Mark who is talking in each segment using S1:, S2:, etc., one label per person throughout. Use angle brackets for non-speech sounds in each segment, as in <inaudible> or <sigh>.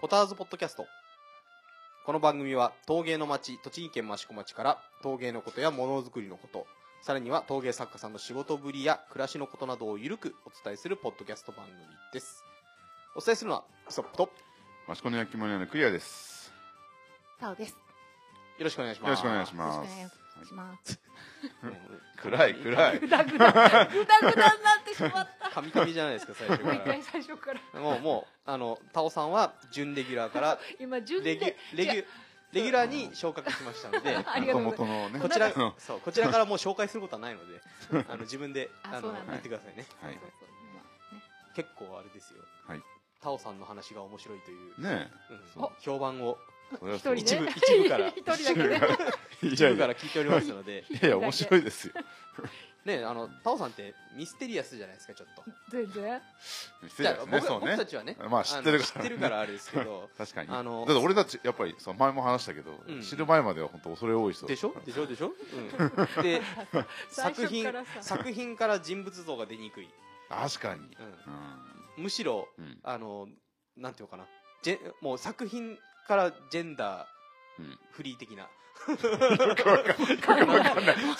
S1: ポターズポッドキャストこの番組は陶芸の町栃木県益子町から陶芸のことやものづくりのことさらには陶芸作家さんの仕事ぶりや暮らしのことなどをゆるくお伝えするポッドキャスト番組ですお伝えするのはストップとよ
S2: マシコの焼き物屋のクリアです。
S3: タオです。
S1: ろしくお願いし
S2: よ
S1: ます
S2: ろしくお願いし
S3: よろしく
S2: ま
S3: お
S2: す。
S3: 願いします。
S1: うん
S2: 暗い
S1: <laughs>
S2: 暗い
S3: ぐ。だぐだ、ぐだぐだになってしまっ
S1: 噛み噛みじゃないですか最初
S3: た。
S1: か
S3: もう一
S1: ら
S3: 回最初から。
S1: もうもうあのタオさんは準レギュラー <laughs> から
S3: 今準
S1: レギュ
S3: で。
S1: レギュレギュラーに昇格しましたので
S3: ありがとうござい
S2: 元々の
S3: ます
S2: ね。
S1: こちら
S2: うんは
S1: そうこちらからもう紹介することはないの
S2: <laughs>
S1: であの自分で
S3: あ
S1: あ
S3: そ
S1: の
S3: うなんだ
S1: 言ってくださいね
S3: そう
S2: い
S3: そう。そう
S1: 結構あれですよ
S2: はい
S1: タオさんの話が面白いという、
S2: ね
S1: うん
S3: そう
S1: 評判を
S2: え。それは
S3: 一人ね
S1: 一部一部から
S3: <laughs> 一人だけね。
S2: そう
S1: 一部か
S2: い
S1: ら聞いておりますので
S2: やいや面白
S3: い。
S2: いですよ。
S1: ねあのタオさんってミステリアスじゃないですかちょっと
S3: 全然。
S2: 失礼です
S1: じ
S2: ね。
S1: ゃあ
S2: そう
S1: 僕僕
S2: ね
S1: た。ちはね
S2: まあ知ってる
S1: あの
S2: からね
S1: 知ってるからあれですけ
S2: <laughs>
S1: ど
S2: 確かに。
S1: あの
S2: だって俺たちやっぱりそう前も話したけど
S1: うん、
S2: 知る前までは本当恐れ多い人。
S1: でしょでしょでしょ、
S3: <laughs>
S1: うん、で
S3: 最
S1: 作
S3: 初
S1: 品
S3: からさ。
S1: 作品から人物像が出にくい、
S2: 確かに。
S1: う
S2: うん
S1: むしろ
S2: ん。
S1: あのなんていうのかなジェもう作品からジェンダー
S2: うん。
S1: フリー的な
S3: わかんない。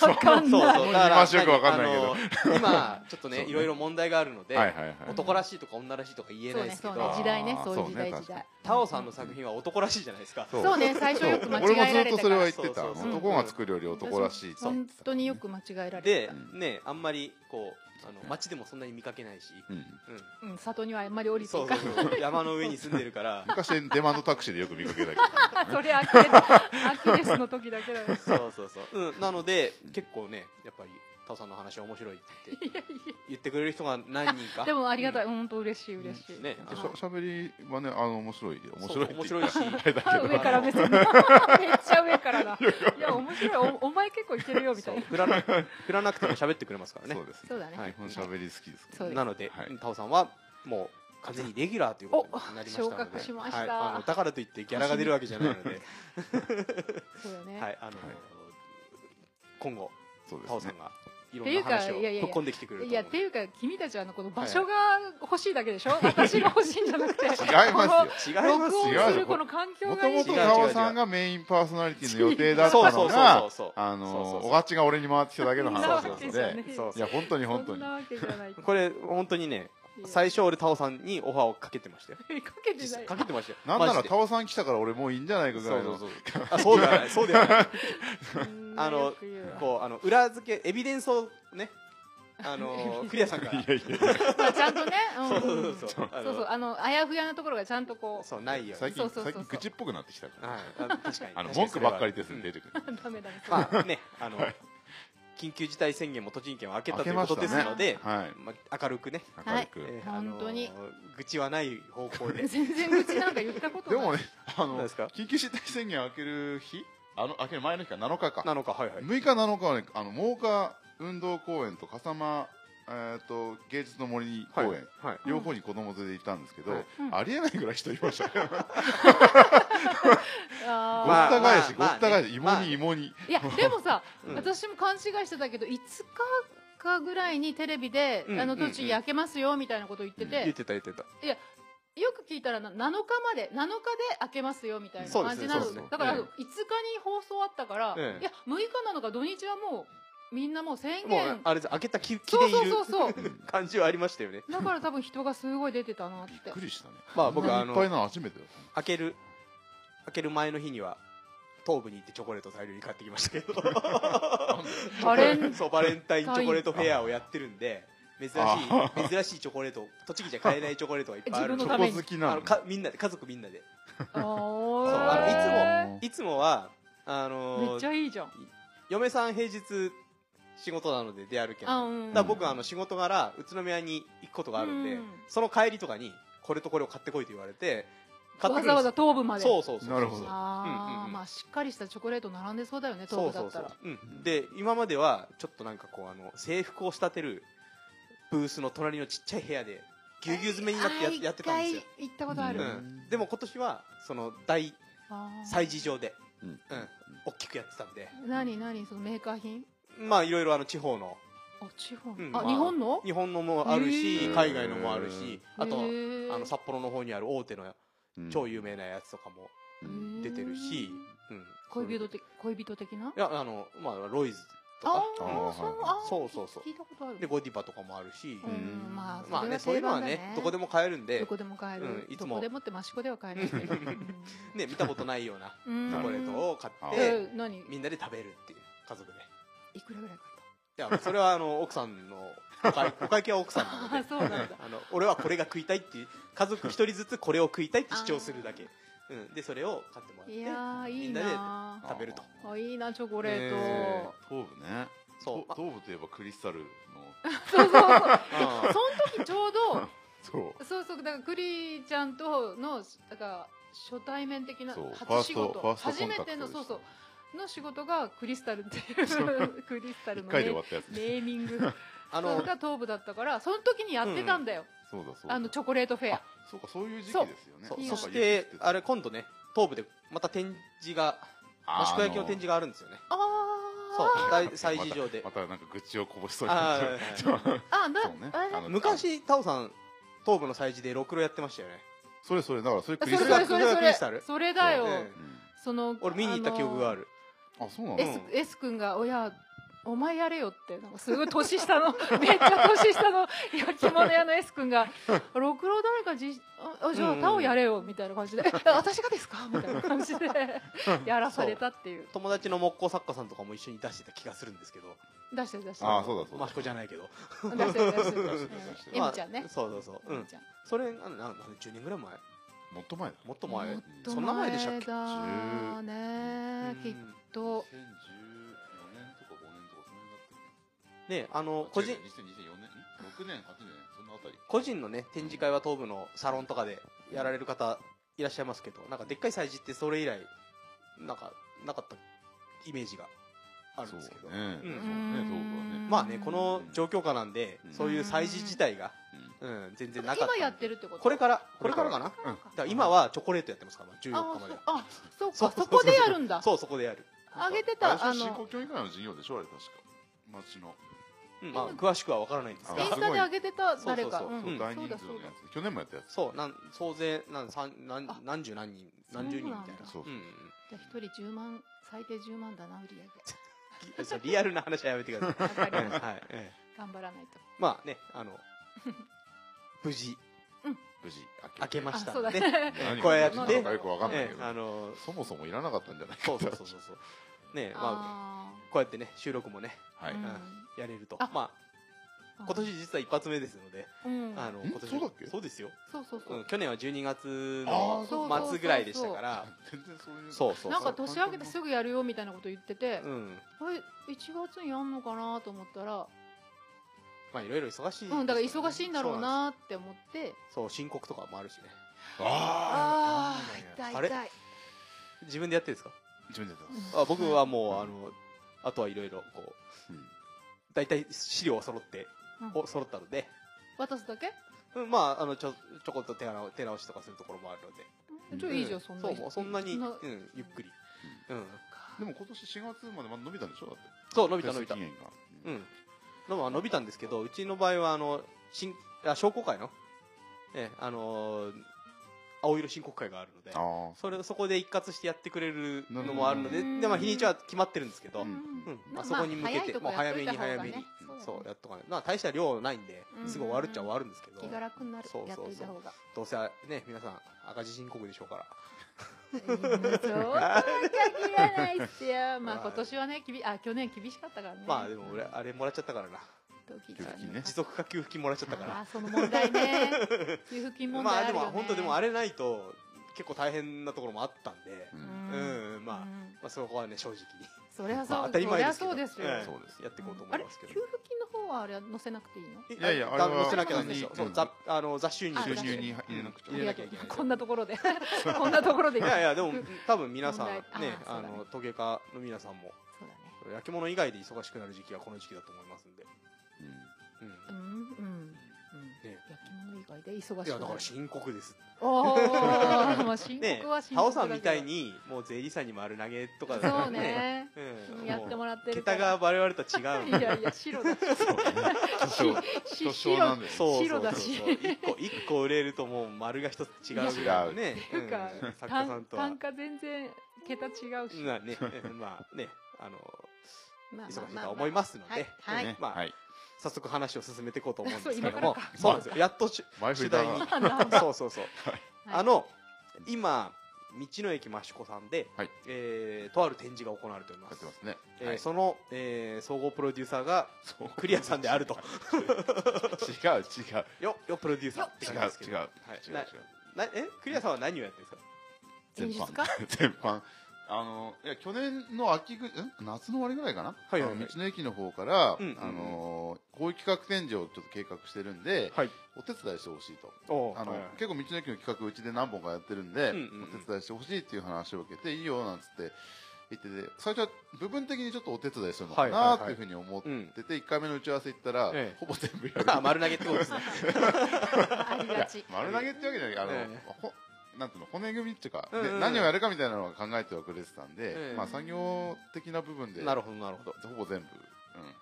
S3: わかん
S1: そう
S3: ない。
S1: そう
S2: う
S1: だから
S2: 言い回しよくわかんないけど
S1: あの
S2: <laughs>
S1: 今ちょっとね
S2: そうね
S1: いろいろ問題があるので、
S2: はいはいはい。
S1: 男らしいとか女らしいとか言え
S3: そ
S1: な
S3: う
S1: いで
S3: ね、
S1: すけ
S3: そ
S1: ど、
S3: うね、時代ね
S2: あ、ー
S3: そういう時代
S2: そうね
S3: 時代。
S1: タオさんの作品は男らしいじゃないですか、
S2: そう
S3: そうね、最初よく間違えられ
S2: そう俺も
S3: た
S2: ずっとそ
S3: か
S2: れは
S3: ら
S2: 言。ってた。
S1: そうそう
S2: 男が作る料理男らしいって言っ
S3: 本
S2: てた。
S3: 当によく間違えられた。
S1: で
S2: う
S1: ねあんまりこうあ
S2: そう
S1: の
S2: ね
S1: 街でもそんなに見かけないし、
S2: うん。
S1: うん
S3: うん、里にはあんまり降りて
S1: そ
S3: いうか
S1: そ
S3: ん。
S1: うそう山の上に住んでる
S2: <laughs>
S1: から
S2: 昔デマンドタクシーでよく見かけたけど。
S3: <laughs> それアキ
S1: <laughs>
S3: レアキレスの時だけだよ。
S1: そうそうそう、うん、なので結構ねやっぱりタオさんの話は面白いって言って
S3: いやいや。
S1: 言ってくれる人が何人か
S3: でもありがたい、
S1: う
S3: 本当嬉しい嬉しい。
S1: ね
S2: でし
S1: そう
S2: ゃしゃべりはねあの面白い面
S1: そう
S2: 白い
S1: 面白いし
S2: あれだけ
S3: あ <laughs> 上
S2: ど
S3: から
S1: <laughs>
S3: 目線 <laughs> めっちゃ上からだいや面白いおお前結構いけるよみ
S1: そう
S3: たいな
S1: 振らな <laughs> 振らなくても喋ってくれますからね
S2: そうです
S3: そうだね
S1: はい
S2: 基本しゃべり好きです
S3: そうです
S1: なので、
S2: はい
S1: タオさんはもう完全にレギュラーということになりましたので
S3: お昇格しました
S1: はい、あのだからといってギャラが出るわけじゃないの
S3: <laughs>
S1: で、
S3: そうだね、
S1: はいあの
S2: はい
S1: 今後
S2: そうで
S1: タオ
S2: す
S1: さ
S2: ね
S1: んがいろんな話を
S3: っていうかいやいやいや
S1: ぶっ込んできてくれる
S3: い
S1: と
S3: やっ
S1: 思う
S3: ていうか君たちはあのこの場所が欲しいだけでしょ、私が欲しいんじゃなくて違い
S2: 違いま
S1: 違い
S3: こ
S1: ま
S3: の
S1: す
S3: 録
S2: 違いま
S3: 音す
S2: す
S3: る
S2: よ
S3: この環
S2: す
S3: 境
S2: も
S3: が
S2: と
S3: い
S2: も
S3: い
S2: と
S1: 違う
S2: 川尾さんがメインパーソナリティの予定だっ
S1: そう
S2: た
S1: そ
S2: の
S1: うそ
S2: が
S1: うそうそうそう
S2: あの
S1: そう
S2: 小勝が俺に回ってきただけの
S3: そんなわ
S2: 話な
S3: け
S2: の
S3: じゃね
S2: で
S3: え
S1: そう
S2: いや本当に本
S3: そ
S2: 当
S3: ん
S2: に
S3: なわけじゃない
S1: これ本当にね最初俺タオさんにオファーをかけてましたよ
S3: 初かけて
S1: 実
S3: な
S1: 際
S3: い
S1: かけてましたよ
S2: なんな
S1: マ
S2: ら
S1: ジで
S2: タオさん来たから俺もういいんじゃないかぐらい
S1: そ
S2: の
S1: うそうそうあそうではないそうではない
S3: うん
S1: あの
S3: よく言うわ
S1: こうあの裏付けエビデンスをねあ
S3: <laughs>
S1: のクリアさんから
S2: <laughs> いやいやいや
S3: まあちゃんとね、うん、
S1: そうそうそう
S3: そ
S1: そうあ
S3: うそう
S1: の
S3: あのあやふやなところがちゃんとこう
S1: そうないよ
S2: 最
S3: そ
S2: 近
S3: うそうそ
S2: 最
S3: うそう
S2: 近愚痴っぽくなってきたから
S1: はい、あ確かに
S2: あの
S1: 確かに
S2: 文句ばっかりです
S1: それはある
S2: ね出てくる
S3: ダメダメ
S1: まあね、あの、緊急事態宣言も栃木県は明けたということ
S2: 明け
S1: で
S2: ますしたね
S1: ので、
S2: はい
S1: まあ、明るくね、
S2: 明るく
S1: えーあの
S3: 本当に。
S1: 愚痴はない方向で
S3: 全然愚痴なんか言ったこと
S2: で
S3: ない
S2: もねあ
S1: 何で
S2: の
S1: すか
S2: 緊急事態宣言明ける日あの明ける前の日か7日か
S1: なのか、はいはい。
S2: 6日7日はねあの真岡運動公園と笠間、えー、と芸術の森公園、
S1: はい。はい。
S2: 両方に子供連れで行ったんですけど、
S1: はい
S3: うん
S2: ありえないぐらい人いましたね、
S1: <laughs>
S2: ご
S3: あ
S1: まあ
S2: った返し、
S1: まあ
S2: ごった返し、
S1: まあね
S2: 芋に芋に、
S3: ーいやでもさ、
S1: うん
S3: 私も勘違いしてたけど5日かぐらいにテレビで、
S1: うん
S3: あの
S1: うんうん
S3: 栃木焼けますよみたいなこと言ってて、
S1: 言ってた言ってた。
S3: よく聞いたらな7日まで7日で開けますよみたいな
S1: そうで
S3: 感
S1: す
S3: じ
S1: ね
S3: なの
S2: そうですね
S3: だから、
S1: ええ
S3: 5日に放送あったから、
S1: ええ
S3: いや6日なのか土日はもうみんなもう宣
S1: も
S3: 言
S1: う、あれです、明けた気気
S3: そ
S1: で
S3: う
S1: い
S3: そう
S1: る
S3: そうそう
S1: 感じはありましたよね。
S3: <laughs> だから多分人がすごい出てたなっ
S2: び
S1: <laughs>
S3: て
S2: っくりしたね、
S1: まあ僕は
S2: あ
S1: あ
S2: んな
S1: の
S2: にいっぱいなの初めてだった
S1: 明ける、明ける前の日には、東部に行ってチョコレート大量に買ってきましたけど。
S3: バレ
S1: <laughs>
S3: ン
S1: そうバレンタインチョコレートフェアをやってるんで珍し
S2: あ
S1: い珍しいチョコレート栃木じゃ買えないチョコレートがいっぱいある
S3: 自
S2: チ
S3: 分のた
S2: ョ
S3: めに
S2: コ好きな
S1: あ
S2: の
S1: の
S2: に
S1: かみんなで家族みんなで
S3: あー
S1: そう
S2: あの
S3: え
S2: い
S1: いつもはあ
S3: ーめ
S1: の
S3: っちゃいいじゃん
S1: 嫁さん平日仕事なので出歩け
S3: あ
S1: ない
S3: うん
S1: だから僕はあの仕事柄宇都宮に行くことがあるんで、
S3: うん
S1: その帰りとかにこれとこれを買ってこいと言われて買ってく
S3: わ
S1: る
S3: ざ
S1: んで
S3: わ
S1: す
S3: ざ東部まで
S1: そうそうそう
S2: なるほど
S3: ああ、
S1: うんうんうん
S3: まあしっかりしたチョコレート並んでそうだよね
S1: そ
S3: 豆
S1: う
S3: 腐だ
S1: そ
S3: っ
S1: うそ
S3: た
S1: う
S3: ら、
S1: うん、で今まではちょっとなんかこうあの制服を仕立てるブースの隣のちっちゃい部屋でぎゅうぎゅう詰めになってややってたんですよ
S3: 一、回行ったことある、
S1: う
S2: 回
S1: ん、でも今年はその大
S3: あー
S1: 催事場で
S2: うん
S1: 大きくやってたんで
S3: 何何そのメーカー品
S1: まあいろいろあの地方の
S3: あ地方、
S1: うんま
S3: あ、
S1: あ
S3: 日本の
S1: 日本のもあるし
S2: へー
S1: 海外のもあるしあと
S3: へー
S1: あの札幌の方にある大手の
S2: うん
S1: 超有名なやつとかも
S2: うん
S1: 出てるし、うん、
S3: 恋人
S1: い
S3: 的恋人的な
S1: やあのまあロイズと
S3: あ
S1: か
S3: ー
S2: あー
S3: そう
S2: はい
S1: は
S3: あ
S1: い
S3: ー
S1: そうそうそう
S3: 聞いたことある
S1: でゴディバとかもあるし、
S3: うん
S2: うん
S3: まあ
S1: まあねそういうのはねどこで
S3: も
S1: も買えるん
S3: ど
S1: で
S3: こでも買え
S1: う
S3: る、
S1: んいつ
S3: ど
S1: も
S3: こでもって益子では
S1: <laughs>
S3: 買えないけど、
S1: ね見たことないような
S3: うん、
S1: チョコレートを買っ
S3: え
S1: て
S3: ー何い
S1: みんなで食べるっていう家族で
S3: くらぐらい買っ
S1: いやそれはあの奥さんのお
S3: <laughs>
S1: 会お会計は奥さんなの
S3: たあ
S1: で
S3: そうなんだ
S1: あの俺はこれが食いたいっていう家族一人ずつこれを食いたいって主張するだけ、うん、でそれを買ってもらっ
S3: <laughs> い
S1: て
S3: やーいい
S1: みんなで
S3: な
S1: 食べると
S3: ーあいいなチョコレート、
S1: え
S2: 東部ね
S1: そう
S2: と東部といえばクリス
S1: <laughs>
S2: タルの
S3: そうそうそう <laughs>
S1: あ
S3: その時ちょ
S2: そう
S3: うどそうそうだからクリちゃんとのだから初対面的な
S2: そう
S3: 初仕事
S2: ファーストファースト
S3: 初
S2: コンタ
S3: め
S2: クト
S3: て
S2: で
S3: の
S2: す
S3: そうそうの仕事がクリスタルっていう <laughs> クリスタル
S2: 一
S3: の
S2: 回で終
S3: ネ
S2: わったやつ
S3: ネーミ
S2: <laughs>
S3: ング
S1: あ
S3: そ
S1: の
S3: れが東部だったからその時にやってたんだよ、
S2: そうだそうだ
S3: あのチョコレートフェア
S2: あそうかそういう時期ですよね
S1: そ
S3: いい
S1: そ
S3: な
S1: してあれ今度ね東部でまた展示が益子焼きの展示があるんですよね
S3: あ
S1: そう
S3: あ
S1: 大祭事場で
S2: またまたなんか愚痴をこぼしそうになっ
S1: あ
S2: <laughs> ち
S1: ー
S2: ゃ
S1: は
S2: う
S1: いはい
S2: ちょ
S3: あな
S2: そうね
S3: あれ
S2: あの
S1: 昔タオさん東部の祭事でろくろやってましたよね
S2: それそれだからそれ
S3: そ
S2: ク
S3: れ
S2: リス
S3: そ
S2: タ
S3: れ
S2: ル
S3: そ
S1: それがクリ
S3: れ
S1: ス
S3: そ
S1: タル
S3: れそれだよ、
S1: うん
S3: その
S1: 俺見に行った記憶があ
S3: る
S1: る
S2: うんあそうなの
S3: S,、
S1: うん
S3: S 君が「おやお前やれよ」ってなんかすごい年下の <laughs> めっちゃ年下の焼き物屋の S 君が「ろくろ誰かじああじゃ
S1: う
S3: あ
S1: ん
S3: タオやれよ」みたいな感じで「え私がですか?」みたいな感じ
S1: <laughs>
S3: でやらされたっていう
S1: 友達の木工作家さんとかも一緒に出してた気がするんですけど
S3: 出してる出して
S2: あーそうだそうだ
S1: 益子じゃないけど
S3: る出してる出
S2: 出
S3: してる
S2: してる
S3: うん
S2: 出してる
S3: エミちゃん
S1: <laughs>
S3: ね
S1: まあそうそうそうう
S3: エミ
S1: ん
S3: ちゃん
S1: それあのなな10年ぐらい前
S2: もっと前だ
S1: もっと前
S3: もっと
S1: そんな前でしたっけ
S3: だ
S1: う
S3: ね
S1: ん
S3: きっ
S2: 2014年とか5年と
S3: と
S2: かその辺だったよね
S1: ねあ
S2: あ
S1: の
S2: 違
S1: 個
S2: う
S1: 人
S2: 違う2004年ん6年8年そんなあたり
S1: 個人のね展示会は東部のサロンとかでやられる方いらっしゃいますけどなんかでっかい催事ってそれ以来なんかなかったイメージがあるんですけど、
S2: そうね
S1: うん
S2: そうね東部はね
S1: まあねこの状況下なんで、
S2: うん
S1: そういう催事自体が、
S2: うん
S1: うん、全然なかった
S3: 今やってるってこと
S1: これからこれからかなだか
S3: あ
S1: ら今はチョコレートやってますから14日まで
S3: あそう
S1: そ
S3: か
S1: うそう
S3: そこでやるんだ
S1: そうそこでやる、
S3: あげて
S2: あ
S3: た
S2: れ
S3: あ
S2: 新
S3: の
S2: 興協議会の事業でしょあれ確か町の
S1: うんまあ、詳しくは分からないんです
S2: あ
S1: が
S3: インスタで上げてた誰か
S1: そうそう
S2: そううん大
S3: そ
S2: 人
S3: うだ
S2: 数のやつ去年もやったやつ
S1: そうなん総勢なん三何
S3: あ
S1: 何十何人何十人みたいな
S2: そうなんだ
S1: ん
S3: じゃあ一人10万最低10万だな売り上げ
S1: <laughs> うんそうリアルな話はやめてくださ
S2: <laughs>
S1: い
S3: わかり
S1: うん
S3: ました
S1: はい、ええ
S3: 頑張らないと
S1: まあねあ
S2: <laughs>
S1: の無事
S2: 無事
S1: 開けました
S3: あ
S1: ん
S3: そうだ
S1: で、
S3: ね
S2: 何
S1: こうや
S2: が
S1: って
S2: 何がよくわかんない
S1: え
S2: け
S1: えあ
S2: ど
S1: の
S2: そもそもいらなかったんじゃない
S1: そうそうそうそうそうね <laughs> まあ
S3: あ
S1: こうやってね収録もね
S2: はい
S3: うん
S1: やれると
S3: あ
S1: まあ今年実は一発目ですので、
S3: ーうん
S1: あの
S2: ん
S1: 今年
S2: そうだっけ
S1: そうですよ、
S3: そうそうそう
S1: うん、去年は12月
S2: あー
S1: の
S2: そう
S3: そうそう
S1: 末ぐらいでしたから
S2: 全然そういう
S1: そうそうそう
S3: なんか年明けてすぐやるよみたいなこと言ってて
S1: うん
S3: これ1月にやんのかなと思ったら
S1: まあいろいろ忙しい、
S3: うんだから忙しいんだろう
S1: そうなんで
S3: なって思って
S1: すそう申告とかもあるしね
S2: あ
S3: ー
S2: ー
S1: あれ自分でやってるんですか
S2: 自分でやってます
S1: あ僕はもうあのあとはいろいろこう
S2: うん
S1: 大体資料は揃って、
S3: うん
S1: お揃ったので
S3: 渡すだけ
S1: うん、まあ、あの、ちょ、ちょこっと手直手直しとかするところもあるので。
S2: うん
S3: ちょいいじゃんそんな
S1: そう、もうそんなに、
S3: そ
S1: うん、ゆっくり。うん。
S2: でも今年4月までまだ伸びたんでしょだって
S1: そう、伸びた伸びた。
S2: 提出期限が
S1: うん。のも伸びたんですけど、うちの場合は、あの、新、あ、商工会の、え、あのー青色申告会があるので、
S2: あ
S1: それ、そこで一括してやってくれるのもあるので、
S3: なるほど
S1: で、まあ、日にちは決まってるんですけど、
S2: あ
S1: うん。まあ、
S3: まあ
S1: そこに向けて、も
S3: ま
S1: う
S3: あ
S1: 早
S3: 早
S1: め
S3: い
S1: に
S3: とこ
S1: 早
S3: やっと
S1: め
S3: いた方がね
S1: に、
S3: そ
S1: そ
S3: うだね
S1: う、やっとかない。まあ、大した量ないんで、すぐ終わるっちゃ終わるんですけど、
S3: 気が楽になる
S1: そうそう
S3: やっといた方が
S1: どうせね、皆さん赤字申告でしょうから。
S3: そうとは限らないっ
S1: <laughs>
S3: すよ。まあ今年はね、きびあ去年厳しかったからね。
S1: まあでも俺、あれもらっちゃったからな。
S3: ドキ
S2: 給
S3: ドキ
S2: 付金ね
S1: 持続化給付金もらっちゃったか
S3: あ
S1: ら。
S3: ーその問題ね。給付金問
S1: ま
S3: 題
S1: あ
S3: あ
S1: で
S3: る
S1: も、
S3: よね。
S1: 本当でもあれないと結構大変なところもあったんで、
S2: う
S3: うんん。
S1: うん、まあ、ま
S3: うん
S1: あそこはね、正直に。
S3: それは
S1: ま
S3: そ
S1: あ
S3: う。
S1: 当たり前ですけ
S3: そ
S1: ど。
S3: りゃそうですよ。
S1: ええ
S2: そうです
S1: やっていこうと思
S3: あ
S1: い
S3: れ
S1: ますけ
S3: 給
S1: ど
S3: 付。金の方はあれは載せなくていいの？
S1: え
S2: いやいやあれは
S1: 載せなきゃなんでしょ。
S2: 普通
S1: そ
S2: に
S1: う、雑、あの、雑収入
S3: あ
S2: 収入に
S1: うん
S2: 入れなくちゃ
S1: 入れなきゃいけない。
S3: こんなところでこんなところで。
S1: いやいや、でも、多分皆さん、ね
S3: 問題あ、ー
S1: あ
S3: そうだね
S1: の、トゲ科の皆さんも、
S3: そうだね。
S1: 焼き物以外で忙しくなる時期はこの時期だと思いますんで。
S2: うん
S1: うん
S3: うんうんうん。
S1: ね
S3: 焼き物以外界で忙しくない
S1: やだから深刻です
S3: おーまあ深
S1: ね
S3: 刻は深刻だけど
S1: タオさんみたいにもう税理士さんに丸投げとかだ
S3: そ
S1: と
S3: うね
S1: うん
S3: やってもらってる
S1: 桁が我々と違う
S3: い
S1: の
S3: やいや白だし
S2: そうね
S3: し
S2: 巨匠なん
S3: 白
S2: で
S1: そうそ
S3: 白
S1: うそう
S3: だ
S1: そう
S3: し
S1: 一個一個売れるともう丸が一つ違うぐらいのね
S3: 違うっていうか
S1: ん作家さん
S3: 単
S1: とは
S3: 単価全然桁違うし、
S1: まあねうんまあねあの
S3: まあまあまあ
S1: 忙しいとは思いますので
S3: はい、はい
S2: ね
S1: まあ
S2: はい
S1: 早速話を進めていこうと思うんですけど
S3: そう今
S1: も
S3: から
S1: そうなんですよやっとし
S2: 前振りだな
S1: 主
S3: ま
S1: <laughs>
S3: あまあ
S1: そうそうそう
S3: はい
S1: あの今道の駅益子さんで
S2: はい
S1: えーとある展示が行われておりま
S2: 書い
S1: す
S2: てますね
S1: えー
S2: はい
S1: その、えー総合プロデューサーがクリアさんであると
S2: 違う違う
S1: よよプロデューサーって感じですけど
S2: 違う違う
S1: <laughs> はい
S2: 違う
S1: な
S2: 違う
S1: なえクリアさんは何をやってるんですか
S2: 全
S3: 現実か
S2: 般全般あのいや去年の秋ぐん夏の終わりぐらいかな、
S1: はいはいはい
S2: あの道の駅の方から、
S1: うんうん
S2: あのこういう企画展示をちょっと計画してるんで、
S1: はい
S2: お手伝いしてほしいと
S1: おう
S2: あの、
S1: はい
S2: 結構道の駅の企画うちで何本かやってるんで、
S1: うんうんうん
S2: お手伝いしてほしいっていう話を受けていいよなんつって言ってて最初は部分的にちょっとお手伝いするのか
S1: はいは
S2: ない
S1: はい
S2: っていうふうに思って
S1: うん <laughs>
S2: て、1回目の打ち合わせ行ったら、
S1: ええ
S2: ほぼ全部やる
S1: あ <laughs> 丸投げってことですね
S3: あり
S2: い
S3: が
S1: <laughs>
S2: や
S3: ち
S2: 丸投げってわけじゃないあの、
S1: ええ
S2: ほなんていうの骨組みっていうか、
S1: うんうんうん
S2: で何をやるかみたいなのは考えてはくれてたんで、
S1: ええ
S2: まあ、作業的な部分で
S1: なるほどなるほど
S2: ほぼ全部、う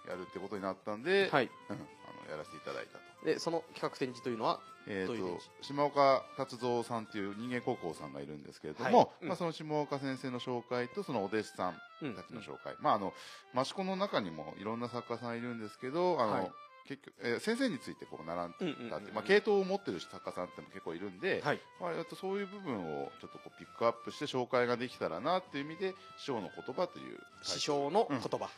S2: ん、やるってことになったんで、
S1: はい
S2: うん、あのやらせていただいたと。
S1: でその企画展示というのは
S2: え
S1: どういう展
S2: ー、と
S1: 示
S2: 島岡達三さんという人間高校さんがいるんですけれども、
S1: はいうん
S2: まあ、その島岡先生の紹介とそのお弟子さん
S1: うん
S2: たちの紹介、まああの益子の中にもいろんな作家さんいるんですけどあの、
S1: はい
S2: 結局、えー先生についてこう並んで
S1: うんうんうん
S2: たって、まあ、系統を持ってる作家さんっても結構いるんで、
S1: はい
S2: まあ、やっとそういう部分をちょっとこうピックアップして紹介ができたらなっていう意味で「師匠の言葉」という
S1: 師匠の言葉、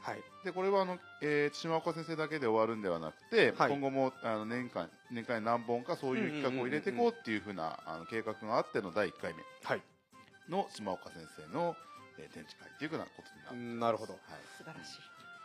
S1: はい
S2: でこれはあの、えー島岡先生だけで終わるんではなくて、
S1: はい
S2: 今後もあの年間年間に何本かそういう企画を入れていこうっていうふうなあの計画があっての第1回目
S1: はい
S2: の島岡先生の、えー展示会っていうふうなこと
S1: う
S2: になって
S1: んなるほど
S2: はい
S3: 素晴らしい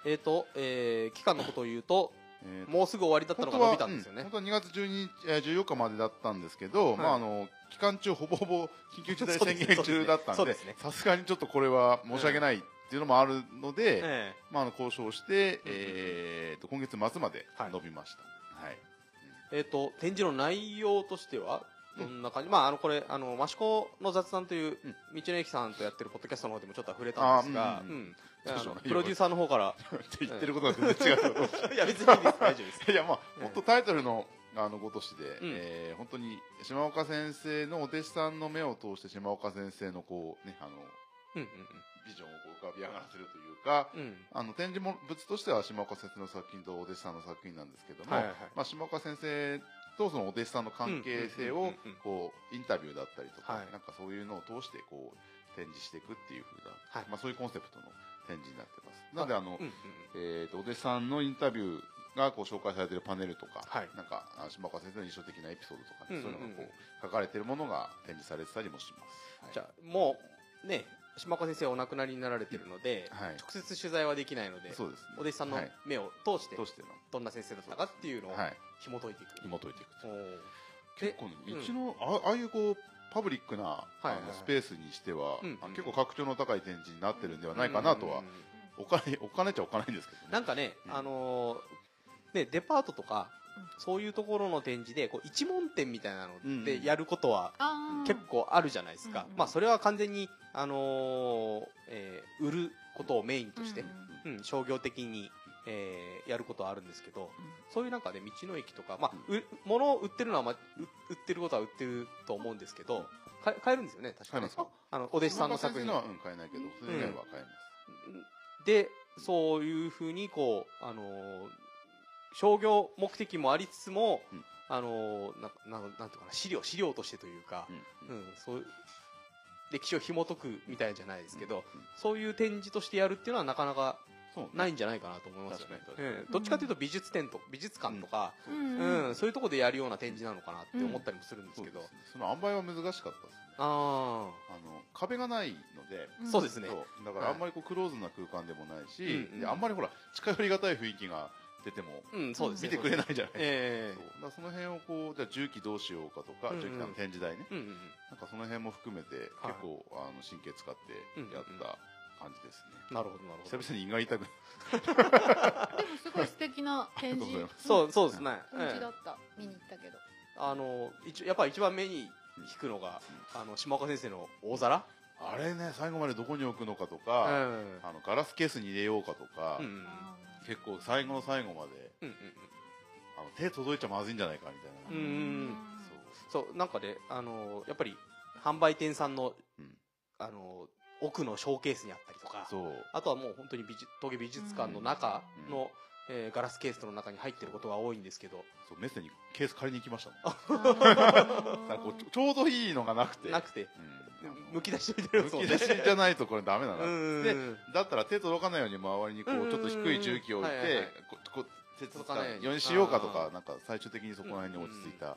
S1: えっ、と、えー期間のことを言うと
S2: えー
S1: もうすぐ終わりだった
S2: 本
S1: のが伸び
S2: 当は、
S1: た
S2: うんん
S1: ですよね
S2: 本当は2月12日、えー14日までだったんですけど、
S1: い
S2: まあ、あの期間中ほぼほぼ緊急事態宣言中だったん
S1: そう
S2: で
S1: ですね
S2: さすがにちょっとこれは申し訳ないっていうのもあるので、
S1: え
S2: まあ、あの交渉し
S1: う
S2: て、
S1: んうんうん
S2: えーと今月末まで伸びました。はい
S1: ええーと展示の内容としてはどんな感じ、まああのこれあの益子の雑談という
S2: うん
S1: 道の駅さんとやってるポッドキャストの方でもちょっと触れたんですが、
S2: あーうん
S1: う
S2: うん
S1: ん
S2: どう
S1: あ
S2: しよう
S1: のプロデューサーの方
S2: <laughs>
S1: から
S2: って言ってることが全然違うと思
S1: いや別にいいです大丈夫です <laughs>
S2: ういやまあ
S1: うん
S2: 本当タイトルのあのごとしで、
S1: うん
S2: えー本当に島岡先生のお弟子さんの目を通して島岡先生のこうねあの
S1: うんうん
S2: ビジョンをこう浮かび上がらせるというか
S1: うんうん
S2: あの展示物としては島岡先生の作品とお弟子さんの作品なんですけども、
S1: はいはいはい
S2: まあ、島岡先生とそのお弟子さんの関係性
S1: うんうんう
S2: を
S1: んうんうん
S2: こうインタビューだったりとか、
S1: はい
S2: なんかそういうのを通してこう展示していくっていうふうな、
S1: はい
S2: まあ、そういうコンセプトの展示になってます。なのであの、
S1: うんうん
S2: えー、とお弟子さんのインタビューがこう紹介されているパネルとか、
S1: はい
S2: なんかあ島川先生の印象的なエピソードとか、
S1: うんうん
S2: ね
S1: うん
S2: そういうのがこう書かれているものが展示されてたりもします。はい
S1: じゃあもうね島岡先生はお亡くなりになられてるので、
S2: はい
S1: 直接取材はできないので
S2: そうですね、
S1: お弟子さんの
S2: はい、
S1: 目を通して、
S2: どうしての、
S1: どんな先生だったかっていうのを
S2: はい、
S1: 紐解いていく、
S2: 紐解いていくと
S1: おー
S2: 結構ねうちの、あああいうこうパブリックな、
S1: いはいはい
S2: あのスペースにしては、
S1: うんうん
S2: あ結構拡張の高い展示になってるんではないかなとは、
S1: うんうんうん
S2: お金お金じゃお金ですけどね
S1: なんかね、
S2: うん
S1: あのーね、デパートとか
S3: うん、
S1: そういうところの展示で、こう、一問店みたいな
S2: うんう
S1: の
S2: ん
S1: でやることは
S3: あー
S1: 結構あるじゃないですか
S3: うんう。ん
S1: まあ、それは完全に、あのーえー売ることをメインとして
S3: うんう、ん
S1: うん、商業的に、えーやることはあるんですけど、そういうなんかね、道の駅とか、まあ、う物を売ってるのは、まあ、う売ってることは売ってると思うんですけど、か買えるんですよね、確か
S2: 買
S1: に
S2: えますか。
S1: あの、お弟子さんの
S2: 島
S1: 作
S2: 岡先生
S1: 品
S2: の。は、うん、買えないけどそれ以外は買えます、
S1: でそういうふうにこう、あのー商業目的もありつつも、
S2: うん
S1: あのーなななんとかな資料資料としてというか、
S2: うん
S1: う
S2: うんん
S1: そういう歴史を紐解くみたいじゃないですけど、
S2: うんうん
S1: そういう展示としてやるっていうのはなかなか
S2: そうね
S1: ないんじゃないかなと思いますよね
S2: 確かに確、かに
S1: ええどっちかというと美術展と美術館とか、
S3: う
S1: うんん
S3: うん
S1: そういうところでやるような展示なのかなって思ったりもするんです
S2: そう
S1: け
S2: です
S1: ど、
S2: ねその塩梅は難しかったですねあ
S1: あ
S2: の壁がないので
S1: あそうですね、
S2: そうだか
S1: は
S2: ら
S1: い
S2: あんまりこうクローズな空間でもないし、
S1: うんうん
S2: であんまりほら近寄りがたい雰囲気が出ても
S1: うんそうですね
S2: 見てくれないじゃないで
S1: え
S2: すか、そうだからその辺をこうじゃあ重機どうしようかとか、
S1: うんうん
S2: 重機さんの展示台ね
S1: えうんうんうん
S2: なんかその辺も含めて結
S1: はい
S2: 構、あの神経使ってやった感じですね、
S1: なるほどなるほど
S2: 久々に胃が痛くな
S3: でもすごい素敵な展示
S2: ありがとうござ
S1: <laughs>
S2: い
S1: そうそうですね、
S3: 展
S1: ええ
S3: 示だった見に行ったけど
S1: あの一やっぱり一番目に引くのが、あの島岡先生の大皿、
S2: あれね最後までどこに置くのかと
S1: う
S2: か、
S1: ん
S2: あのガラスケースに入れようかとか、
S1: うんうん
S2: 結構最後の最後まで
S1: うんうん
S2: あの手届いちゃまずいんじゃないかみたいな、
S1: うん
S2: そう
S1: そうなんかであのやっぱり販売店さんの,、
S2: うん
S1: あの奥のショーケースにあったりとか
S2: そう
S1: あとはもう本当に美術峠美術館の中の、えーガラスケースの中に入ってることが多いんですけど
S2: そうメッセにケース借りに行きましたもん
S3: あ
S2: なんかこうちょちょうどいいのがなくて
S1: なくて
S2: うんあの
S1: むき出しみたいな
S2: む
S1: やつを
S2: き出しじゃないとこれダメだ
S1: うんう
S2: な、
S1: んう
S2: で
S1: ん
S2: だったら手届かないように周りにこ
S1: うんうんう
S2: うんちょっと低い重機を置いて、
S1: はいはいはい
S2: ここう手届
S1: 届
S2: か
S1: か
S2: な
S1: ないい
S2: よ
S1: よう
S2: うに
S1: に
S2: しようかと
S1: あ
S2: か
S1: ー
S2: なんか最終的にそこら辺に落ち着いた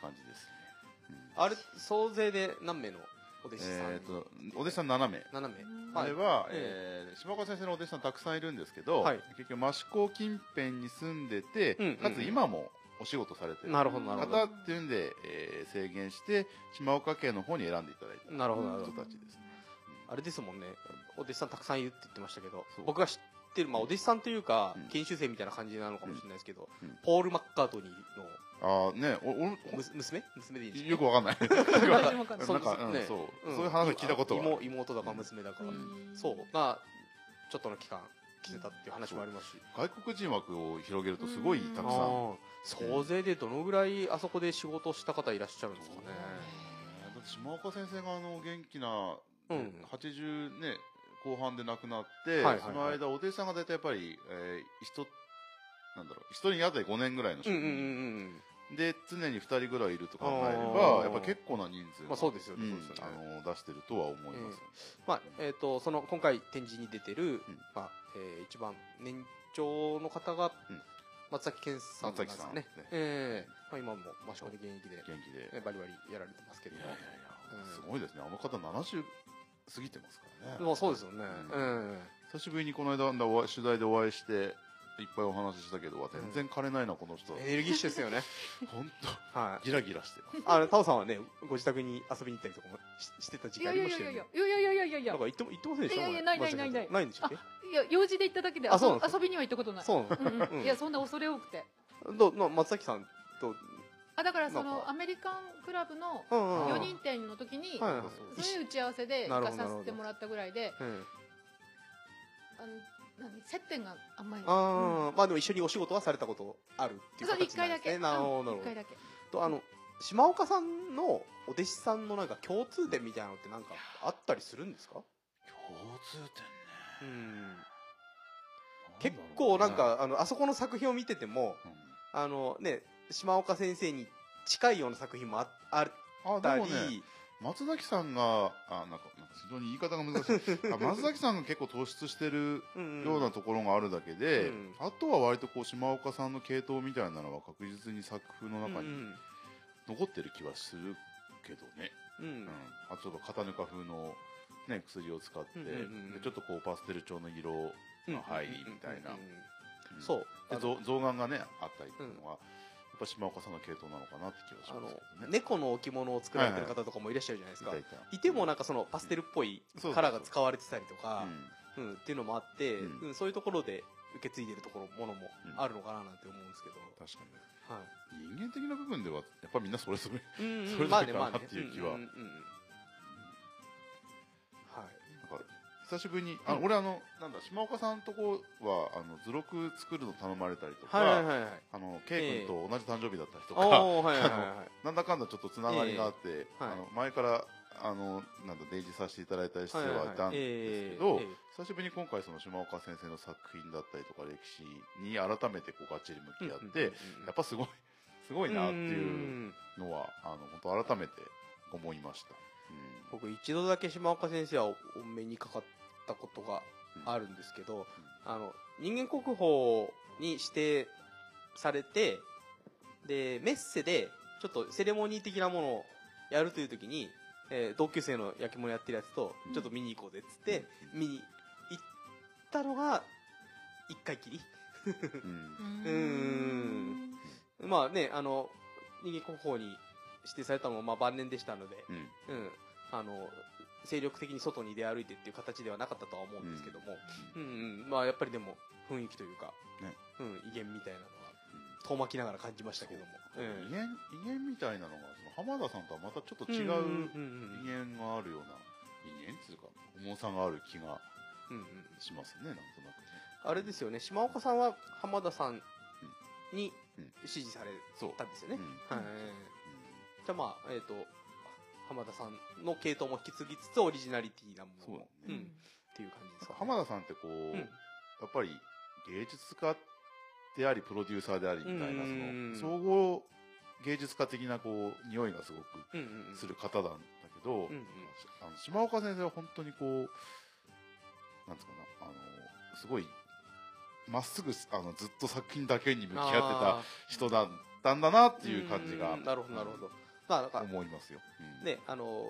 S2: 感じですね、うん
S1: あれ総勢で何名のお弟子さん、
S2: えー、とお弟子さん7名
S1: 7名
S3: うん
S2: あ
S1: はい
S2: れは、え
S1: え
S2: ー島岡先生のお弟子さんたくさんいるんですけど、
S1: はい
S2: 結局益子近辺に住んでて、
S1: うんうん
S2: かつ今もお仕事されてる
S1: なるほどなるほど
S2: 方っていうんで、えー制限して島岡家の方に選んでいただいた
S1: なるほどなるほ
S2: 人
S1: ど
S2: たちですね、
S1: あれですもんねお弟子さんたくさんいるって言ってましたけど
S2: そう
S1: 僕が知ってる、まあ、お弟子さんというか、
S2: うん
S1: 研修生みたいな感じなのかもしれないですけど、
S2: うんうん
S1: ポール・マッカートニー
S2: ああねお俺
S1: のむ娘娘でいいんです
S2: よくわ
S1: <laughs>
S2: かんない
S3: 私もわかんない
S2: なんか、うん
S1: ね
S2: そう、
S1: ん
S2: そういう話を聞いたことがある
S1: 妹妹だか娘だか、
S3: うん
S1: そうがちょっとの期間来てたっていう話もありますし、
S2: 外国人枠を広げるとすごいた
S1: あ
S2: くさん
S1: ー総勢でどのぐらいあそこで仕事した方いらっしゃるんですかね
S2: だって島岡先生があの元気な、
S1: うん
S2: 80ね後半で亡くなって、
S1: いはいはい
S2: その間お弟子さんが大体やっぱり、えー、一なんだろう一人に当たり5年ぐらいの人、
S1: うんうんうん
S2: で常に2人ぐらいいると考えれ
S1: あー
S2: ばやっぱ結構な人
S1: う
S2: 数
S1: んまあ
S2: が
S1: そうですよね,、
S2: うん
S1: そうですよ
S2: あ
S1: ね
S2: の出してるとは思います、ね
S1: まあえー、とその今回展示に出てる、
S2: うん
S1: まあえー一番年長の方が
S2: うん
S1: 松崎健さんなんですかね
S2: 松崎さんね
S1: ええまあ、今も場所で現役で、ね、
S2: 元気でいやい
S1: バリバリやられてますけど
S2: やいや、
S1: うん
S2: すごいですねあの方70過ぎてますからね
S1: まあ、そうですよね、
S2: う
S1: うん
S2: 久しぶりにこの間お会い取材でお会いしていっぱいお話ししたけどわ全然枯れないなこの人、
S1: エネルギッシュですよね
S3: <laughs>
S2: 本当
S1: はい
S2: ギラギラしてます
S1: あのタオさんはねご自宅に遊びに行ったりとかもししてた時
S3: い
S1: 期あ
S3: やい
S1: り
S3: や
S1: ま
S3: い
S1: し
S3: や
S1: たよ
S3: い
S1: ね
S3: やいやいやいやいやいや
S1: なんか行っても行ってませんでしょ
S3: いやいや
S1: これ
S3: ないないない
S1: 松崎さんないんでしょっけ
S3: いや用事で行っただけで
S1: あそうなんです
S3: 遊びには行ったことない
S1: そうなの
S3: うんう
S1: う
S3: ん
S1: ん
S3: いやそんな恐れ多くて
S1: どうな松崎さんと
S3: あだからそ
S1: なん
S3: の
S1: か
S3: アメリカンクラブの
S1: うんうん
S3: 4人展の時に
S1: はいはい
S3: そういう打ち合わせで行かさせてもらったぐらいで
S1: うん
S3: あの何接点があんまり
S1: あ
S3: う
S1: あ、まあでも一緒にお仕事はされたことあるっていう
S3: そう
S1: 形
S3: 一回だ
S1: な
S3: け
S1: んですねなるほどなる
S3: うん一
S1: ほ
S3: 回だけ
S1: どとあの島岡さんのお弟子さんのなんか共通点みたいなのってなんかあったりするんですか
S2: 共通点ね
S1: うん結構なん、かあのあそこの作品を見てても
S2: うん
S1: あのね島岡先生に近いような作品もああっ
S2: あ
S1: た
S2: で
S1: り、
S2: もね松崎さんがあなんかなんか非常に言い方が難しいあ松崎さんが結構突出してる
S1: うん
S2: ようなところがあるだけ
S1: う
S2: で、
S1: ん
S2: あとは割とこう島岡さんの系統みたいなのは確実に作風の中
S1: う
S2: に
S1: ん
S2: 残ってる気はするけどね、
S1: うんうん
S2: うんあとは型ぬか風の、ね、薬を使って、
S1: うんうんうん
S2: でちょっとこうパステル調の色
S1: うん
S2: が入りみたいな、
S1: うんうんうん
S2: うん
S1: そう
S2: で
S1: あの
S2: 造造眼がねあったりっていうのは、やっぱ島岡さんの系統なのかなって気がし
S1: あ
S2: ま
S1: の
S2: すけどね。
S1: 猫の置物を作られてる方とかもいらっしゃるじゃないですか、
S2: いたいた
S1: いてもなんかそのパステルっぽいカラーが使われてたりとか、
S2: う
S1: うんっていうのもあって、
S2: う
S1: うんそういうところで受け継いでるところものも
S2: うん
S1: あるのかななんて思うんですけど、
S2: ん確か <laughs>
S1: はい
S2: に人間的な部分ではやっぱみんなそれぞれ
S1: うん
S2: それだけかなっていう気は
S1: んんんんはい
S2: なんか久しぶりにあの、
S1: うん
S2: 俺あのなんだ島岡さんとこはあの図録作るの頼まれたりとか、
S1: はいはいはいはい
S2: あの K 君と同じ誕生日だったりとか、
S1: おーはいはいはいはい
S2: なんだかんだちょっとつながりがあって、
S1: はい
S2: あの前からあのなんだ出入りさせていただいたりして
S1: はいはい
S2: は
S1: はい
S2: いたんですけど、
S1: えええ
S2: 久しぶりに今回その島岡先生の作品だったりとか歴史に改めてこうがっちり向き合って、
S1: うんうんうんうん
S2: やっぱすごい <laughs> すごいなっていう
S1: うん
S2: のはあの本当改めて思いました、うん
S1: 僕一度だけ島岡先生はお目にかかったことがあるんですけど、あの人間国宝に指定されてでメッセでちょっとセレモニー的なものをやるという時に、えー同級生の焼き物やってるやつと
S3: うん
S1: ちょっと見に行こうぜっつって、
S2: う
S1: 見に行ったのが一回きり
S2: うんうん
S1: うまあねあの人間国宝に指定されたのもまあ晩年でしたので、
S2: うん
S1: うん、あの精力的に外に出歩いてっていう形ではなかったとは思うんですけども、うんうんまあ、やっぱりでも雰囲気というか、
S2: ね
S1: うん、威厳みたいなのは遠巻きながら感じましたけども、
S2: 威
S1: ええ
S2: 厳威厳みたいなのがその浜田さんとはまたちょっと違
S1: ん
S2: う
S1: うんうん
S2: 威厳があるような威厳っていうか重さがある気が
S1: うんうん
S2: しますねなんとなくね
S1: あれですよね島岡さんは浜田さんに
S2: うん
S1: 支持され
S2: そう
S1: たんですよね、
S2: うん
S1: はいじゃあまあえっ、と浜田さんの系統も引き継ぎつつオリジナリティなもの
S2: そう
S1: も
S2: だね
S1: うん
S3: う
S1: っ
S3: ん
S1: ていう感じですか、
S2: 浜田さんってこう、
S1: うん
S2: やっぱり芸術家でありプロデューサーでありみたいな
S1: う
S2: そ
S1: ん
S2: の総合芸術家的なこう匂いがすごく
S1: うんうんうん
S2: する方なんだけど、
S1: うんうん
S2: あの島岡先生は本当にこうなんつうかなあのすごいまっすぐあのずっと作品だけに向き合ってた
S1: あ
S2: 人だったんだなっ
S1: ー
S2: ていう感じが、
S1: うんなるほどなるほどまあなんか
S2: 思いますよ。うん
S1: ねあの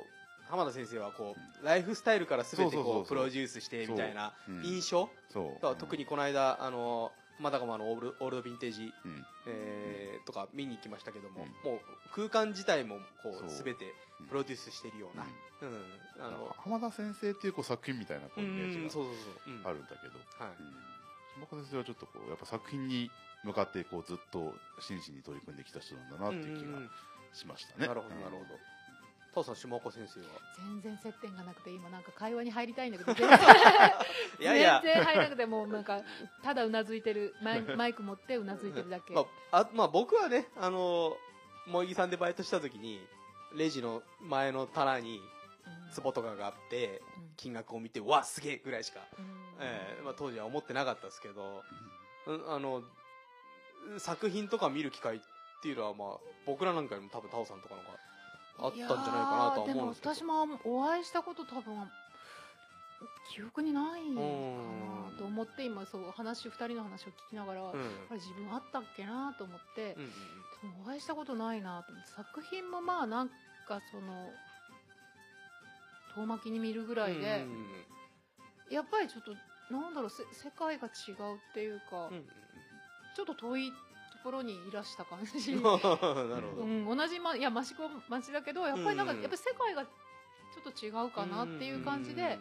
S1: 浜田先生はこうライフスタイルから全て
S2: そうそうそう
S1: こ
S2: そう
S1: うプロデュースしてみたいな
S2: うん
S1: 印象
S2: そう、
S1: が特にこの間あのマダガマのオールオールドヴィンテージ
S2: うん、
S1: えーとか見に行きましたけども、
S2: うん
S1: もう空間自体もこ
S2: そう
S1: う全て
S2: うん
S1: プロデュースしているような、うんあ
S2: なん
S1: の
S2: か浜田先生っていうこう作品みたいなこうイメージ
S1: そうそうそう、うん
S2: があるんだけど、
S1: はい
S2: うん島岡先生はちょっとこうやっぱ作品に向かってこうずっと真摯に取り組んできた人なんだなっていう気
S1: うんうんうん
S2: がしましたね。
S1: なるほどなるほど父さん島岡先生は
S3: 全然接点がなくて今なんか会話に入りたいんだ
S1: <laughs>
S3: けど全然全然入らなくてもうなんかただうなずいてるマイマイク持ってうなずいてる
S1: <laughs>
S3: だけ、
S1: まああまあ、僕はねあの萌木さんでバイトした時にレジの前の棚に
S3: うん
S1: 壺とかがあって
S3: うん
S1: 金額を見てわあすげえぐらいしか、
S3: うん
S1: えーまあ、当時は思ってなかったですけど、うんあの作品とか見る機会っていうのは、まあ、僕らなんかよりも多分タオさんとかの方があったんじゃないかなとは思うんですけど
S3: いやーでも私もお会いしたこと多分記憶にないかなと思って今そう話2人の話を聞きながら、
S1: うん
S3: あれ自分あったっけなと思って、
S1: うんうん
S3: お会いしたことないなと思って作品もまあなんかその遠巻きに見るぐらいで
S1: うん、うん
S3: やっぱりちょっとなんだろうせ世界が違うっていうか、
S1: うん
S3: ちょっと遠いところにいらした感じ
S1: うんなるほど、
S3: うん、同じ、ま、いや益子町だけどやっぱりなんか、
S1: うん
S3: やっぱ世界がちょっと違うかなっていう感じで、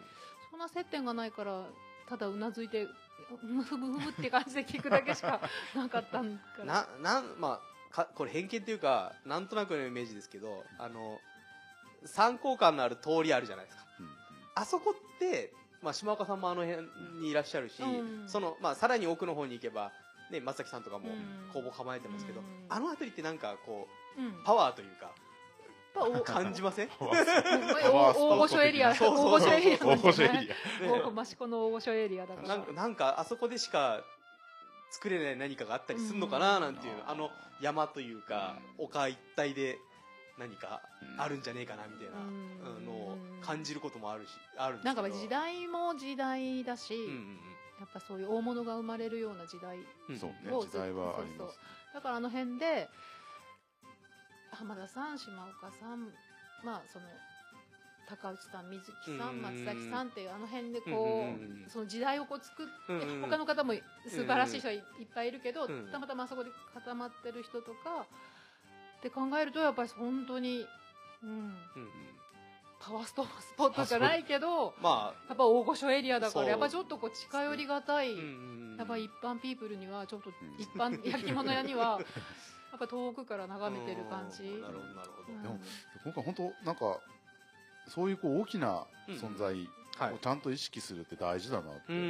S3: そんな接点がないからただうなずいてうんふむふむって感じで聞くだけしかなかったんか
S1: うん
S3: ら
S1: ななんまあかこれ偏見っていうかなんとなくのイメージですけどあの参考感のある通りあるじゃないですか
S2: うん
S1: あそこって、まあ、島岡さんもあの辺にいらっしゃるし、
S3: うん
S1: そのまあ、さらに奥の方に行けば、ね、松崎さんとかも
S3: うん
S1: 工房構えてますけど、
S3: うん
S1: あの辺りってなんかこ
S3: うん、
S1: うパワーというか
S3: やっぱ
S1: 感じ
S3: <laughs>
S1: ません
S2: うんうん
S3: おお大御所エリア
S1: そう
S3: 大
S1: そう
S3: 御
S1: そう
S3: 所エリア
S2: 大御所エリア。
S3: 大御益子の大御所エリアだ
S1: <laughs>
S3: か
S1: な
S3: ら
S1: んかなんかあそこでしか作れない何かがあったりするのかななんていう、
S2: うん
S1: あの山というか、
S2: うん
S1: 丘一帯で何かあるんじゃねえかなみたいな
S3: うん
S1: うんのを感じることもあるしあるんです
S3: なん
S1: けど
S3: か時代も時代だし、
S1: うんうん
S3: やっぱそういう大物が生まれるような時代
S1: うん
S2: そうね
S3: もう
S2: 時代はあり
S3: そう
S2: ます。
S3: だからあの辺で浜田さん島岡さんまあその高内さん水木さ
S1: うんん
S3: 松崎さんっていうあの辺でこう、
S1: うんうんうん
S3: その時代をこう作って、
S1: うんうんうん
S3: 他の方も素晴らしい人はいっぱいいるけど、
S1: うん
S3: たまたまあそこで固まってる人とかって考えるとやっぱり本当に、うん、
S1: うんうん
S3: パワーストスポットじゃないけど
S1: まあ
S3: やっぱ大御所エリアだか
S1: そう
S3: らやっぱちょっとこう近寄りがたい。やっぱ
S1: り
S3: 一般ピープルにはちょっと
S2: ん
S3: 一
S2: <laughs>
S3: 般焼き物屋にはやっぱ遠くから眺めてる感じ。
S1: なるほどなるほど、
S3: うん
S2: でも今回本当なんかそういうこう大きな存在
S1: はい
S2: をちゃんと意識するって大事だなっ
S1: う
S2: て、
S1: んうん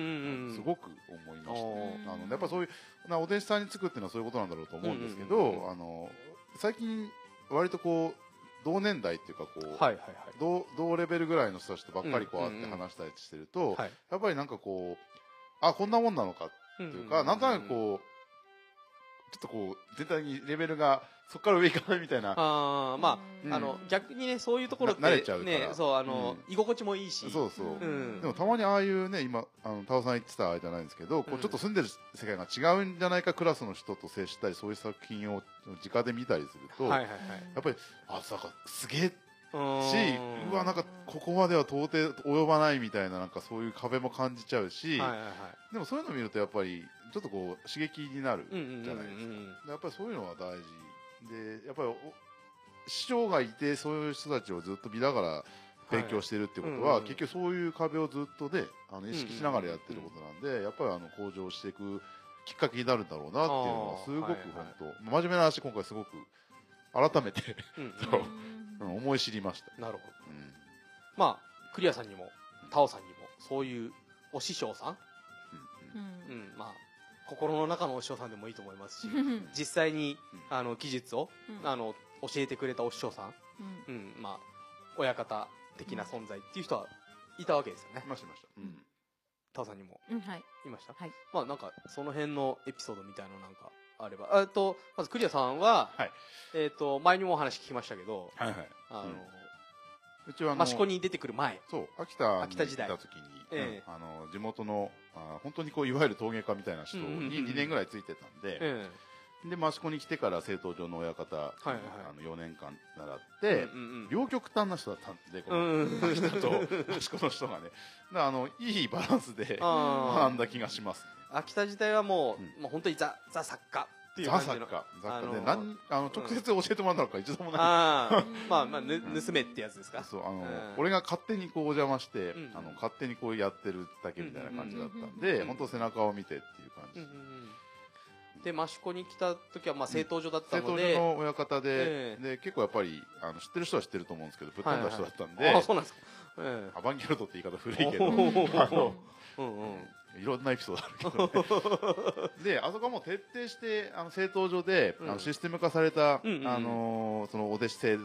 S1: うん
S2: すごく思いました、
S1: お
S3: ー
S2: あのやっぱそういうなお弟子さんにつくっていうのはそういうことなんだろうと思うんですけど、
S1: うんうんうんうん
S2: あの最近割とこう同年代っていうかこう、
S1: はいはいはい
S2: 同同レベルぐらいの人たちとばっかりこう
S1: うん
S2: 会って
S1: うんうん
S2: 話したりしてると、
S1: はい
S2: やっぱりなんかこうあこんなもんなのか
S1: と
S2: っていうか、なんとなくこうちょっとこう全体にレベルがそこから上いかないみたいな
S1: ああまあ、
S2: うん
S1: あの逆にねそういうところって
S2: な慣れちゃうから
S1: ねそうあの、
S2: う
S1: 居心地もいいし
S2: そうそう、
S1: うん
S2: でもたまにああいうね今あのタオさん言ってたあれじゃないんですけど、こ
S1: う
S2: うんちょっと住んでる世界が違うんじゃないかクラスの人と接したりそういう作品を直で見たりすると、
S1: はい
S2: や
S1: はいはい
S2: っぱりあなんかすげえし
S1: うーん
S2: うわなんかここまでは到底及ばないみたいななんかそういう壁も感じちゃうし、
S1: はいはいはい
S2: でもそういうの見るとやっぱりちょっとこう刺激になる
S1: う
S2: じ
S1: んうんうんうん
S2: ゃないですか、でやっぱりそういうのは大事でやっぱりお師匠がいてそういう人たちをずっと見ながら勉強してるってことは、
S1: はいうんうん
S2: 結局そういう壁をずっとねあの意識しながらやってることなんで、やっぱりあの向上していくきっかけになるんだろうなっていうのはすご
S1: あー
S2: く
S1: はいはい
S2: 本当、真面目な話今回すごく改めて <laughs>
S1: うん
S2: そう
S3: うん
S2: うん思い知りました、
S1: なるほど
S2: うん
S1: まあクリアさんにもタオさんにもそういうお師匠さん、
S2: うん
S1: う
S3: う
S1: ん、
S3: ん
S1: まあ心の中のお師匠さんでもいいと思いますし
S3: うん
S1: 実際に
S2: うん
S1: あの技術を
S3: うん
S1: あの教えてくれたお師匠さん、
S3: うん
S1: うんまあ、親方的な存在っていう人はいたわけですよね
S2: いましたいました、うん
S1: タオさんにも
S3: うんはい
S1: いました、
S3: はい
S1: まあなんかその辺のエピソードみたいのなんかあればあえっとまずクリアさんは、
S2: はい
S1: えっと前にもお話聞きましたけど
S2: はいはい
S1: あの、
S2: うちはあの
S1: 益子に出てくる前
S2: そう秋田に
S1: 秋田時代
S2: 行った時に、
S1: ええ
S2: うんあの地元のあ本当にこういわゆる陶芸家みたいな人に
S1: うんうんうんうん
S2: 2年ぐらいついてたんで、
S1: え
S2: で益子に来てから製陶場の親方、
S1: いはい
S2: あの4年間習っ
S1: え
S2: て、
S1: うんうんうん
S2: 両極端な人だったんでこ
S1: う
S2: の
S1: んうん
S2: 秋田と益子の人がねだからあのいいバランスで
S1: あ
S2: 学んだ気がします
S1: ー秋田自体はもう,、
S2: う
S1: もう本当にザザ作家っていう
S2: ザ
S1: 感じ
S2: 作
S1: の
S2: 家雑貨
S1: あの
S2: で何あの直接教えてもらったのか一度も <laughs> ない
S1: ああ
S3: うん
S1: まあまあぬ
S2: ん
S1: 盗めってやつですか
S2: そうあの、
S1: うん
S2: 俺が勝手にこうお邪魔して、
S1: うん
S2: あの勝手にこうやってるだけみたいな感じだったん
S1: うんうん
S2: で、
S1: うん
S2: 本当背中を見てっていう感じ、
S1: うんうんうんで益子に来た時はまあ製陶所だったの
S2: 正統
S1: で、
S2: 寺の親方で,、
S1: ええ
S2: で結構やっぱりあの知ってる人は知ってると思うんですけどぶっ飛んだ人だったんで、
S1: ああそうなんですか、え
S2: アバンギャルドって言い方古いけ
S1: お
S2: ど
S1: ー
S2: <laughs>
S1: あ
S2: の
S1: えうんうん
S2: いろんなエピソードあるけど、
S1: <laughs>
S2: ね、であそこはもう徹底してあの正統上で、
S1: うん
S2: あのシステム化された、
S1: うんうん
S2: あのーそのお弟子制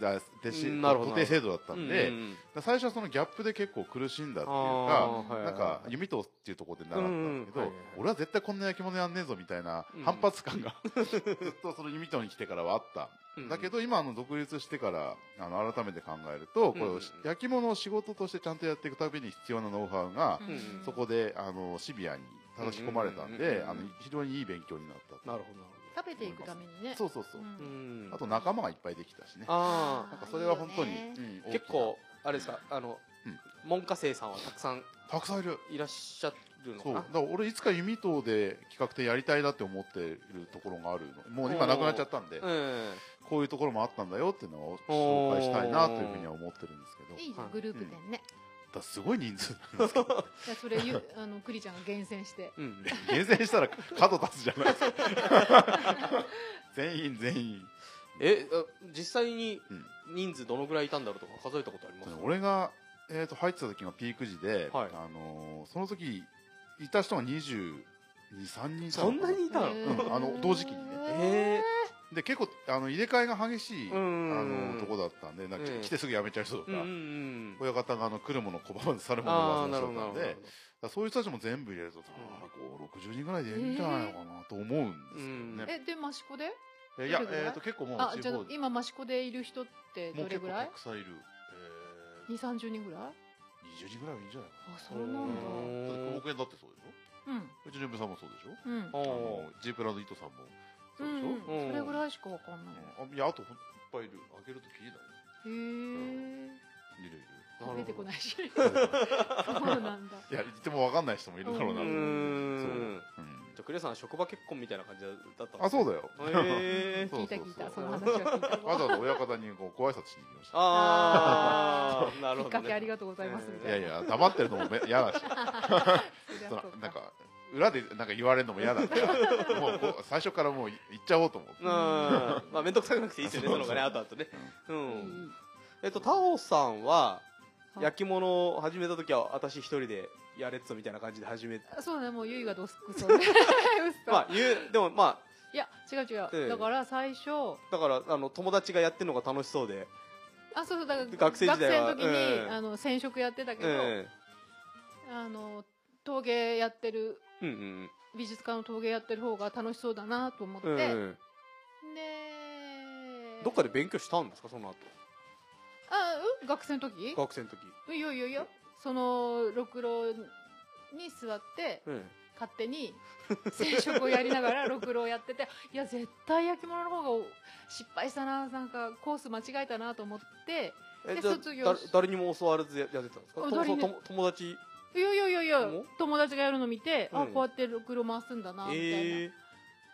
S2: だ弟子
S1: うんなるほど
S2: 徒弟制度だったんで、
S1: うんうんうん
S2: だから最初はそのギャップで結構苦しんだって
S1: あ
S2: いうか。
S1: ーはい
S2: なんか弓とっていうところで習ったんですけど、
S1: うんうんはいはい
S2: 俺は絶対こんな焼き物やんねえぞみたいな
S1: うん
S2: 反発感が、 <laughs> ずっとその弓とに来てからはあった、
S1: うん
S2: だけど今あの独立してからあの改めて考えるとこれ
S1: うんう
S2: を
S1: ん
S2: 焼き物を仕事としてちゃんとやっていくために必要なノウハウが、
S1: うん
S2: そこであのシビアに正し込まれた
S1: う
S2: ん
S1: んうんうん
S2: で
S1: うん
S2: あの非常にいい勉強になった
S1: なるほどなる
S3: 食べていくためにね
S2: そうそうそう、
S1: ほど、うん、
S2: あと仲間がいっぱいできたしね
S1: あ
S2: なんかそれは本当に
S3: いいよね
S2: うん大き
S1: あ
S2: な
S1: 結構あれですかあの、
S2: うん
S1: 門下生さんはたくさん
S2: たくさんいる
S1: いらっしゃるの
S2: そ
S1: か
S2: うだ
S1: な
S2: から俺いつか弓道で企画展やりたいなって思ってるところがあるのもう今なくなっちゃったんで
S1: え
S2: こういうところもあったんだよっていうのを紹介したいなというふうには思ってるんですけど
S3: いいじゃ
S1: は
S3: ん
S1: い
S3: グループ展ね
S2: だからすごい人数 <laughs> なんですけど
S3: じゃあそれゆあのクリちゃんが厳選して
S1: えうん
S2: 厳選したら角立つじゃないですか
S1: <laughs>
S2: 全員全員
S1: えあ実際に
S2: うん
S1: 人数どのぐらいいたんだろうとか数えたことあります
S2: 俺が、えー、と入ってた時がピーク時で、
S1: はい
S2: あのーその時いた人が2223人いたの
S1: そんなにいたの、
S3: へ
S2: う
S3: ー
S2: んあの同時期にね
S1: え
S2: で結構あの入れ替えが激しい、
S1: うんうんうん
S2: あのとこだったんでなんか
S1: ええ
S2: 来てすぐ辞めちゃう人と
S1: え
S2: か、
S1: うんうんうん
S2: 親方があの来るもの拒まず去るもの
S1: ああ
S2: を
S1: な
S2: 忘
S1: るほ
S2: れち
S1: ど
S2: ゃ
S1: な
S2: っ
S1: る
S2: た
S1: ほど
S2: んでだからそういう人たちも全部入れると560人ぐらいでいいんじゃないのかなと思うんですけどね、
S3: えで益子で
S2: いや
S3: どれぐらい
S2: えー、と結構もう
S3: あ
S2: 地
S3: じゃあ
S2: 方
S3: 今益子でいる人っ
S2: も
S3: て
S2: う
S3: どれ
S2: 結
S3: ぐ
S2: 構
S3: ら
S2: た
S3: い
S2: くさんいる、えー、
S3: 二三十人ぐらい
S2: 20人ぐらいはいいんじゃないかな
S3: あそうなんだ
S1: うん
S2: だって僕園だってそうでしょ
S3: うん
S2: うちの嫁さんもそうでしょ
S3: うん
S1: お
S2: あ
S1: お
S2: のジープラの糸さんもそううでしょ、
S3: ん
S1: う
S3: うんんそれぐらいしかわかんない
S2: うんあいやあとほんいっぱいいる開けるときりない
S3: へえ
S2: いるいる <laughs>
S1: なるほど
S3: 出てこないし
S2: い
S3: そうなんだ
S2: や言っても分かんない人もいるだろう
S1: う
S2: な
S1: ー
S2: と、
S1: ん
S2: うん
S1: じゃあクレさんは職場結婚みたいな感じだったん
S2: あ
S1: ですね
S2: そうだよ、
S1: へー
S2: そう
S3: 聞いた
S2: そうそう
S3: 聞いたその話は聞いた
S2: わざわざ親方にこうご挨拶しに行きました
S1: ああなる
S3: き
S1: ほ
S3: <laughs>
S1: ど
S3: っか
S1: ね
S3: けありがとうございますみ
S1: ー
S2: い
S3: た
S2: や
S3: い
S2: い
S3: な
S2: や黙ってるのもめ嫌だし
S3: そりゃ
S2: その
S3: そう
S2: なんか裏でなんか言われるのも嫌だから
S1: <laughs>
S2: もうこう最初からもう言っちゃおうと思って
S1: うんまあ面倒くさくなくていいですよね
S2: そ
S1: そうの
S2: そう
S1: がねあとあとねう
S3: いい
S1: んえっとタオさんは
S3: はい
S1: 焼き物を始めた時は私一人でやれっつみたいな感じで始め
S3: いいそうねもうゆいがどすくそ
S2: <laughs>
S3: で嘘
S1: まあ言うでもまあ
S3: いや違う
S1: え
S3: 違
S1: え
S3: うだから最初
S1: だからあの友達がやってるのが楽しそうで
S3: あそうそうだから
S1: 学生時代は
S3: 学生の時
S1: ええ
S3: にあの染色やってたけど
S1: え
S3: あの陶芸やってる
S1: えうんうん
S3: 美術家の陶芸やってる方が楽しそうだなと思って、
S1: うんう
S3: で
S1: んどっかで勉強したんですかその後
S3: あ、うん、学生の時
S1: 学生の時
S3: いやいやいやそのろくろに座って
S1: うん
S3: 勝
S1: <laughs>
S3: 手に染色をやりながらろくろをやってていや絶対焼き物の方が失敗したななんかコース間違えたなと思って
S1: え
S3: で
S1: じゃあ
S3: 卒業
S1: だ
S3: し
S1: 誰にも教わらずややってたんですか
S3: あ
S1: と
S3: 誰に
S1: と友達
S3: いやいやいやいや
S1: お
S3: 友達がやるの見て、
S1: う
S3: あ
S1: ん
S3: こうやってろくろ回すんだなみたいな、
S1: え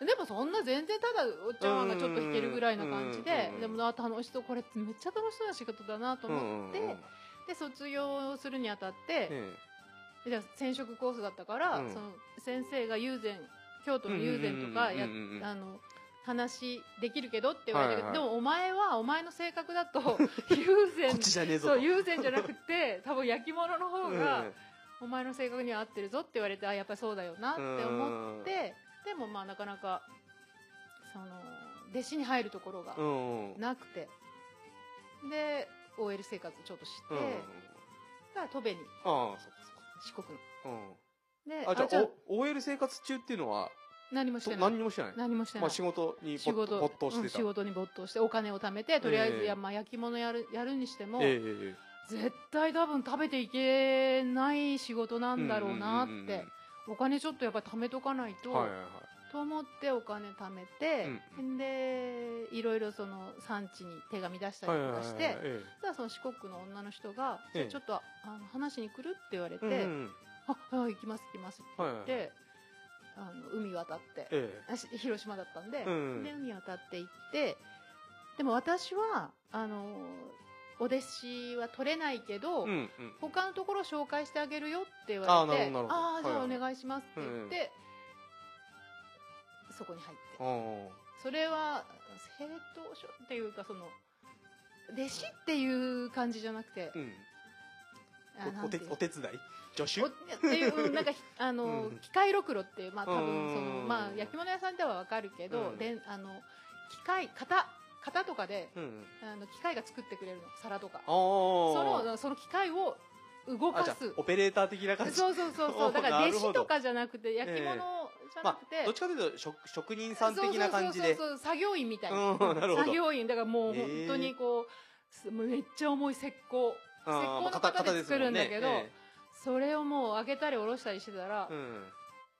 S1: え
S3: でもそんな全然ただおっちゃまがちょっと弾けるぐらいな感じ
S1: う
S3: で
S1: んうん
S3: でもな楽しそうこれめっちゃ楽しそうな仕事だなと思って、で卒業するにあたって、
S1: ええ
S3: じゃあ染色コースだったから、
S1: うん
S3: その先生が友禅京都の友禅とかや
S1: うんうんうんうん
S3: あの話できるけどって言われるけど、
S1: はい
S3: で
S1: はい
S3: もお前はお前の性格だ
S1: <laughs>
S3: と友
S1: こ
S3: 禅
S1: っちじゃねえぞと
S3: そう友禅じゃなくて多分焼き物の方
S1: うん
S3: がお前の性格には合ってるぞって言われてあやっぱりそうだよなって思
S1: 思
S3: ってでもまあなかなかその弟子に入るところが
S1: うん
S3: なくてで OL 生活をちょっとして
S1: うん
S3: だから戸部に
S1: ああそっかそっか
S3: 四国の
S1: う
S3: で
S1: んあじ
S3: じゃ
S1: ゃ
S3: あ
S1: あお OL 生活中っていうのは
S3: 何もして
S1: と
S3: ない
S1: 何にもしてない
S3: 何もしてな
S1: ま
S3: い
S1: あ仕事に没頭没頭し
S3: うん
S1: てた
S3: 仕事に没頭してお金を貯めてとりあえず
S1: ええ
S3: や、まあ、焼き物やるやるにしても、
S1: えええええ
S3: 絶対多分食べていけない仕事な
S1: え
S3: んだろうなって、
S1: んんうん
S3: お金ちょっとやっぱり貯めとかないと、
S1: うんはいはいはい
S3: と思ってお金貯めて、
S1: う
S3: でいろいろその産地に手紙出したりとかして、
S1: はいはいはいえ
S3: そしたらその四国の女の人が、
S1: ええ
S3: ちょっとあの話に来るって言われて、
S1: えうんうん
S3: ああ行きます行きますって言って、
S1: はい
S3: あの海渡って、
S1: え
S3: あし広島だったんで、
S1: うん
S3: で海渡って行ってでも私はあのお弟子は取れないけど、
S1: えうんうん
S3: 他のところ紹介してあげるよって言わ
S1: あー
S3: れ
S1: なるほどなる
S3: て
S1: ほど
S3: ああじゃあ
S1: は
S3: お
S1: いはい
S3: 願いしますって言って、
S1: う
S3: そこに入って
S1: あ
S3: それは正当書っていうかその弟子っていう感じじゃなくて
S1: あ、うん
S3: あー
S1: お
S3: な
S1: お
S3: んて
S1: 手
S3: いう
S1: お手伝い助手
S3: おっていううんな
S1: <laughs>
S3: んかひあの、
S1: うん
S3: 機械ろくろっていうまあ多分そうの
S1: ん
S3: まあ焼き物屋さんではわかるけど、
S1: うん
S3: であの機械型型とかで
S1: うんうん
S3: あの機械が作ってくれるの皿とか
S1: ああ
S3: そのその機械を動
S1: あ
S3: か
S1: じ
S3: す
S1: ゃあオペレーター的な感じ
S3: そうそうそうそ
S1: お
S3: うだか
S1: <laughs>
S3: ら
S1: なる
S3: 弟
S1: ほど
S3: 子とかじゃなくて焼き物じゃな
S1: ま
S3: くて、
S1: あどっちかというと職職人さん的な感じで
S3: そうそうそうそう作業員みたいな,、
S1: うん <laughs> なるほど
S3: 作業員だからもう
S1: へ
S3: 本
S1: え
S3: 当にこうすもうめっちゃ重い石膏石
S1: あ
S3: 膏
S1: ー
S3: の
S1: 型
S3: 型
S1: 型
S3: で
S1: ですも
S3: 作
S1: んね
S3: るんだけど、
S1: え
S3: それをもう上げたり下ろしたりしてたら、
S1: えうん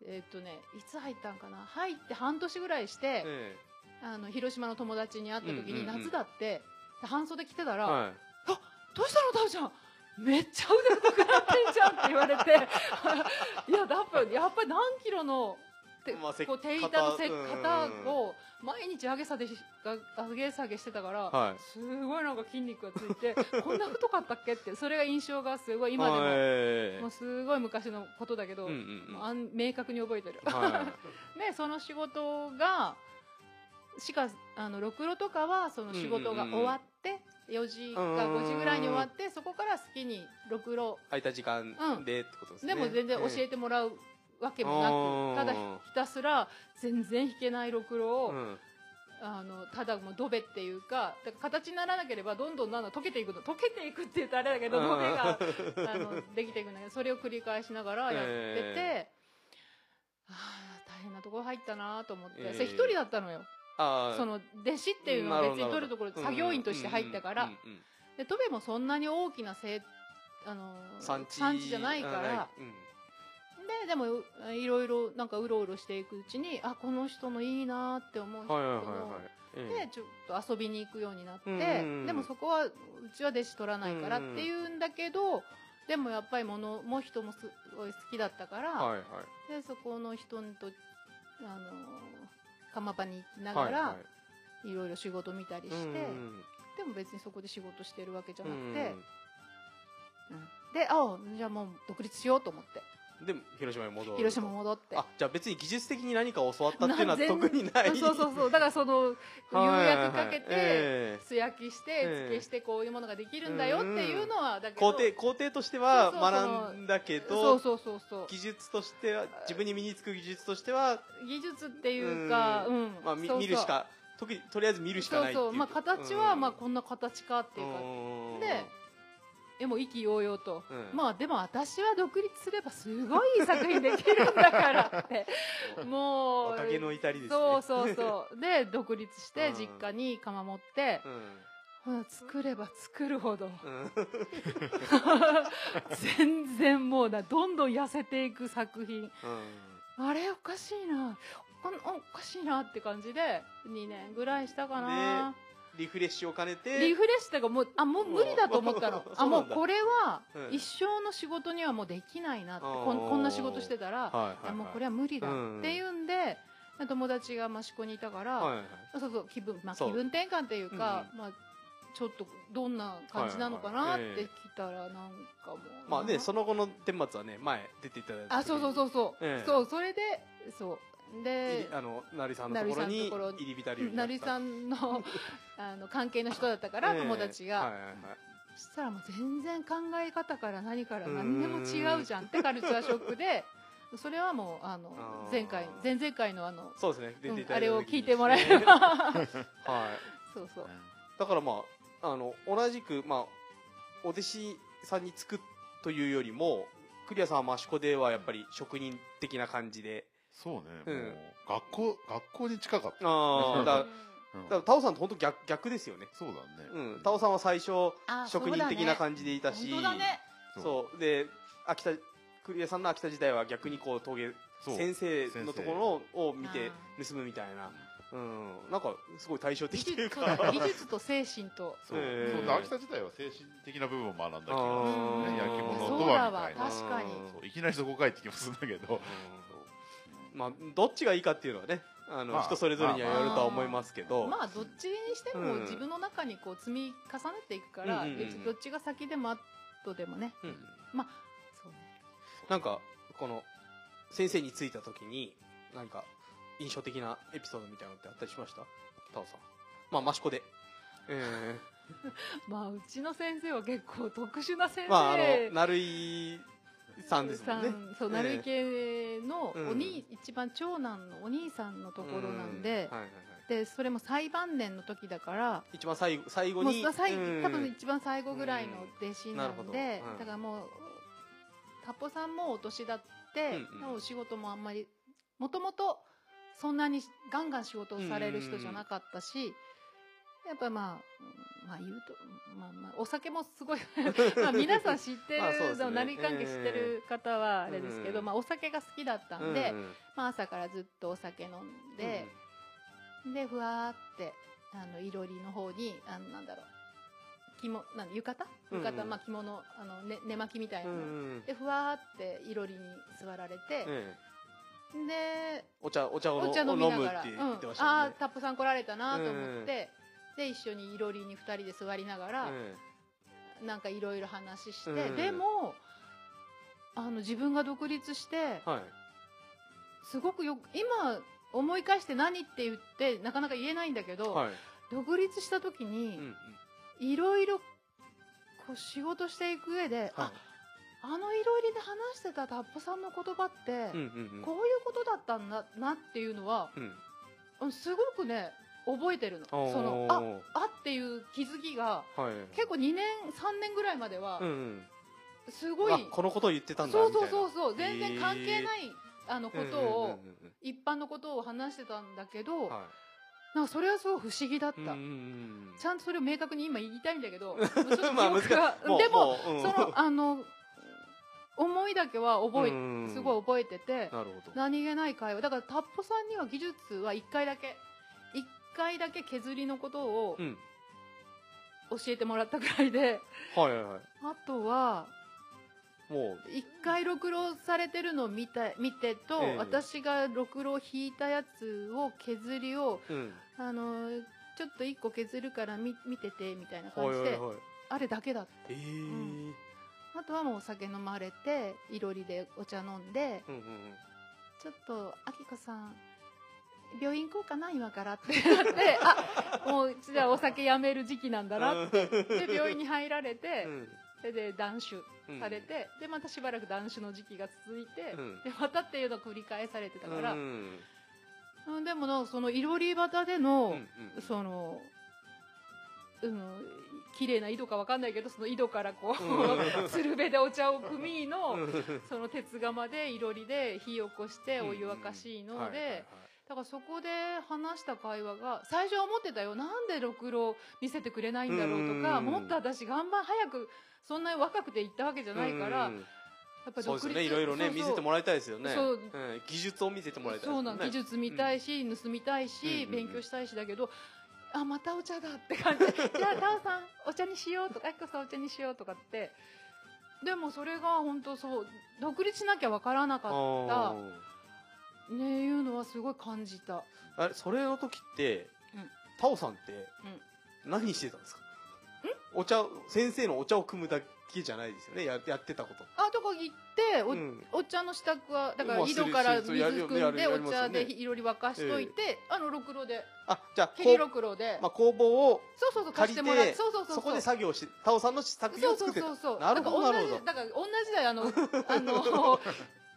S3: えーっとねいつ入ったんかな入って半年ぐらいして、
S1: え
S3: あの広島の友達に会った時
S1: う
S3: に
S1: んうんうん
S3: 夏だって、で半袖着てた
S1: え
S3: ら、
S1: はい
S3: どうしたのダブちゃんめっちゃ腕太くなってんじゃんって言われて <laughs> いやダブやっぱり何キロのて
S1: まあせ
S3: こう手板のせ
S1: 肩うんうんうん
S3: 肩を毎日上げ下げしが上げ下げしてたから、
S1: はい
S3: すごいなんか筋肉がついて <laughs> こんな太かったっけってそれが印象がすごい今でも、
S1: で
S3: もうすごい昔のことだけど、
S1: うんうんうん
S3: あん明確に覚えてる。
S1: は
S3: でその仕事がしかあのろくろとかはその仕事が終わって、4時か5時ぐらいに終わってそこから好きにろくろ
S1: い空いた時間でってことですね
S3: でも全然教えてもらうわけもな
S1: あ
S3: く、
S1: ー
S3: ただひたすら全然弾けないろくろを、
S1: うん
S3: あのただもうドベっていうかだから形にならなければどんどんなんだ溶けていくの溶けていくって言うとあれだけど
S1: うん
S3: ドベがあのできていくんだけどそれを繰り返しながらやってて、
S1: え
S3: あー大変なところ入ったなと思って、
S1: ええ
S3: それ一人だったのよ
S1: あー
S3: その弟子っていうのは別に取るところ作業員として入ったから、
S1: うんうんうんうん
S3: でトベもそんなに大きなせあの
S1: 産地
S3: じゃないから、
S1: うん
S3: ででもういろいろなんかうろうろしていくうちにあこの人のいいなって思う人
S1: は
S3: の、
S1: いはいはいはいえ
S3: でちょっと遊びに行くようになって、
S1: うんうんうん
S3: でもそこはうちは弟子取らないからっていうんだけど、でもやっぱり物も人もすごい好きだったから、
S1: えはいはい
S3: でそこの人とあの釜場に行きな
S1: は
S3: が
S1: い
S3: ら、
S1: はい
S3: いろいろ仕事見たりして、
S1: うんうん
S3: でも別にそこで仕事してるわけじゃ
S1: う
S3: なく
S1: ん
S3: て、うんであじゃあもう独立しようと思って
S1: で広島に戻る
S3: 広島戻って
S1: あじゃあ別に技術的に何かを教わったっていうのは
S3: な全
S1: 特にない
S3: そうそうそうだからその
S1: <laughs>
S3: 釉
S1: はいはいはい
S3: 薬かけて
S1: ええ
S3: 素焼きして
S1: ええ
S3: 付けしてこういうものができるんだよっていうのはだけど
S1: 工程工程としては
S3: そうそうその
S1: 学んだけ
S3: そ
S1: ど
S3: うそうそうそう
S1: 技術としては自分に身につく技術としては、
S3: 技術っていうか
S1: う
S3: うんん、
S1: まあ、み
S3: そうそう
S1: 見るしか特にとりあえず見るしかないっていう
S3: そうそうまあ形はまあ
S1: っ
S3: こんな形かっていうか、で
S1: う
S3: でも意気揚々と、
S1: うん
S3: まあでも私は独立すればすごいいい作品できるんだか
S1: <laughs>
S3: らって
S1: ん
S3: もう
S1: 若気の至りですね
S3: そうそうそ
S1: <laughs>
S3: うで独立し
S1: う
S3: て
S1: ん
S3: 実家に窯持って
S1: う、ん
S3: ほな作れば作るほど <laughs>
S1: うん
S3: 全然もうなどんどん痩せていく作品あれおかしいなこんおかしいなって感じで2年ぐらいしたかな、
S1: リフレッシュを兼ねて
S3: リフレッシュとかもうあもう無理だと思った
S1: そ
S3: の
S1: うなんだ
S3: あもうこれは
S1: うん
S3: 一生の仕事にはもうできないなって、こん
S1: おー
S3: こんな仕事してたら、
S1: はいはい
S3: いやもうこれ
S1: は
S3: は無理だ
S1: うん
S3: っていうんで、友達が益子にいたから、
S1: いはいはい
S3: そうそう気分まあ
S1: そう
S3: 気分転換っていうか
S1: う
S3: まあちょっとどんな感じなのかなっ
S1: はいはい
S3: て
S1: ええ
S3: 聞いたらなんかもう
S1: まあねその後の顛末はね前出ていただいた
S3: あそうそうそううそう
S1: ええ
S3: そうそれでそう
S1: いり
S3: で
S1: あの成井さんのところに
S3: 成井さんのところに
S1: 入り浸り
S3: 成井さ
S1: ん <laughs>
S3: んのあの関係の人だったから友
S1: はい
S3: 達が、
S1: はいはい
S3: そしたらもう全然考え方から何から何でも違うじゃんってカルチャーショック
S1: <laughs>
S3: でそれはもうあの
S1: あー
S3: 前回前々回のあの
S1: そうですね出ていただた
S3: あ
S1: 時に
S3: れを聞いてもらえれ
S1: <laughs> は
S3: ば
S1: い
S3: <laughs> そうそう
S1: だからまああの同じく、まあ、お弟子さんにつくというよりもクリアさんは益子ではやっぱり職人的な感じで
S2: そうね、
S1: うん
S2: もう学校学校に近かった、
S1: ああだだか
S2: うん
S1: らタオさんと本当逆逆ですよね
S2: そうだね、
S1: うん、タオさんは最初
S3: あー
S1: 職人的な感じでいた
S3: そう
S1: し
S3: だね本当だね
S1: そうで秋田クリアさんの秋田時代は逆にこう陶芸
S2: そう
S1: 先生のところを見て
S3: あ
S1: 盗むみたいな、うん、なんかすごい対照 <laughs>
S3: 技
S1: 的という
S3: 術
S1: か
S3: そうだね技術と精神と
S2: そう,、
S1: えー
S2: そうだ秋田自体は精神的な部分を学んだ気がする
S1: あ
S2: ね
S1: ー
S2: 焼き物
S1: そう
S2: とはみたい
S3: だ
S2: な
S3: わ確かに
S1: うん
S2: そういきなりそこ帰ってきますんだけど <laughs>
S1: まあ、どっちがいいかっていうのはねあの、
S2: まあ
S1: 人それぞれにはよるとは思いますけど、
S3: まあどっちにしても
S1: うん
S3: 自分の中にこう積み重ねていくから、
S1: うんうんうん
S3: どっちが先でも後でもね
S1: うん
S3: まあそうね
S1: なんかこの先生についた時に何か印象的なエピソードみたいなのってあったりしましたタオさんまあ益子で、え
S3: まあうちの先生は結構特殊な先
S1: ー、
S3: 生、
S1: まああの成井さんですもんね
S3: さんそう成井家の
S1: うん
S3: お兄、一番長男のお兄さんのところなんで、
S1: うはいはいはい、
S3: でそれも最晩年の時だから
S1: 一番最後最後
S3: もう
S1: に
S3: 最
S1: うん
S3: 多
S1: <laughs>
S3: 分一番最後ぐらいの弟子な
S1: うん
S3: ん
S1: なる
S3: で
S1: ほどうん
S3: だからもうタッポさんもお年だって
S1: うんうん
S3: なお仕事もあんまりもともとそんなにガンガン仕事をされる人じゃなかったしやっぱまあまあ言うとまあまあお酒もすご
S1: <laughs>
S3: いまあ皆さん知って
S1: まあそうで
S3: る
S1: すね
S3: の何関係知ってる方はあれですけ
S1: う
S3: ど
S1: ん
S3: まあお酒が好きだったん
S1: う
S3: で
S1: んうん
S3: まあ朝からずっとお酒飲んで。でふわーってあのいろりの方にあのなんだろう着物なん浴衣浴衣、
S1: うんうん
S3: まあ、着物あの、ね、寝巻きみたい
S1: うんう
S3: な、
S1: んうん
S3: でふわーっていろりに座られて、
S1: ええ
S3: で
S1: お茶お茶を
S3: お茶飲み
S1: を飲
S3: な
S1: む
S3: が
S1: っ
S3: ら、
S1: て
S3: うん
S1: 言ってましたもん
S3: あ
S1: ね
S3: あ、タップさん来られたなと思って、で一緒にいろりに2人で座りながら、
S1: え
S3: なんかいろいろ話して、
S1: うん
S3: でもあの自分が独立して
S1: えはい
S3: すごくよく今思い返して何って言ってなかなか言えないんだけど、
S1: はい
S3: 独立した時に、
S1: うんうん
S3: いろいろこう仕事していく上で、
S1: は
S3: ああのいろいろで話してたタッポさんの言葉って、
S1: いうんうんうん
S3: こういうことだったんだなっていうのは
S1: うん
S3: うんすごくね覚えてるの
S1: おー
S3: そのああっていう気づきが
S1: はい
S3: 結構2年3年ぐらいまでは
S1: うんうん
S3: すごい、
S1: あこのことを言ってたんだ
S3: そう
S1: みたい
S3: そう
S1: な
S3: そうそう全然関係ないい、あのことを、一般のことを話してたんだけど、
S1: は
S3: なんかそれはすごい不思議だっ
S1: い
S3: た、
S1: うんうんうん
S3: ちゃんとそれを明確に今言いたいんだ
S1: <laughs>
S3: けどちょっと記憶が、
S1: まあ難しいもう
S3: でも
S1: ううん
S3: そ
S1: <laughs>
S3: のあの思いだけは覚え、
S1: うんうん
S3: すごい覚えてて
S1: なるほど
S3: 何気ない会話だからタッポさんには技術は1回だけ1回だけ削りのことを
S1: うん
S3: 教えてもらったくらいで、
S1: はいはいはい
S3: あとは
S1: もう
S3: 1回ろくろされてるのを見た見てと、
S1: ええ
S3: 私がろくろを引いたやつを削りを
S1: うん
S3: あのちょっと1個削るから見見ててみたいな
S1: はい
S3: 感じ
S1: は
S3: で、
S1: いはい
S3: あれだけだった。
S1: ええうん
S3: あとはもうお酒飲まれていろりでお茶飲んで
S1: うんうん
S3: ちょっとあきこさん病院行こうかな今からってなってあもうじゃあお酒やめる時期なんだなってで病院に入られてそれで断酒
S1: うん
S3: されてでまたしばらく断酒の時期が続いて
S1: うん
S3: でまたっていうのを繰り返されてたから
S1: うん
S3: うんでもなそのいろり端で
S1: うんう
S3: の
S1: ん
S3: そのうん綺麗な井戸かわかんないけどその井戸からこ
S1: う
S3: う鶴瓶でお茶を汲みの
S1: うん
S3: その鉄釜でいろりで火を起こしてお湯沸かしので、
S1: はいはいはい
S3: だからそこで話した会話が最初は思ってたよなんでろくろ見せてくれないんだろうとか
S1: うん
S3: もっと私頑張早くそんなに若くて行ったわけじゃない
S1: う
S3: から、
S1: ん
S3: や
S1: うん
S3: っぱ
S1: そう
S3: 独
S1: です
S3: 立
S1: よねいろいろね
S3: そうそう
S1: 見せてもらいたいですよね
S3: そうん
S1: 技術を見せてもらいたいです
S3: そ
S1: よ
S3: う
S1: ね
S3: なの技術見たいし、盗みたいし、
S1: うん
S3: 勉強したいしだけどあまたお茶だっ
S1: <laughs>
S3: て感じでじゃあタオさんお茶にしようとかあきこさんお茶にしようとかってでもそれが本当そう独立しなきゃわからなかった。ねいうのはすごい感じた
S1: あーあれそれの時って
S3: うん
S1: タオさんって何してたんですかおお茶を先生のお茶を汲むだけじゃないですよねややってたことって
S3: あとか行ってお,、
S1: うん
S3: 茶の支度はだか
S1: ま
S3: ら
S1: あ
S3: 井戸から
S1: す
S3: 水
S1: るやるよね
S3: 汲
S1: や
S3: んで
S1: るやり
S3: お
S1: ますよ
S3: 茶
S1: ね
S3: でいろり沸かしといて、あのろくろで
S1: あじゃあ
S3: 蹴
S1: こ
S3: り
S1: う
S3: ろくろで、
S1: まあ、工房を
S3: そうそうそう貸してもらっ
S1: 借り
S3: て
S1: て
S3: そうそうそう
S1: そこで作業してタオさんの作品
S3: そ
S1: を
S3: うそ
S1: 作っ
S3: う
S1: てた
S3: そうそう
S1: なるほど
S3: んか
S1: な
S3: 同
S1: る
S3: じ
S1: ほど
S3: だから同じだよあのあ
S1: <laughs>
S3: の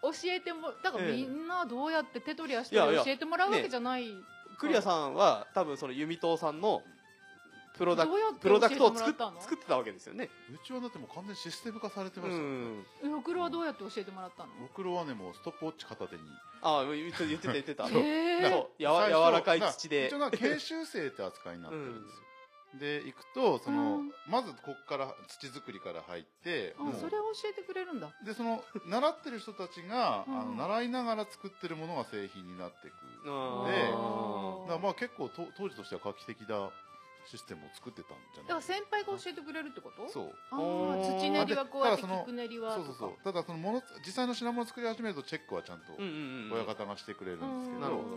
S3: 教えてもだから
S1: ええ
S3: みんなどうやって手取り足
S1: いや
S3: 取
S1: いや
S3: り教えてもらうわけじゃない、
S1: クリアさんは多分その弓藤さんのプロ
S3: ど
S1: ダ
S3: うや
S1: ク
S3: っ
S1: プ
S3: て教
S1: ロ
S3: え
S1: ダ
S3: て
S1: クトを
S3: もら
S1: 作
S3: っ
S1: った
S3: の
S1: 作ってたわけですよね
S2: うちはだってもう完全にシステム化されて
S1: う
S2: ましたよね
S1: ん
S3: ろくろはどうやって教えてもらったの
S2: ろくろはねもうストップウォッチ片手に
S1: あ言って言ってた言ってた、
S3: へえ
S1: そうやわ
S2: 最
S1: 柔
S2: 初
S1: らかい土で
S2: 一応なんか研修生って扱いになってるんですよ、で行くとその、
S3: うん
S2: まずこっから土作りから入って
S3: あ
S2: もう
S3: それを教えてくれるんだ
S2: でその習ってる人たちが、
S3: うん
S2: あの習いながら作ってるものが製品になっていく、
S1: うん
S2: で
S3: あー
S2: だからまあ結構と当時としては画期的なシステムを作ってたんじゃ
S3: だか
S2: な
S3: ら
S2: い
S3: 先輩が教えてくれるってこと
S2: そう
S3: あー土練りはこうやって
S2: あでただその
S3: 菊練りは
S2: そう
S3: と
S2: そう
S3: か
S2: そうただそのもの実際の品物作り始めるとチェックはちゃんと
S1: うんうんうん
S2: 親方がしてくれるんですけ
S1: う
S2: ど、
S1: なるほど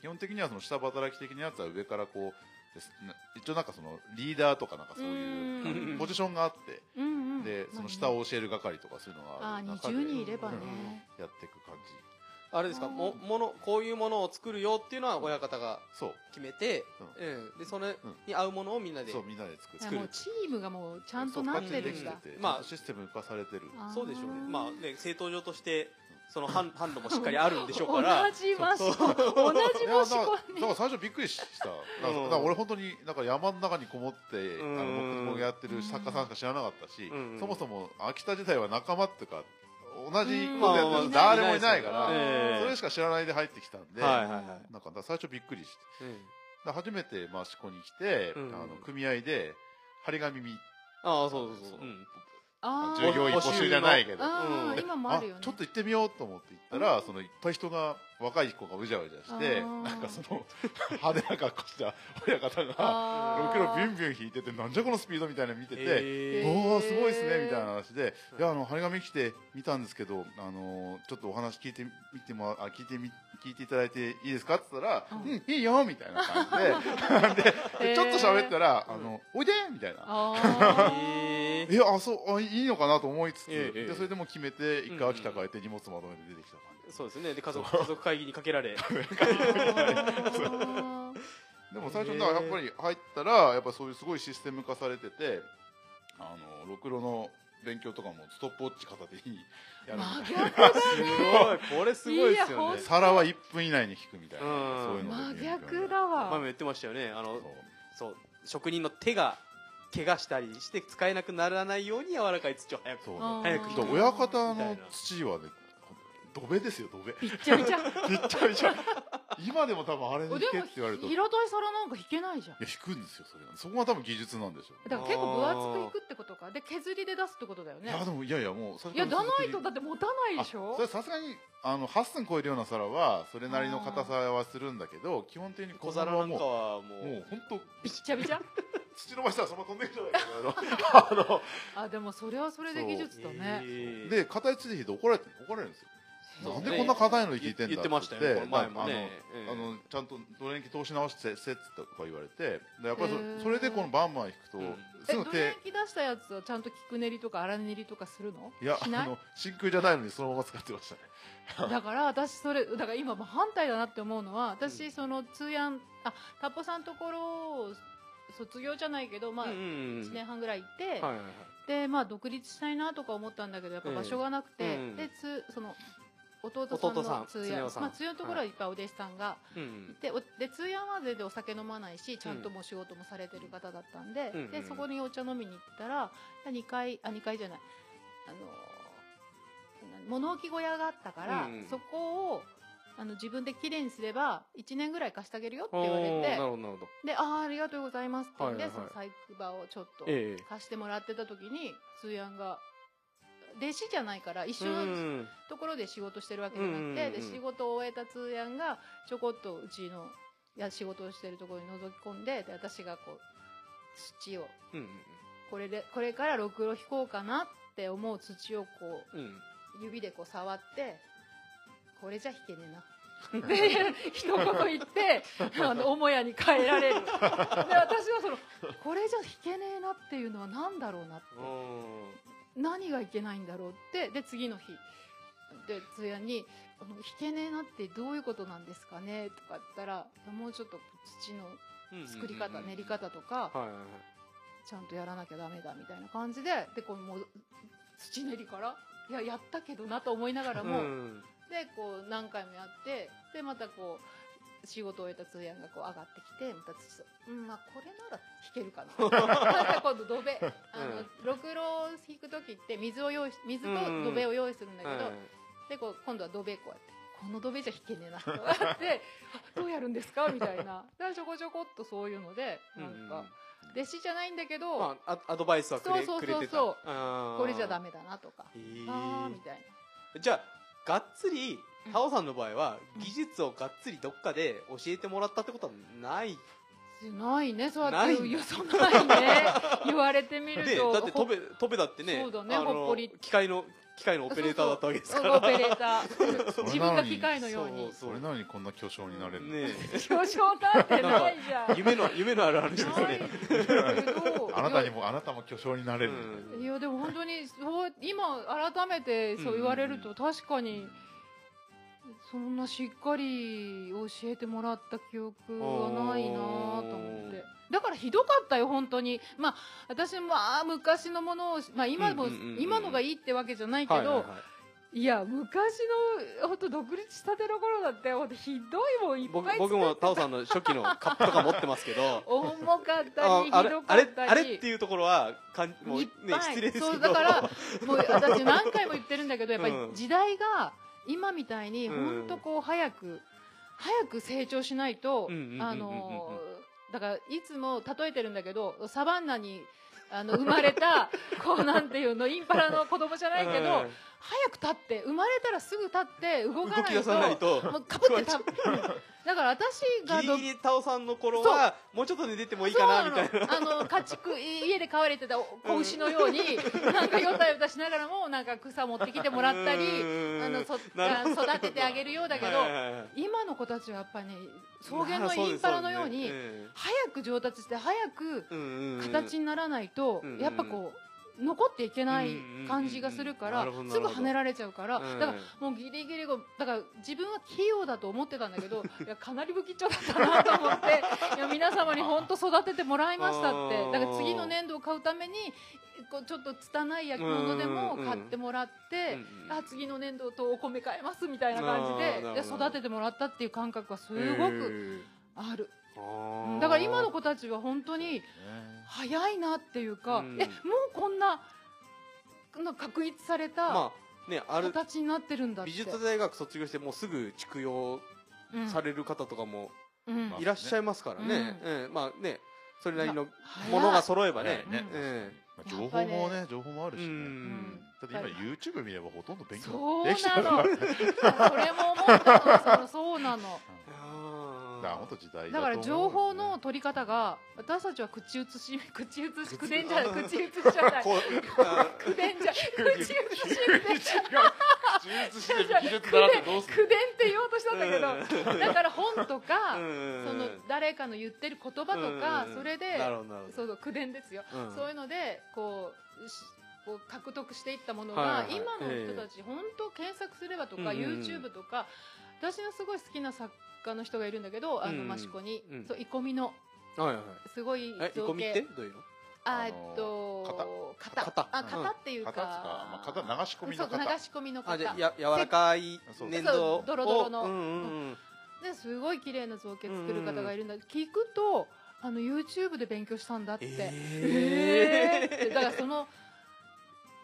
S2: 基本的にはその下働き的なやつは上からこうですな一応なんかそのリーダーとかなんかそういう
S1: うん
S2: あのポジションがあって、
S3: うんうんうん
S2: でその下を教える係とかそういうのが
S3: あ
S2: ある
S3: ー
S2: 中で
S3: 20人いればね
S2: うんやっていく感じ
S1: あれですかもものこういうものを作るよっていうのは親方が
S2: そう
S1: 決めて、
S2: う
S1: うんでそれに合うものをみんなで、
S2: そうみんなで作って
S3: あ
S1: 作る
S3: もうチームがもうちゃんとなってるん
S2: そう形
S3: だ
S2: にできてて
S1: まあ
S2: ちゃんとシステム化されてる
S3: あー
S1: そうでしょうねまあね政党上としてその
S3: <laughs>
S1: 販販路もしっかりあるんでしょう
S3: 同
S1: から
S3: じマシ
S1: そ
S3: コ同じ
S2: いや
S3: マ
S2: だ
S3: シ
S2: から
S3: コ
S2: だ
S3: に
S2: から最初びっくりしただから
S1: うん
S2: だから俺本当になんか山の中にこもってあ
S1: うん
S2: の僕と僕がやってる作家さんしか知らなかったし
S1: うん
S2: そもそも秋田自体は仲間っていうか同じ
S3: うん
S2: ことやってる人誰もいないか
S1: まあまあ
S2: ら
S1: ええ
S2: それしか知らないで入ってきたんで
S1: はい
S2: なんか
S1: はいはい、
S2: だから最初びっくりして
S1: うん
S2: だから初めて益子に来てあ
S1: うん
S2: の組合で張り紙見
S1: ああそうそうそう、うん
S3: あー
S2: 従業員募集じゃないけど
S3: あ
S1: う
S3: ー
S1: ん
S3: 今もあ
S2: あ
S3: るよね
S2: ちょっと行ってみようと思って行ったら、
S3: うん
S2: そのいっぱい人が若い子がうじゃうじゃして
S3: あー
S2: なんかその派手な格好した親方が
S3: あー
S2: 6キロビュンビュン引いててなんじゃこのスピードみたいなの見てて。
S1: え
S3: <laughs>
S1: ー
S3: へ
S2: おーすごいですねみたいな話で、
S1: うん
S2: いやあの張り紙来て見たんですけど、あのーちょっとお話聞いてみてもあ聞いてみ聞いていただいていいですかって言ったら、
S3: う
S2: うんん、いいよみたいな感
S3: <laughs>
S2: じでで
S3: へー
S2: でちょっと喋ったら、
S1: うん
S2: あのおいでみたいな
S3: あ
S1: え
S2: <laughs>
S1: ー
S2: えあそうあいいのかなと思いつつ、
S1: ええええ
S2: でそれでもう決めて一
S1: うんうん
S2: 回秋田帰って荷物まとめて出てきた感じ、
S1: そうですねで家族家族会議にかけら
S2: <laughs>
S1: れ
S3: ー
S2: でも最初だからやっぱり入ったらやっぱそういうすごいシステム化されててあのろくろの勉強とかもストップウォッチ片手にやるみたいな、
S1: す
S2: <laughs>
S1: ごいこれすごいです
S3: いや
S1: よ
S3: ほん
S1: ね
S3: と
S2: 皿は1分以内に引くみたいな、
S1: うん
S2: そういうの
S3: 真
S2: で勉強になる
S3: 逆だ
S1: 前
S3: わ
S1: も言ってましたよねあ
S2: そ
S1: の
S2: う
S1: そう職人の手が怪我したりして使えなくならないように柔らかい土を早く
S2: そう
S3: あー
S1: 早く
S2: ちょっと親方の土はね土べですよ土べ
S3: びっちゃびちゃ
S2: びっちゃびちゃ今でも多分あれ
S3: お
S2: に引
S3: で
S2: けっ
S3: も
S2: て言われるといや
S3: 平たい皿なんか引けないじゃん
S2: 引くんですよそれがそこが多分技術なんでしょうね
S3: だから結構分厚くいくってことかで削りで出すってことだよ
S2: い
S3: ね
S2: やでもいやいやもう最
S3: いや
S2: 初
S3: だ
S2: から
S3: ない
S2: ずっ
S3: とだって持たないでしょ
S2: あそれさすがにあの8寸超えるような皿はそれなりの硬さはするんだけど基本的に
S1: 小
S2: 小皿
S1: 皿なん
S2: はも
S1: か
S2: う
S1: はもう
S2: もう本当
S3: びっちゃびちゃ
S2: 土の場したらそのまま飛んでいくじゃないか
S1: <laughs>
S2: あの
S3: あでもそれはそれで技術だね
S1: えー
S2: で硬い土で引いて怒られて怒られるんですよ
S1: そう
S2: なんでこんな硬いのに引いてんだ
S1: 言ってましたよね
S2: って
S1: この前もねええ
S2: あのちゃんとドレンキ通し直してせっとか言われてでやっぱりそ,、
S3: へー
S2: それでこのバンバン引くと、
S1: うん
S3: え
S2: す
S3: ど
S2: ぐ
S3: ら
S2: 手
S3: 焼き出したやつはちゃんと菊練りとか荒練りとかするの
S2: いや
S3: しな
S2: あ
S3: い
S2: の真空じゃないのにそのまま使ってましたね
S3: だから私それだから今もう反対だなって思うのは
S1: う
S3: 私その通夜あタッポさんところを卒業じゃないけどまあ
S1: うん
S3: 1
S1: うんうん
S3: 年半ぐらい行って、
S1: はいはいはい
S3: でまあ独立したいなとか思ったんだけどやっぱ場所がなくて、
S1: ええうん
S3: でつその弟さん
S1: 弟さん
S3: の通夜
S1: 常夫さん
S3: まあ通夜のところはいっぱいお弟子さんが、
S1: うんうん
S3: でおで通夜まででお酒飲まないしちゃんともう仕事もされてる方だったんで,、
S1: うんうん
S3: でそこにお茶飲みに行ったら2階あ二階じゃないあのー物置小屋があったから、
S1: うんうん
S3: そこをあの自分できれいにすれば1年ぐらい貸してあげるよって言われ
S1: おーなる
S3: て
S1: ほどなるほど
S3: であーありがとうございますって言うんで、
S1: はいはいはい
S3: その細工場をちょっと
S1: ええ
S3: 貸してもらってた時に通夜が弟子じゃないから一緒
S1: う
S3: の
S1: ん
S3: ところで仕事してるわけじゃなくて、
S1: うんうんうん
S3: で仕事を終えた通やんがちょこっとうちのいや仕事をしてるところに覗き込んでで私がこう土を
S1: うん
S3: これでこれからろくろ引こうかなって思う土をこ
S1: うんうん <laughs>
S3: う指でこう触ってこれじゃ引けねえなで一言言ってあの母屋に帰られるで私はそのこれじゃ弾けねえなっていうのは何だろうなって何がいけないんだろうってで次の日で通夜に「あの弾けねえなってどういうことなんですかね?」とか言ったらもうちょっと土の作り方練り方とか
S1: はいはいはい
S3: ちゃんとやらなきゃダメだみたいな感じででこうもう土練りからいややったけどなと思いながらも、
S1: うん
S3: でこう何回もやってでまたこう仕事を終えた通夜がこう上がってきてまた土とうんまあこれなら弾ける <laughs> かなまた今度土べあの、
S1: うん
S3: ろくろを弾く時って水を用意し水と土べを用意するんだけど、でこう今度は土べこうやって。この土べじゃ弾けねえなとかってあどうやるんですかみたいなだからちょこちょこっとそういうので
S1: うん
S3: な
S1: うん
S3: んか弟子じゃないんだけど、
S1: まあアアドバイスはくれ
S3: そうそうそうそ
S1: く
S3: う
S1: れてた
S3: こ
S1: こ
S3: れじゃダメだなとか、ああみたい
S1: じゃあがっつり
S3: うん
S1: タオさんの場合は
S3: うん
S1: 技術をがっつりどっかで教えてもらったってことはない
S3: なないねそうやっ
S1: な
S3: て
S1: い
S3: 言うそうない
S1: <laughs>
S3: ね言われてみる
S1: で
S3: と
S1: だって
S3: ほ
S1: トベトベだってね
S3: そうだね
S1: あ
S3: ほっ
S1: の
S3: こり
S1: 機械の機械のオペレーターだったわけですか
S3: オ
S1: ら
S3: ペレーター自分が機械のよう
S1: そ
S3: に
S1: うそ
S2: そうれなのにこんな巨匠になれる
S1: <laughs>
S2: の、
S1: ね
S3: 表彰なんてないじゃん
S1: 夢の夢のある話です
S3: ない
S1: ね
S3: けど
S2: あなたにもあなたも巨匠になれる、
S1: うん
S3: いやでも本当にそう今改めてそう言われると確かにそんなしっかり教えてもらった記憶はないなぁと思ってだからひどかったよ本当にまあ私もああ昔のものを、まあ、今も、
S1: うんうんうんうん
S3: 今のがいいってわけじゃないけど、
S1: はいいはいはい
S3: や昔の本当独立したての頃だってほんとひどいもんいっ
S1: 僕
S3: ぱい
S1: 僕
S3: 作っ
S1: もタオさんの初期のカップとか持ってますけ
S3: <laughs>
S1: ど
S3: 重かった
S1: あ
S3: りひ
S1: あれ
S3: どか
S1: あ
S3: っ
S1: れ
S3: たり
S1: あれっていうところはかんもう
S3: い
S1: ね
S3: っぱい
S1: 失礼ですけど
S3: そう
S1: <laughs>
S3: だからもう私何回も言ってるんだけどやっぱり
S1: うん
S3: 時代が今みたいに
S1: うん
S3: 本当こう早く早く成長しないと
S1: うんうんうんうんうん
S3: あのだからいつも例えてるんだけどサバンナにあの生まれ
S1: <laughs>
S3: たこうなんていうのインパラの子供じゃないけど
S1: うん
S3: 早く立って生まれたらすぐ立って動か
S1: 動
S3: な
S1: き
S3: い
S1: 出さない
S3: と
S1: と
S3: もうかぶって
S1: <laughs>
S3: 立ってだから私が
S1: ギリ
S3: ど
S1: ギリタオさんの頃はもうちょっとで出てもいいかなみたいな
S3: そうのあの家畜い家で飼われてたお子牛のように、なんかよたよたしながらもなんか草持ってきてもらったり
S1: うん
S3: あのそ
S1: なるほど
S3: あ育ててあげるようだけど、
S1: はいはいはい
S3: 今の子たちはやっぱり、ね、草原
S1: まあ
S3: の
S1: そう
S3: イ
S1: で
S3: ン
S1: す
S3: パラのように
S1: そですね
S3: 早く上達して早く
S1: うんうんうん
S3: 形にならないと、
S1: うん
S3: やっぱこう残っていけない感じがするから、
S1: うんうんうんうんな
S3: す
S1: る
S3: ぐ
S1: ほど
S3: 跳ねられちゃうから、
S1: うん
S3: だからもうギリギリこうだから自分は器用だと思ってたんだけど <laughs> いやかなり不吉祥だったなと思ってい <laughs> や皆様に本当育ててもらいましたってだから次の年度を買うためにこうちょっと拙い焼き物でも買ってもらって。
S1: うんうん
S3: あ次の年度とお米買えますみたいな
S1: あ
S3: 感
S1: ー
S3: じ
S1: なる
S3: で
S1: ほど
S3: いや育ててもらったっていう感覚はすごくある、
S1: へー
S3: だから今の子たちは本当に早いなっていうか、
S1: うん
S3: えもうこんなこんな確立された
S1: まあねある
S3: 形になってるんだって、
S1: 美術大学卒業してもうすぐ蓄養
S3: うん
S1: される方とかも
S3: うん
S2: まあ
S1: いらっしゃいますからね、
S3: う
S1: うんまあねそれなりの
S3: 早い
S1: ものが揃えば
S2: ね
S1: ね
S2: ね
S1: うんうん
S2: まあ情報もね情報もあるしね、
S1: うん
S2: だって今 YouTube 見ればほとんど勉
S3: そ
S2: 強
S3: う
S2: できちゃう
S3: な
S2: か
S3: のそれも思ったのそうな
S1: <laughs>
S3: の
S2: ら本当時代
S3: だから
S2: と思う
S3: 情報 <laughs> の取り方が私たちは口移し口移し口伝じゃ口移しじゃない
S1: こうあ
S3: 口伝じゃ口移し
S2: 違う充実して技術だなってどうす
S3: 口
S2: る
S3: 伝って言おうとしたんだけど、だから本とか、
S1: うん
S3: その誰かの言ってる言葉とか、
S1: うん
S3: それで
S1: なるほどなるほ
S3: そうそう口伝ですよ、
S1: どうん
S3: そういうのでこうしこう獲得していったもの
S1: はい
S3: が、
S1: はい
S3: 今の人たち、本当検索すればとか、
S1: うんうんうん
S3: YouTube とか私のすごい好きな作家の人がいるんだけどあ
S1: うんう
S3: の
S1: ん
S3: 益子に、
S1: うん
S3: そうイコミの
S1: はいはい
S3: すごい
S1: えイコ
S3: 造
S1: ミって
S3: 形
S1: どういうの
S3: あ
S2: あ
S3: えっ
S2: の
S3: と型
S1: 型
S3: あ
S1: うん
S3: 型っていう
S2: 型
S3: か
S2: っつうか、まあ、型流し込みの
S3: そう流
S2: 型
S3: し込みの型
S1: あじゃあや柔らかい
S2: そう
S1: 粘土
S3: そうドロドロの
S1: をうんうんうん
S3: ですごい綺麗な造形作る方がいるんだけど、聞くとあの YouTube で勉強したんだって、えーってだからその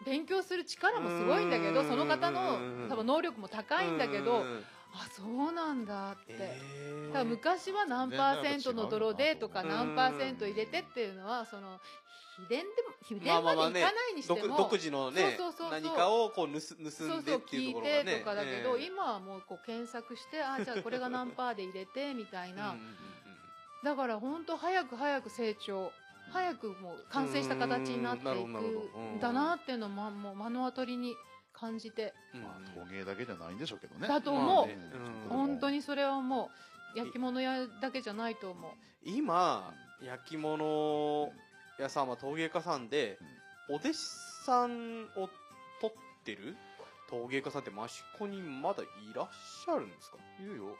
S3: 勉強する力もすごいんだけど
S1: うん
S3: その方の
S1: うん
S3: 多分能力も高いんだけど、
S1: うん
S3: あそうなんだって、
S1: えー
S3: だから昔は何パーセントの泥でとか
S1: うん
S3: 何パーセント入れてっていうのはその秘伝でも秘
S1: まあ
S3: 伝
S1: ま
S3: ま
S1: あまあ
S3: で
S1: ね
S3: いかないにしても、
S1: 独独自のね
S3: そうそうそうそう
S1: 何かをこう盗
S3: そ
S1: 盗
S3: うんそ
S1: で
S3: う
S1: ってい
S3: 聞
S1: う
S3: い
S1: ところがね
S3: てとかだけど、
S1: えー
S3: 今はもうこう検索してあじゃあこれが何パーで入れてみたいな、
S1: <laughs> うんうんうん
S3: だから本当早く早く成長早くもう完成した形になっていく
S1: うんなるほどなるほどうん
S3: んだなっていうのももう目の当たりに感じて
S1: うん
S2: まあ、陶芸だけじゃないんでしょうけどね
S3: だと
S1: 思う
S2: ん
S3: 本当
S2: に
S3: にそれはもう焼き物屋だけじゃないと思う
S1: 今焼き物屋さんは陶芸家さんで、お弟子さんを取ってる陶芸家さんって益子にまだいらっしゃるんですか
S2: いるようん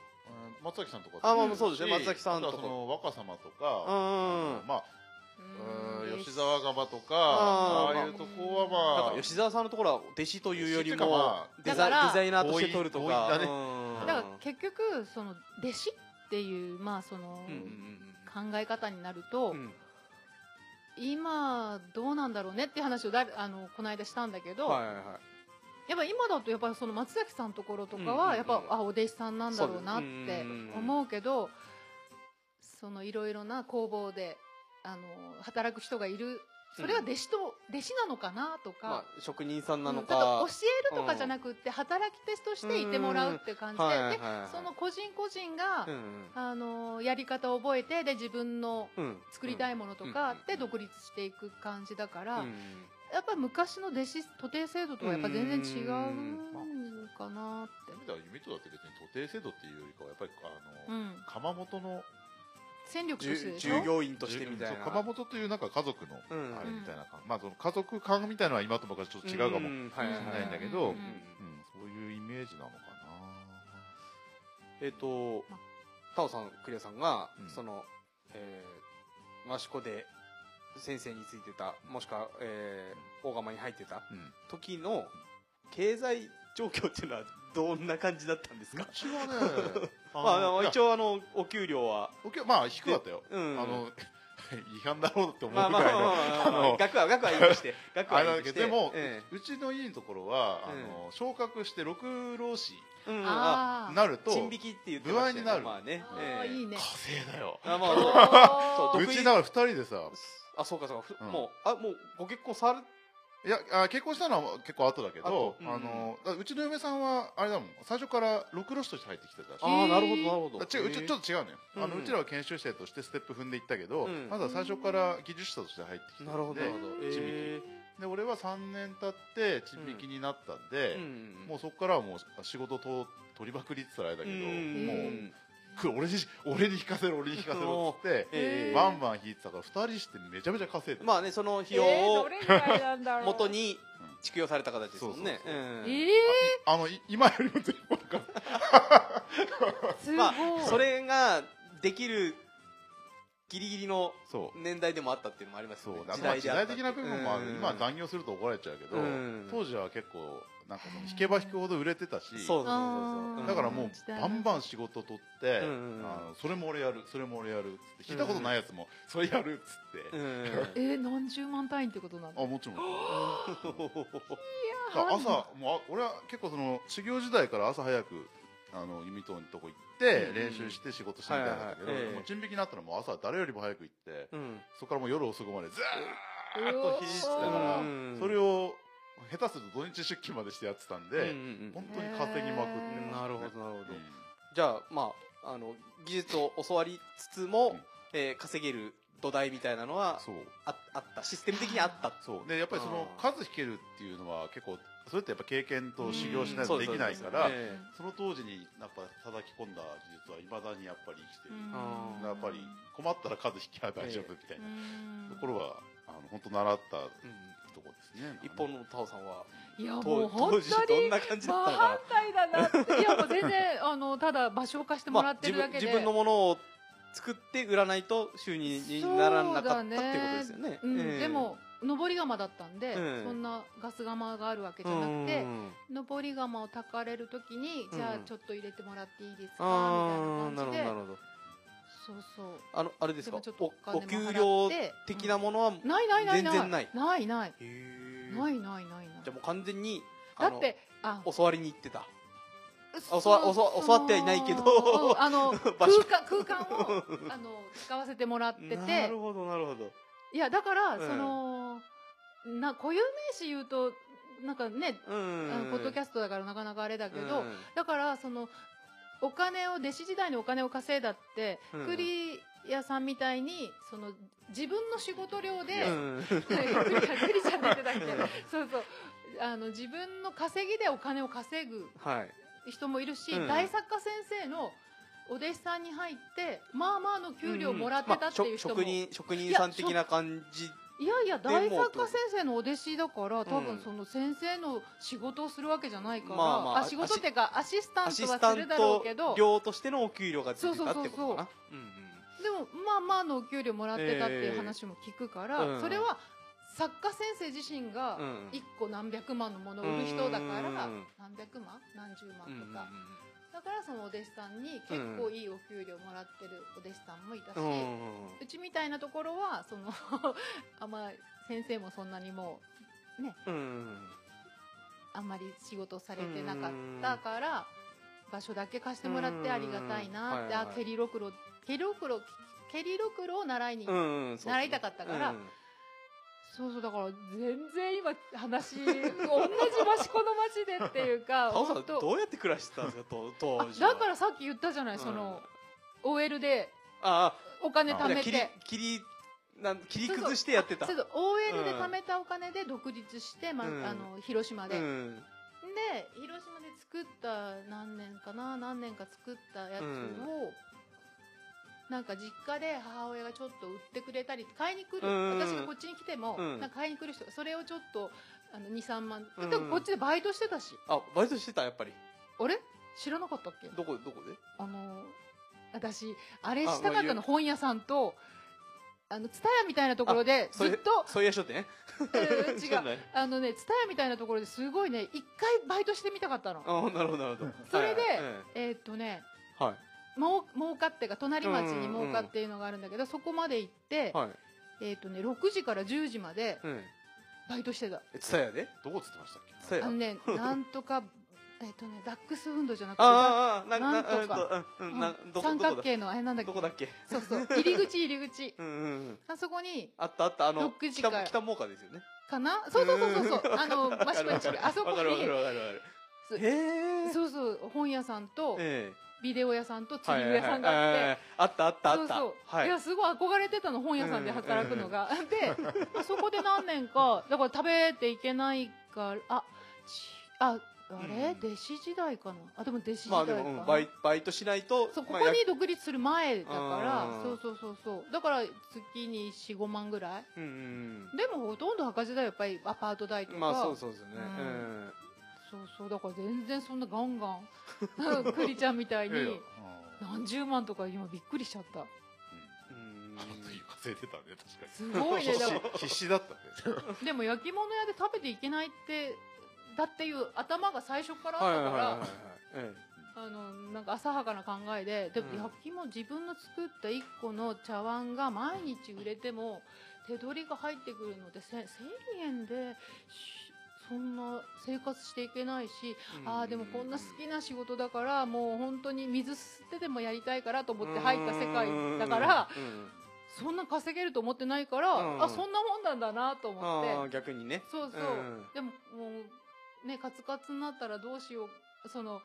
S2: 松崎さんとか
S1: あまあ
S2: も
S1: そうですね
S2: し
S1: 松崎さんとか
S2: あとはその若様と
S1: う
S2: か
S1: ん
S2: まあうん吉沢
S3: が
S2: 釜とか
S1: あ
S2: あ
S1: ー
S2: あいうとこ
S1: なん
S2: はま
S1: か
S2: あ
S1: 吉沢さんのところは弟子というより
S2: 弟子っていうか
S1: も
S2: まあ
S1: デザイ
S3: だから
S1: デザイナーとして取ると
S2: 強
S1: か
S2: 引強引だね
S1: うん
S3: だから結局その弟子っていうまあその
S1: うんうん
S3: 考え方になる
S1: う
S3: と
S1: んうん
S3: 今どうなんだろうねっていう話をだいあのこの間したんだけ
S1: うん
S3: ど
S1: はいはいは
S3: やっぱ今だとやっぱその松崎さんところとか
S1: うんうんうん
S3: はやっぱあお弟子さんなんだろうな
S1: そ
S3: っ
S1: うで
S3: て
S1: すうんうんうん
S3: 思うけどそのいろいろな工房であの働く人がいるそれは弟子と弟子なのかなと
S1: いま
S3: か
S1: あ職人さんなの
S3: うんだ
S1: か
S3: ら教えるとかじゃなくって働き手としていてもらうっていう感じで
S1: はいはい
S3: で
S1: はい
S3: その個人個人が
S1: うんうん
S3: あのやり方を覚えてで自分の
S1: うん
S3: 作りたいものとか
S1: う
S3: で
S1: ん
S3: 独立していく感じだから、
S1: うん
S3: やっぱり昔の弟子徒弟制度とはやっぱ全然違う
S1: うん
S3: のかなって
S2: そういう意味では弓とだって別に徒弟制度っていうよりかはやっぱりあ
S3: う
S2: の、
S3: ん
S2: 窯元の
S3: 戦力として
S1: 従
S3: でし
S1: 従
S3: ょ
S1: 業員としてみたい
S2: そ
S1: な
S2: う窯元というなんか家族の
S1: うん
S2: あれみたいな感じ、まあその家族感みたいなのは今と昔ちょっと違うかも、うん
S1: んはいはい
S2: しれ
S1: は
S2: ないいんだけど
S3: うん
S2: うんそういうイメージなのか
S1: えっ、と
S3: ま、
S1: タオさん、クリアさんが、
S2: うん
S1: その、えー、益子で先生についてた、もしくは、えー、大釜に入ってた
S2: な、うん
S1: 時の経済状況っていうのはどんな感じだったんです
S2: う
S1: か
S2: ちは
S1: <laughs>
S2: ね
S1: まあ、あの一
S2: 応
S1: 応あの、お給料は、
S2: まあ低かったよ、
S1: うん。
S2: あの <laughs> 違反だろうって思
S1: まあ
S2: うぐ
S1: まあま
S2: ら
S1: あ
S2: い
S1: まあ
S2: の
S1: まあ
S2: あの
S1: 額は、額はいいと
S2: <laughs>
S1: して、額は
S2: あれ
S1: い
S2: ないん
S1: とし
S2: だけ
S1: て。
S2: どでも、
S1: え
S2: うちのいいところは、
S1: ええ
S2: あの昇格して六老師
S1: えうん、あ
S3: あ
S2: に
S3: ー
S2: なると
S1: 賃引きって言ってましたよね
S2: 不安になる
S1: まあね。
S3: あー
S1: ええ
S3: いいね
S2: 稼いだよ
S1: あまあ、
S2: <laughs>
S3: お
S1: そう
S3: ー
S2: う
S1: 独立
S2: ちだから二人でさ
S1: あ、そうかそうか。ふ
S2: うん
S1: もう、あ、もうご結婚され
S2: いやあ結婚したのは結構後だけど
S1: 後
S2: あのだうちの嫁さんはあれだもん最初から六老師として入ってきてたし
S1: あ
S3: へ
S1: ー
S3: ー
S1: なるほどなるほど
S2: あ違ううちちょっと違うのよ、あ
S1: うん
S2: の
S1: うん
S2: うちらは研修生としてステップ踏んでいったけど、
S1: うん
S2: まずは最初から技術者として入ってきて
S1: なるほど
S2: で
S1: なるほど
S3: えー
S2: 地引で俺は3年経って地引きになったん
S1: え
S2: で
S1: ー、うん
S2: もうそこからはもう仕事と取りまくりって言ったらあれだけど、
S1: うん
S2: もう
S1: うん
S2: く俺に俺に引かせろ俺に引かせろっつって
S1: えー
S2: バンバン引いてたから2人してめちゃめちゃ稼いでた、
S1: まあねその費用
S3: えー
S1: を
S3: どれぐらいなんだろう
S1: 元に蓄養された形ですもんね
S2: そうそうそう
S3: え
S1: うん
S2: あのい今よりも全部多かった
S3: ーすごい、
S1: まあそれができるギリギリの
S2: そう
S1: 年代でもあったっていうのもあります
S2: そ
S1: よね
S2: うだから時代的な部分もある、
S1: うん
S2: 今は残業すると怒られちゃうけど、
S1: うん
S2: 当時は結構なんかその引けば引くほど売れてたし、
S1: そうそうそうそう
S3: あー
S2: だからもう
S3: 時代
S2: バ
S3: だ
S2: ンバン仕事取って、
S1: うんうんうん
S2: あのそれも俺やるそれも俺やるっつって聞いたことないやつも、それやるっつって、
S1: うん
S3: えー何十万単位ってことなんだ
S2: あもちろんだか
S3: あ
S2: ら朝もうあ俺は結構その修行時代から朝早くあの弓藤のとこ行っ
S1: う
S2: て、
S1: ん
S2: 練習して仕事してみたいなんだけ
S1: は
S2: ど、
S1: いはいはい
S2: もう準備になったらもう朝誰よりも早く行って、
S1: うん
S2: そこからもう夜遅くまでず
S3: う
S2: ーっと
S3: おー
S2: ひじってたから、
S1: うん
S2: それを下手すると土日出勤までしてやってたん
S1: うんう
S2: で、
S1: ん
S2: 本当に稼ぎまくってまし
S1: な
S2: たね、
S1: るほどなるほど
S2: うん
S1: じゃあまああの技術を教わりつつも
S2: うん
S1: えー稼げる土台みたいなのは
S2: そう
S1: ああったシステム的にあった
S2: そうでやっぱりその
S1: あー
S2: 数引けるっていうのは結構それってやっぱ経験
S1: う
S2: と
S1: ん
S2: 修行しない
S1: そ
S2: と
S1: う
S2: で
S1: そう
S2: きないか
S1: そう
S2: ら
S1: そう
S2: そ
S1: ええ
S2: の当時にやっぱ叩き込んだ技術はいまだにやっぱり生きてる、
S1: うん
S2: やっぱり困ったら数引きは大丈夫みたいなところはあの本当習った
S1: うん
S2: とこですね
S1: 一本のタオさんはい
S3: やもう
S1: 当当
S3: 本当に
S1: 時どんな感じだ
S3: 真
S1: ったの
S3: 反
S1: か
S3: 対だなっていやもう全然あのただ場所を貸して
S1: な、
S3: も
S1: まあ
S3: らっ、て
S1: 自
S3: るだ
S1: 分
S3: けで、
S1: 自分のものを作って売らないと収入にならなかったってことですよね。
S3: うん
S1: ええ
S3: でも上り釜だったんで、
S1: ええ
S3: そんなガス釜があるわけじゃなくて、上り釜をたかれるときに、
S1: うん
S3: じゃあちょっと入れてもらっていいですか
S1: ああ
S3: み
S1: な
S3: たい
S1: るほどな
S3: な感じで
S1: るほど
S3: そうそう
S1: あのあれです
S3: で
S1: か
S3: もちょっと
S1: お
S3: お
S1: お
S3: 金も
S1: 給
S3: 払
S1: 料
S3: って
S1: 的なものは、
S3: ないないないない
S1: 全然ない
S3: ないない
S1: へえ
S3: ないないないない
S1: じゃあもう完全に
S3: だ
S1: あの
S3: ってあ
S1: 教わりに行ってた
S3: そ
S1: 教わ教わ教わってはいないけど
S3: そうあの
S1: <laughs> 場
S3: 空
S1: 所
S3: 間空間をあの使わせてもらって
S1: な
S3: て
S1: るほどなるほど
S3: いやだから、
S1: うん
S3: そのな固有名詞言うとなんかね、
S1: うん
S3: あのポッドキャ
S1: ス
S3: ストだからなかなかあれだ
S1: ト
S3: けど、だからそのお金を弟子時代にお金を稼いだって、
S1: うん
S3: 栗屋さんみたいにその自分の仕事量で、
S1: うん
S3: 栗じゃ栗じゃんって言ってたっけどそうそうあの自分の稼ぎでお金を稼ぐ
S1: はい。
S3: 人もいるし、
S1: うん
S3: 大作家先生のお弟子さんに入ってまあまあの給料もらってたっていう人も、
S1: まあしょ職人、職人さん的な感じ。
S3: いやいや
S1: でも
S3: 大作家先生のお弟子だから多
S1: うん
S3: 分その先生の仕事をするわけじゃないから、
S1: まあまあ
S3: あ仕事っていうかアシスタ
S1: ア
S3: ント
S1: シ
S3: は
S1: スタ
S3: する
S1: ン
S3: だろ
S1: ト
S3: うけどでも
S1: 料としてのお給料がついてたってことかな。うん
S3: まあまあのお給料もらってたっていう話も聞くから、
S1: ええうん
S3: それは作家先生自身が
S1: うんうん
S3: 1個何百万のものを売る人だから、
S1: うん
S3: 何百万何十万と
S1: う
S3: か、
S1: んうん
S3: だからそのお弟子さんに結構いいお給料もらってるお弟子さんもいたし、
S1: う
S3: うん
S1: うんうん
S3: ちみたいなところはその <laughs> あんま先生もそんなにもう
S1: うんうん
S3: あんまり仕事されてなかったから場所だけ貸してもらってありがたいなっ
S1: うんは
S3: て、
S1: いは
S3: あ
S1: い
S3: 蹴りろくろ蹴りろくろ蹴りろくろを習いに、
S1: うんうんそうそう
S3: 習いたかったから
S1: うん
S3: そうそうだから全然今話同じ益子の町でっていうか
S1: <laughs> タオさ
S3: ほ
S1: ん
S3: んと
S1: どうやって暮らしてたんですかと
S3: あ
S1: 当時
S3: <laughs>
S1: は
S3: だからさっき言ったじゃない、その OL で
S1: あ
S3: お金
S1: あ
S3: 貯め
S1: 切り
S3: て。
S1: 切りなん切り崩してやってた
S3: そうそう OL で貯めたお金で独立して、ま
S1: うん
S3: あの広島で、
S1: う
S3: で
S1: ん
S3: 広島で作った何年かな何年か作ったやつ
S1: う
S3: を、
S1: ん
S3: なんか実家で母親がちょっと売ってくれたり買いに来る、
S1: うん
S3: 私がこっちに来ても、
S1: うん
S3: なんか買いに来る人がそれをちょっとあの23万、
S1: うん
S3: でもこっちでバイトしてたし
S1: あバイトしてたやっぱり
S3: あれ知らなかったっけ
S1: どこどこで
S3: あの私あれした
S1: あ
S3: かっ
S1: まあ
S3: たの本屋さんとあの蔦屋みたいなところでず
S1: そ
S3: っ
S1: れ <laughs>
S3: と
S1: そういう人ってね
S3: えー
S1: <laughs> 知
S3: 違
S1: ら
S3: う
S1: ない
S3: あのね、ツタヤみたいなところですごいね、一回バイトしてみたかったの。
S1: あなるほどなるほど
S3: それで
S1: はい
S3: えーっとね、
S1: はい
S3: もう、儲かってが、隣町に
S1: うんうんうん
S3: 儲かっていうのがあるんだけど、そこまで行って、
S1: はいはい
S3: えーっとね、6時から10時まで
S1: うん
S3: バイトしてた。
S1: えツタヤで
S2: どこつってましたっけ
S1: ツタヤ
S3: あ
S1: あ <laughs>
S3: のね、なんとか、えーっとね、ダックスフンドじゃなくて、
S1: あああなん
S3: な
S1: なん
S3: とか
S1: うんうん
S3: う
S1: なんどこ
S3: 三
S1: どこ
S3: 角
S1: だ
S3: 形のあれなんだっけ
S1: どこだっけ
S3: そうそう、入り口入り口。
S1: うんうんうん
S3: あそこに、
S1: あったあったあの
S3: 6時
S1: 北
S3: から
S1: 北真岡ですよね
S3: かなそうそうそうそうそう、あ
S1: <laughs>
S3: の、マシコに近いあそこ
S1: わかるわかる
S3: に、
S1: わかるわか
S3: そ
S1: るへえ
S3: そうそう、本屋さんと、
S1: ええ
S3: ビデオ屋さんと釣
S1: はい
S3: り
S1: はい
S3: 具屋さんがあって、
S1: はいあったあったあ
S3: そ
S1: っ
S3: う
S1: た
S3: そう、、
S1: はいい
S3: やすごい憧れてたの本屋さんで働くのが、
S1: <laughs>
S3: でそこで何年かだから食べていけないからあちああ
S1: う
S3: れ、
S1: ん
S3: 弟子時代かなあでも弟子時
S1: ま
S3: 代
S1: あで
S3: かな、
S1: もうんバイバイトしないと
S3: そうこ
S1: ま
S3: こ
S1: あや
S3: に独立する前だから
S1: あー
S3: そうそうそうそうだから月に45万ぐらい
S1: うんうん
S3: でもほとんど赤字だよやっぱりアパート代と
S1: う
S3: か、
S1: んまあそうそうですよね
S3: う
S1: うんん
S3: そうそうだから全然そんなガンガン <laughs> クリちゃんみたい
S2: いやいや
S3: に何十万とか今びっくりしちゃった
S1: うん
S2: あの時稼いでたね
S3: す
S2: 確
S3: ご
S2: か
S3: い
S1: <laughs>
S2: に
S3: ね
S2: 必
S3: だから
S2: 死必死だったね
S3: でも焼き物屋で食べていけないってだっていう頭が最初から
S1: はい
S3: あ
S1: はい
S3: った
S1: は
S3: か
S1: い
S3: ら、
S1: はいえ
S3: あのなんか浅はかな考えででも
S1: うん
S3: 焼きも自分の作った1個の茶碗が毎日売れても手取りが入ってくるのでせ1000円でしそんな生活していけないし、
S1: え
S3: ああでもこんな好きな仕事だからもう本当に水吸ってでもやりたいからと思って入った世界だから
S1: うんうん
S3: そんな稼げると思ってないから、
S1: うん
S3: あそんなもんなんだなと思って。
S1: ああ逆にね
S3: そうそう、
S1: うん
S3: でももうねカツカツになったらどうしようその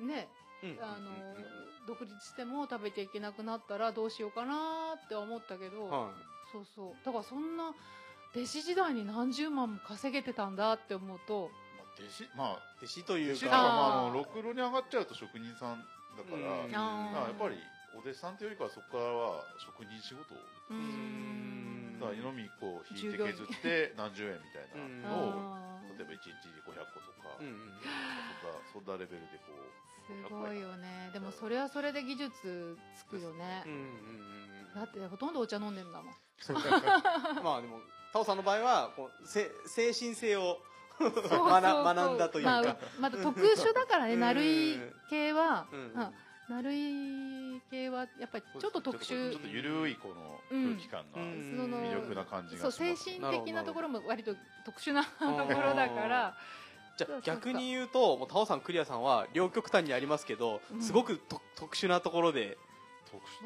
S3: ね
S1: うん
S3: あの、
S1: うん
S3: 独立しても食べていけなくなったらどうしようかなって思ったけど、
S1: うんは
S3: そうそうだからそんな弟子時代に何十万も稼げてたんだって思うと
S2: まあ弟子まあ
S1: い弟子とい
S2: 弟
S1: う
S2: 子とかま
S1: か
S2: あ
S3: あー
S2: あのろくろに上がっちゃうと職人さんだか
S1: うん
S2: ら
S3: あー
S2: まあやっぱりお弟子さんというよりかはそこからは職人仕事を
S3: うー
S1: ん
S3: ん
S2: だから飲み1個引い
S3: 従
S2: て
S3: 業員
S2: 削って何十円みたい
S1: うん
S2: なのを
S3: あー
S2: 例えば1日500個とか、
S1: うんうん
S2: そんなそんなレベルでこ
S3: すごいよねでもそれはそれで技術つくよね
S1: うんう、んうん
S3: だってほとんどお茶飲んでんだもん
S1: まあでもタオさんの場合はこうせ精神性を
S3: そうそうそう
S1: 学学んだというか
S3: まあ、また特殊だから
S1: う
S3: ね
S1: ん
S3: なるい系は、
S1: うん
S3: うんなるい系はやっぱり
S2: う
S3: ちょっと特
S2: ちょ
S3: 殊
S2: っと緩いこの空気感が
S1: うん
S3: その
S2: 魅力な感じ
S3: そ
S2: が
S3: う
S2: しま
S3: 精
S2: す、
S3: 神
S1: なるほど
S3: 的なところも割と特殊なと
S1: なるほど
S3: ころだから
S1: じゃ
S3: そう
S1: あ
S3: そうそう
S1: 逆に言うともうタオさんクリアさんは両極端にありますけど、
S3: うん
S1: すごくと特殊なところで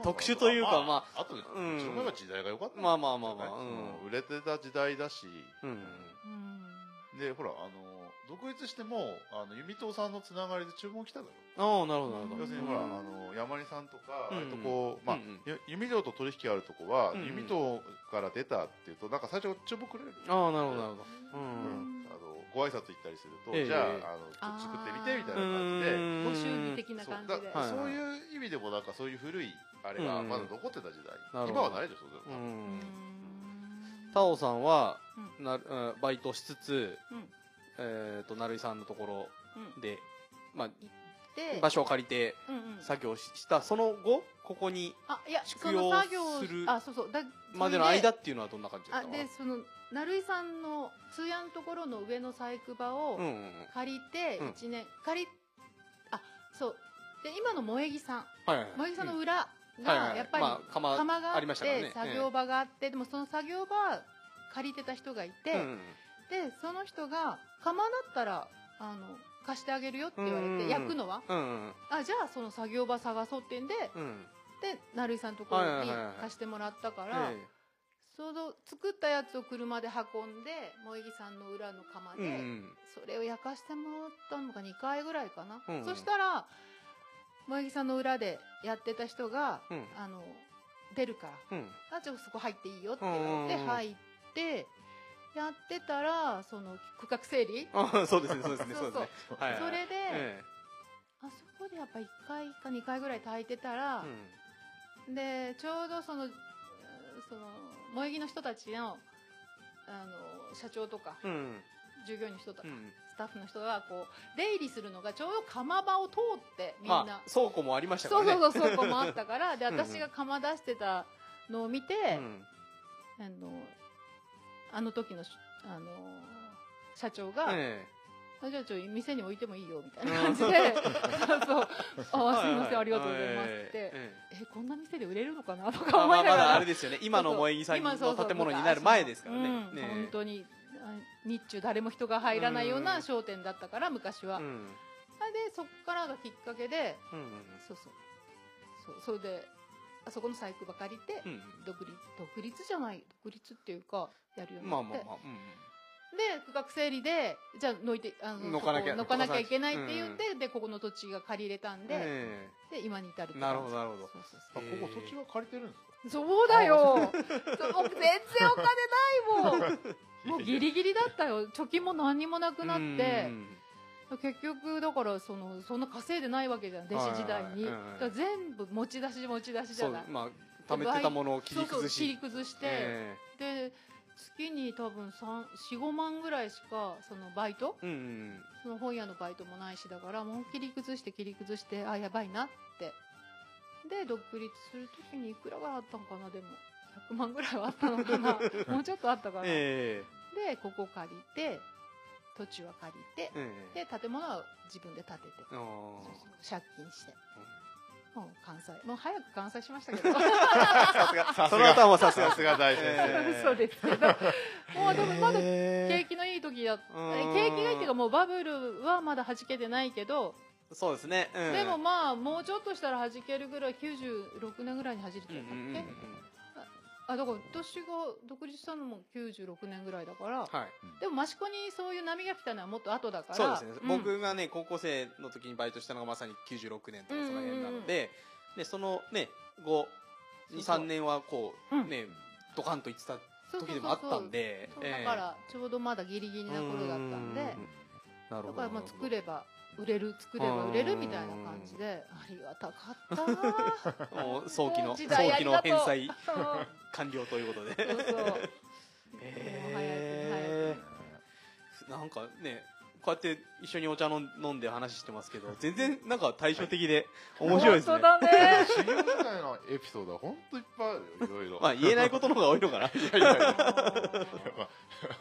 S2: 特殊
S1: 特殊
S2: なのかな
S1: というかま
S2: ああとね
S1: うん
S2: その前が時代が良かった
S1: まあ
S2: あ
S1: まあまあまあ、うん
S2: 売れてた時代だし、
S1: うん
S3: うん
S2: でほらあの独立してもあの弓藤さんのつながりで注文来たのよ
S1: ああなるほどなるほ
S3: うん
S1: ど
S2: 要するにほら、
S3: うん
S2: あの山根さんとか、
S1: うん
S2: ああいうとこま
S1: う
S2: あ、
S1: ん
S2: ゆ弓道と取引あるとこは、
S1: うんうん
S2: 弓道から出たっていうとなんか最初注文くれる、
S1: ああなるほどなるほどう
S2: う
S1: ん
S2: んあの5ご挨拶行ったりすると、
S1: ええ
S2: じゃあ
S1: ええ
S2: あのちょっと作ってみてみ
S1: うーん
S2: たいな感じで
S3: ご祝儀的な
S2: そう
S3: 感じ
S2: だ
S3: で。
S1: はい
S2: そういう意味でもなんかそういう古いあれが
S1: うん
S2: まだ残ってた時代、
S1: なるほど
S2: 今はないでしょそれ
S1: う
S2: は、
S3: うんん
S1: タオさんはな、うんバイトしつつ、
S3: うん
S1: えー、と成井さんのとこ
S3: うん
S1: ろで、まあ、
S3: で
S1: 場所を借りて
S3: うんうん
S1: 作業ししたその後ここに
S3: あいや
S1: 宿
S3: その
S1: 用
S3: 作業
S1: する
S3: あそうそうだ
S1: までの
S3: それ
S1: 間っていうのはどんな感じだっ
S3: あ
S1: たのかな
S3: でその成井さんの通夜のところの上の細工場を
S1: うんうんうん
S3: 借りて
S1: うん
S3: 一年、借りあそうで今の萌木さん
S1: はいはいはい
S3: 萌木さんの
S1: うん
S3: 裏
S1: はいはいは
S3: が
S1: い
S3: やっぱり
S1: まあ釜
S3: 窯があ
S1: あ
S3: っ
S1: り
S3: て
S1: ましたからね
S3: 作業場があってでもその作業場は借りてた人がいて、
S1: うんうん
S3: でその人が釜だったらあの貸してあげるよって言われ
S1: うんうんう
S3: て
S1: ん
S3: 焼くのは
S1: うんうん
S3: あじゃあその作業場探そうってんで
S1: うんうん
S3: で成井さんのところ
S1: はい
S3: に
S1: はいはいはい
S3: 貸してもらったから、
S1: え
S3: その作ったやつを車で運んで萌木さんの裏の釜
S1: え
S3: で、それを焼かしてもらったのが2回ぐらいかな、
S1: うんうん
S3: そしたら萌木さんの裏でやってた人が、
S1: うん
S3: あの出るから
S1: うんうん
S3: あじゃあそこ入っていいよって言われ
S1: うんうんう
S3: て
S1: ん
S3: 入ってやってたらその区画整理
S1: あ <laughs> そうですねそうですね
S3: そ
S1: そうう
S3: そ
S1: で
S3: う
S1: すねはいはい
S3: それで、
S1: え
S3: あそこでやっぱ1回か2回ぐらい炊いてたら
S1: え、
S3: でちょうどそのうーその萌木の人たちのあの社長とか
S1: うんうん
S3: 従業員の人とか、
S1: うん
S3: スタッフの人がこう出入りするのがちょうど釜場を通ってみんな、
S1: まあ倉庫もありましたか
S3: そ
S1: ら
S3: う
S1: ね
S3: そうそう倉庫もあったからで
S1: <laughs> うんうん
S3: 私が釜出してたのを見て、
S1: うん
S3: あのあの時のしあの社長が、
S1: え
S3: あじゃあちょっと店に置いてもいいよみたいな
S1: <laughs>
S3: 感 <laughs> じで、そう
S1: え
S3: あす
S1: はいい
S3: ま
S1: は
S3: せんありがとうございますって
S1: え、えええ
S3: えこんな店で売れるのかなと
S1: ま
S3: か
S1: あ
S3: 思
S1: ま
S3: い
S1: あ
S3: な
S1: ま
S3: が
S1: だあ
S3: ら <laughs>
S1: れですよね今の萌木さん
S3: 今そうそう
S1: の建物になる前ですからね
S3: うん
S1: ね
S3: 本当にあ日中誰も人が入らないような商店だったから昔は、
S1: う
S3: で
S1: ん
S3: そこからがきっかけで
S1: うんうん
S3: そうそうそうそれであそこの細工ば借りて、
S1: うん
S3: 独立独立じゃない独立っていうかやる
S1: う
S3: よう
S1: ん
S3: に
S1: ま
S3: な
S1: あ
S3: って、
S1: まあまあうんうん
S3: で区画整理でじゃあのいてあ
S1: のかなきゃ
S3: そこをのかなきゃいけないっていうんで,、でここの土地が借りれたんで、
S1: ええ
S3: で今に至るって感じ
S1: なるほどなるほど
S3: そうそうそう
S2: あここ土地は借りてるんで
S1: <laughs>
S2: すか
S3: そうだよ。そう全然お金ないもん。もうギリギリだったよ。貯金も何にもなくなっ
S1: う、
S3: て
S1: ん
S3: 結局だからそのそんな稼いでないわけじゃん。弟子時代
S1: はいはいは
S3: に。
S1: い
S3: だから全部持ち出し持ち出しじ
S1: そ
S3: ゃ
S1: う
S3: ない。
S1: まあ貯めてたものを切
S3: そう
S1: り
S3: そう
S1: 崩
S3: 切
S1: し
S3: り崩して、
S1: え
S3: で月に多分三四五万ぐらいしかそのバイト
S1: えうんうん
S3: その本屋のバイトもないしだからもう切り崩して切り崩してあやばいなってで独立する時にいくらぐらいあったのかなでも100万ぐらいはあったの
S1: <laughs>
S3: かなもうちょっとあったかな、
S1: え
S3: でここ借りて土地は借りて
S1: えええ
S3: で建物は自分で建てて
S1: あー
S3: そうそう借金して、もう完済もう早く完済しましたけど
S2: さすがさ
S1: その後はもうさす
S2: <laughs> さ
S3: <laughs>
S1: が
S2: すが大先生、
S1: ええ
S3: そうですけどもうでもまだ景
S1: ええ
S3: 気のいい時だった
S1: うーん
S3: 景気がいいっていうかもうバブルはまだ弾けてないけど
S1: そうですねうん
S3: でもまあもうちょっとしたら弾けるぐらい96年ぐらいに弾いてた
S1: うん
S3: だ
S1: うんう
S3: っけ、
S1: んうん
S3: あだから私が独立したのも96年ぐらいだか
S1: は
S3: ら、
S1: い
S3: でも益子にそういう波が来たのはもっと後だから
S1: そうですね、
S3: ん
S1: 僕がね高校生の時にバイトしたのがまさに96年とかその辺なので,、でそのね
S3: そう
S1: 523
S3: そう
S1: 年はこう、
S3: うん
S1: ねドカンといってた
S3: そうそう
S1: 時
S3: そう
S1: でもあったんで
S3: そう
S1: え
S3: だ
S1: え
S3: からちょうどまだギリギリな頃だったんで
S1: う
S3: だ
S1: んなるほど
S3: からまあ
S1: <laughs>
S3: 作れば売れる作れば売れるみたいな感じでありがたかったわ
S1: もう早期の
S3: 時代
S1: 早
S3: あ
S1: 期
S3: り
S1: の
S3: がとう
S1: 返済
S3: そう
S1: 完了ということ
S3: <laughs>
S1: で
S3: そうそうもう
S1: えーなんかねこうやって一緒にお茶飲ん飲んで話してますけど全然なんか対照的で面白いですね
S3: 本当
S2: <laughs>
S3: だね
S2: 修行時代のエピソードは本当いっぱいあるよいろいろ
S1: まあ言えないことの方が多いのかな
S2: いやいやいや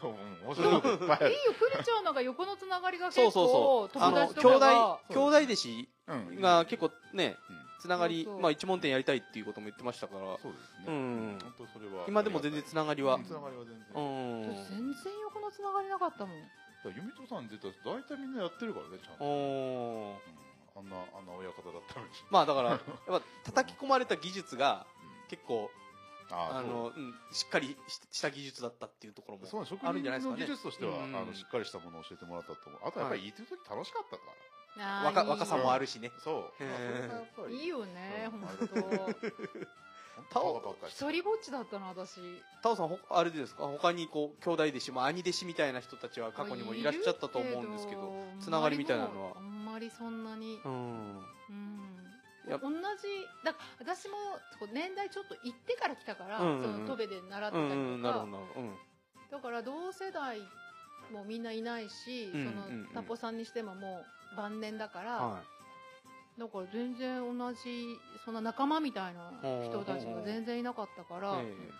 S2: うん面白いこといっぱいあ
S3: いい
S2: る
S3: よ、フリちゃんなんか横のつながりが結
S1: そ
S3: 構
S1: うそうそうあ
S3: 友
S1: の
S3: 達と
S1: 兄
S3: か
S1: 弟
S3: が
S1: 兄弟弟子
S2: うん
S1: が結構ね
S2: うん
S1: つながり、
S3: そうそう
S1: まあ、一問店やりたいっていうことも言ってましたから
S2: そうですね、
S1: うん
S2: 本当それは
S1: 今でも全然つながりは
S2: つながりは全
S1: う
S2: 然、だか
S1: ん
S3: 全然横のつながりなかったもん。
S2: ら弓戸さん出たら大体みんなやってるからねちゃんと、
S1: おー
S2: うん、あんなあんな親方だったのに、
S1: まあだからやっぱ叩き込まれた技術が結構
S2: うんあ
S1: あ
S2: あの
S1: の、うん、しっかりしした技術だったっていうところも
S2: そうそう
S1: あ
S2: 職
S1: るんじゃないですか
S2: 人の
S1: ね
S2: 技術としては、
S1: うん
S2: あのしっかりしたものを教えてもらったと思うあとやっぱり言ってる時楽しかったから、
S1: 若若さもあるしね
S2: そう、
S1: へー
S2: まあそれがやっぱり
S3: いいよね、
S2: うん
S3: 本当。
S2: 本
S1: タ
S2: パ
S1: オ
S2: カパカして
S3: 一人ぼっちだったの私
S1: タオさんほあれですか他にこう兄弟弟子も兄弟子みたいな人たちは過去にもいらっしゃったと思うんですけ
S3: いる
S1: ど
S3: けど
S1: つながりみたいなのは
S3: あんまりそんなに
S1: うん
S3: うん
S1: やっ
S3: 同じだから私もこう年代ちょっと行ってから来たから、
S1: うんうんうん
S3: その戸部で習って
S1: う
S3: たり
S1: ん
S3: とか、
S1: うんなるほどなるほどうん
S3: だから同世代もみんないないし、
S1: うん
S3: その
S1: うんうん
S3: タポさんにしてももう晩年だから、
S1: は
S3: だから全然同じそんな仲間みたいな人たちが全然いなかったから、
S1: いええ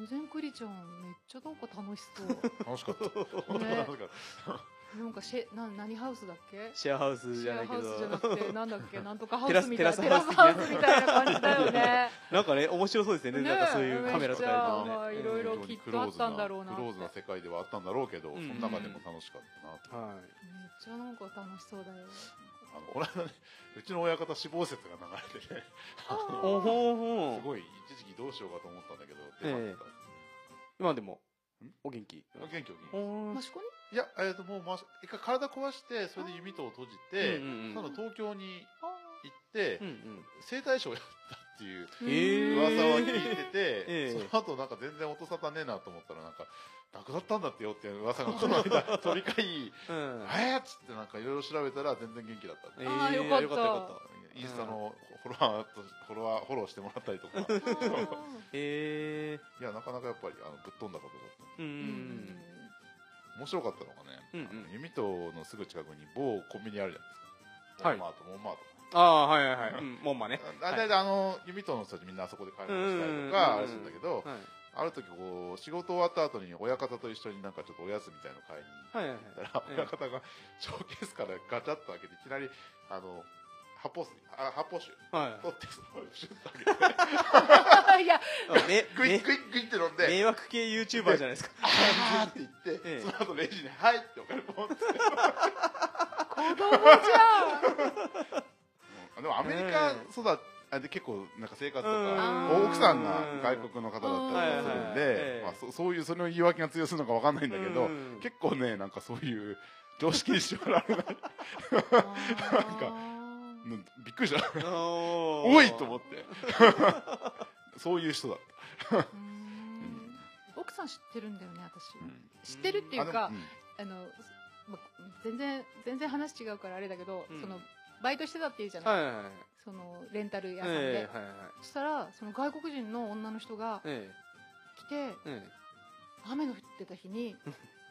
S3: 全然クリちゃんめっちゃなんか楽し
S1: <laughs>
S3: そう
S2: 楽しかった <laughs> 本当
S3: ね
S2: 楽しかっ
S3: なんかシェな何ハウスだっけ
S1: シェアハウス
S3: シ
S1: じゃな
S3: ェア
S1: いけ
S3: ハウスじゃな
S1: ど
S3: くてなんだっけなんとかハ
S1: テ
S3: ウ
S1: ラ
S3: ス
S1: ス
S3: みたいな
S1: テ
S3: テ
S1: ラ
S3: ラ
S1: ス
S3: ス
S1: ハ
S3: ハ
S1: ウ
S3: ウ
S1: ス
S3: ス
S1: み
S3: みたいな感じだよね。
S1: なんかね面白そうですよね
S3: ね
S1: なんかそういうカメラとか
S3: めっちゃ
S1: 入れ
S3: い
S1: ても
S3: ろ
S1: ね
S3: いろきっとあったんだろうなっ
S2: クロ
S3: てめ
S2: ー
S3: っ
S2: ズな世界ではあったんだろうけど、
S1: うん
S2: その中でも楽しかったなと、
S1: はい
S3: ちゃなんか楽しそうだよ
S2: あのこの間ね <laughs> うちの親方死亡説が流れてね
S1: お
S3: あ
S1: ほほ
S2: すごい一時期どうしようかと思ったんだけど出番だった、
S1: 今でも
S2: ん
S1: お元気
S2: 元気元気
S3: ー
S1: お
S3: マシコに
S2: いや、えー、ともう、ま、一回体壊してそれで弓戸を閉じて、
S1: うんうんうん
S2: その東京に
S3: あ
S2: 行って、
S1: うんうん
S2: 生態師をやったっていう
S1: えー
S3: ー
S2: 噂は聞いてて、
S1: えー
S2: その後なんか全然音沙汰ねえなと思ったらなんか亡くなったんだってよっていう噂がこの間
S1: <laughs>
S2: 取り替え
S1: うん
S2: えっつってなんかいろいろ調べたら全然元気だったって、
S1: え
S3: あーよかった
S1: よかったよかった
S2: インスタのフォロワーとフォロワーフォローしてもらったり
S1: <laughs>
S2: とか
S3: あー
S1: ええ
S2: いやなかなかやっぱりあのぶっ飛んだことだった
S1: うんう
S3: うん
S1: ん
S2: 面白かったのがね、
S1: うんうん
S2: あの弓戸のすぐ近くに某コンビニあるじゃ
S1: は
S2: ない
S1: い
S2: ですか、モンマートモンマート
S1: ああはいはいはいうん門馬ね
S2: 大体、あの弓戸の人たちみんなあそこで買い物したりと
S1: うんうんうん
S2: かあれするんだけど、
S1: はい
S2: ある時こう仕事終わった後に親方と一緒になんかちょっとおやつみたいの買いに
S1: はいはい
S2: 行ったら、
S1: うん
S2: 親方がショーケースからガチャッと開けていきなりあの発泡水あ発泡酒
S1: はい
S2: 取ってそのシュッと開けて
S3: いや
S1: あめ
S2: グイッ
S1: め
S2: グイッグイって飲んで
S1: 迷惑系 YouTuber じゃないですか
S2: あーって言って、
S1: ええ
S2: その後レジに「はい」ってお金ポンって
S3: 子供じゃん
S2: でもアメリカ育ちあで結構なんか生活とか
S3: うん
S2: 奥さんが外国の方だったりとかす
S1: う
S2: るん
S1: んはいはいはい
S2: でまあそそういうその言い訳が通用するのかわかんないんだけど
S1: うん
S2: 結構ねなんかそういう常識に縛られない
S3: なん
S2: うんびっくりした
S1: 多
S2: 多いと思って <laughs> そういう人だっ
S3: か奥さん知ってるんだよね私
S2: た、うん
S3: 知ってるっていう
S2: あ
S3: か
S2: でも
S3: あのま全然全然話違うからあれだけど
S1: うん
S3: そのバイトしてたって言うじゃ
S1: は
S3: ない
S1: いはいはい
S3: そのレンタル屋さん
S1: え
S3: で
S1: えはいはいはい
S3: そしたらその外国人の女の人が
S1: え
S3: 来て
S1: ええ
S3: 雨が降ってた日に「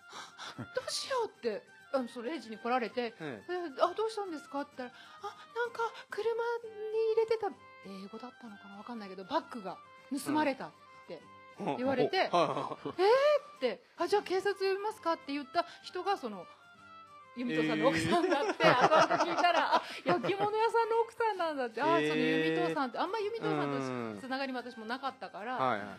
S3: はっどうしよう」ってあのそのレジに来られて
S1: ええ
S3: 「えあどうしたんですか?」って言ったら「あなんか車に入れてた英語だったのかなわかんないけどバッグが盗まれた」って
S1: え
S3: 言われて
S1: おはいはい
S3: って「あじゃあ警察呼びますか?」って言った人がその。由美藤さんの奥さんだって、あ後々聞いたら、あ、焼き物屋さんの奥さんなんだって、あ、
S1: えー
S3: その由美藤さんって、あんま由美藤さ
S1: うん
S3: ん
S1: うん
S3: とつながりも私もなかったから、
S1: はいはい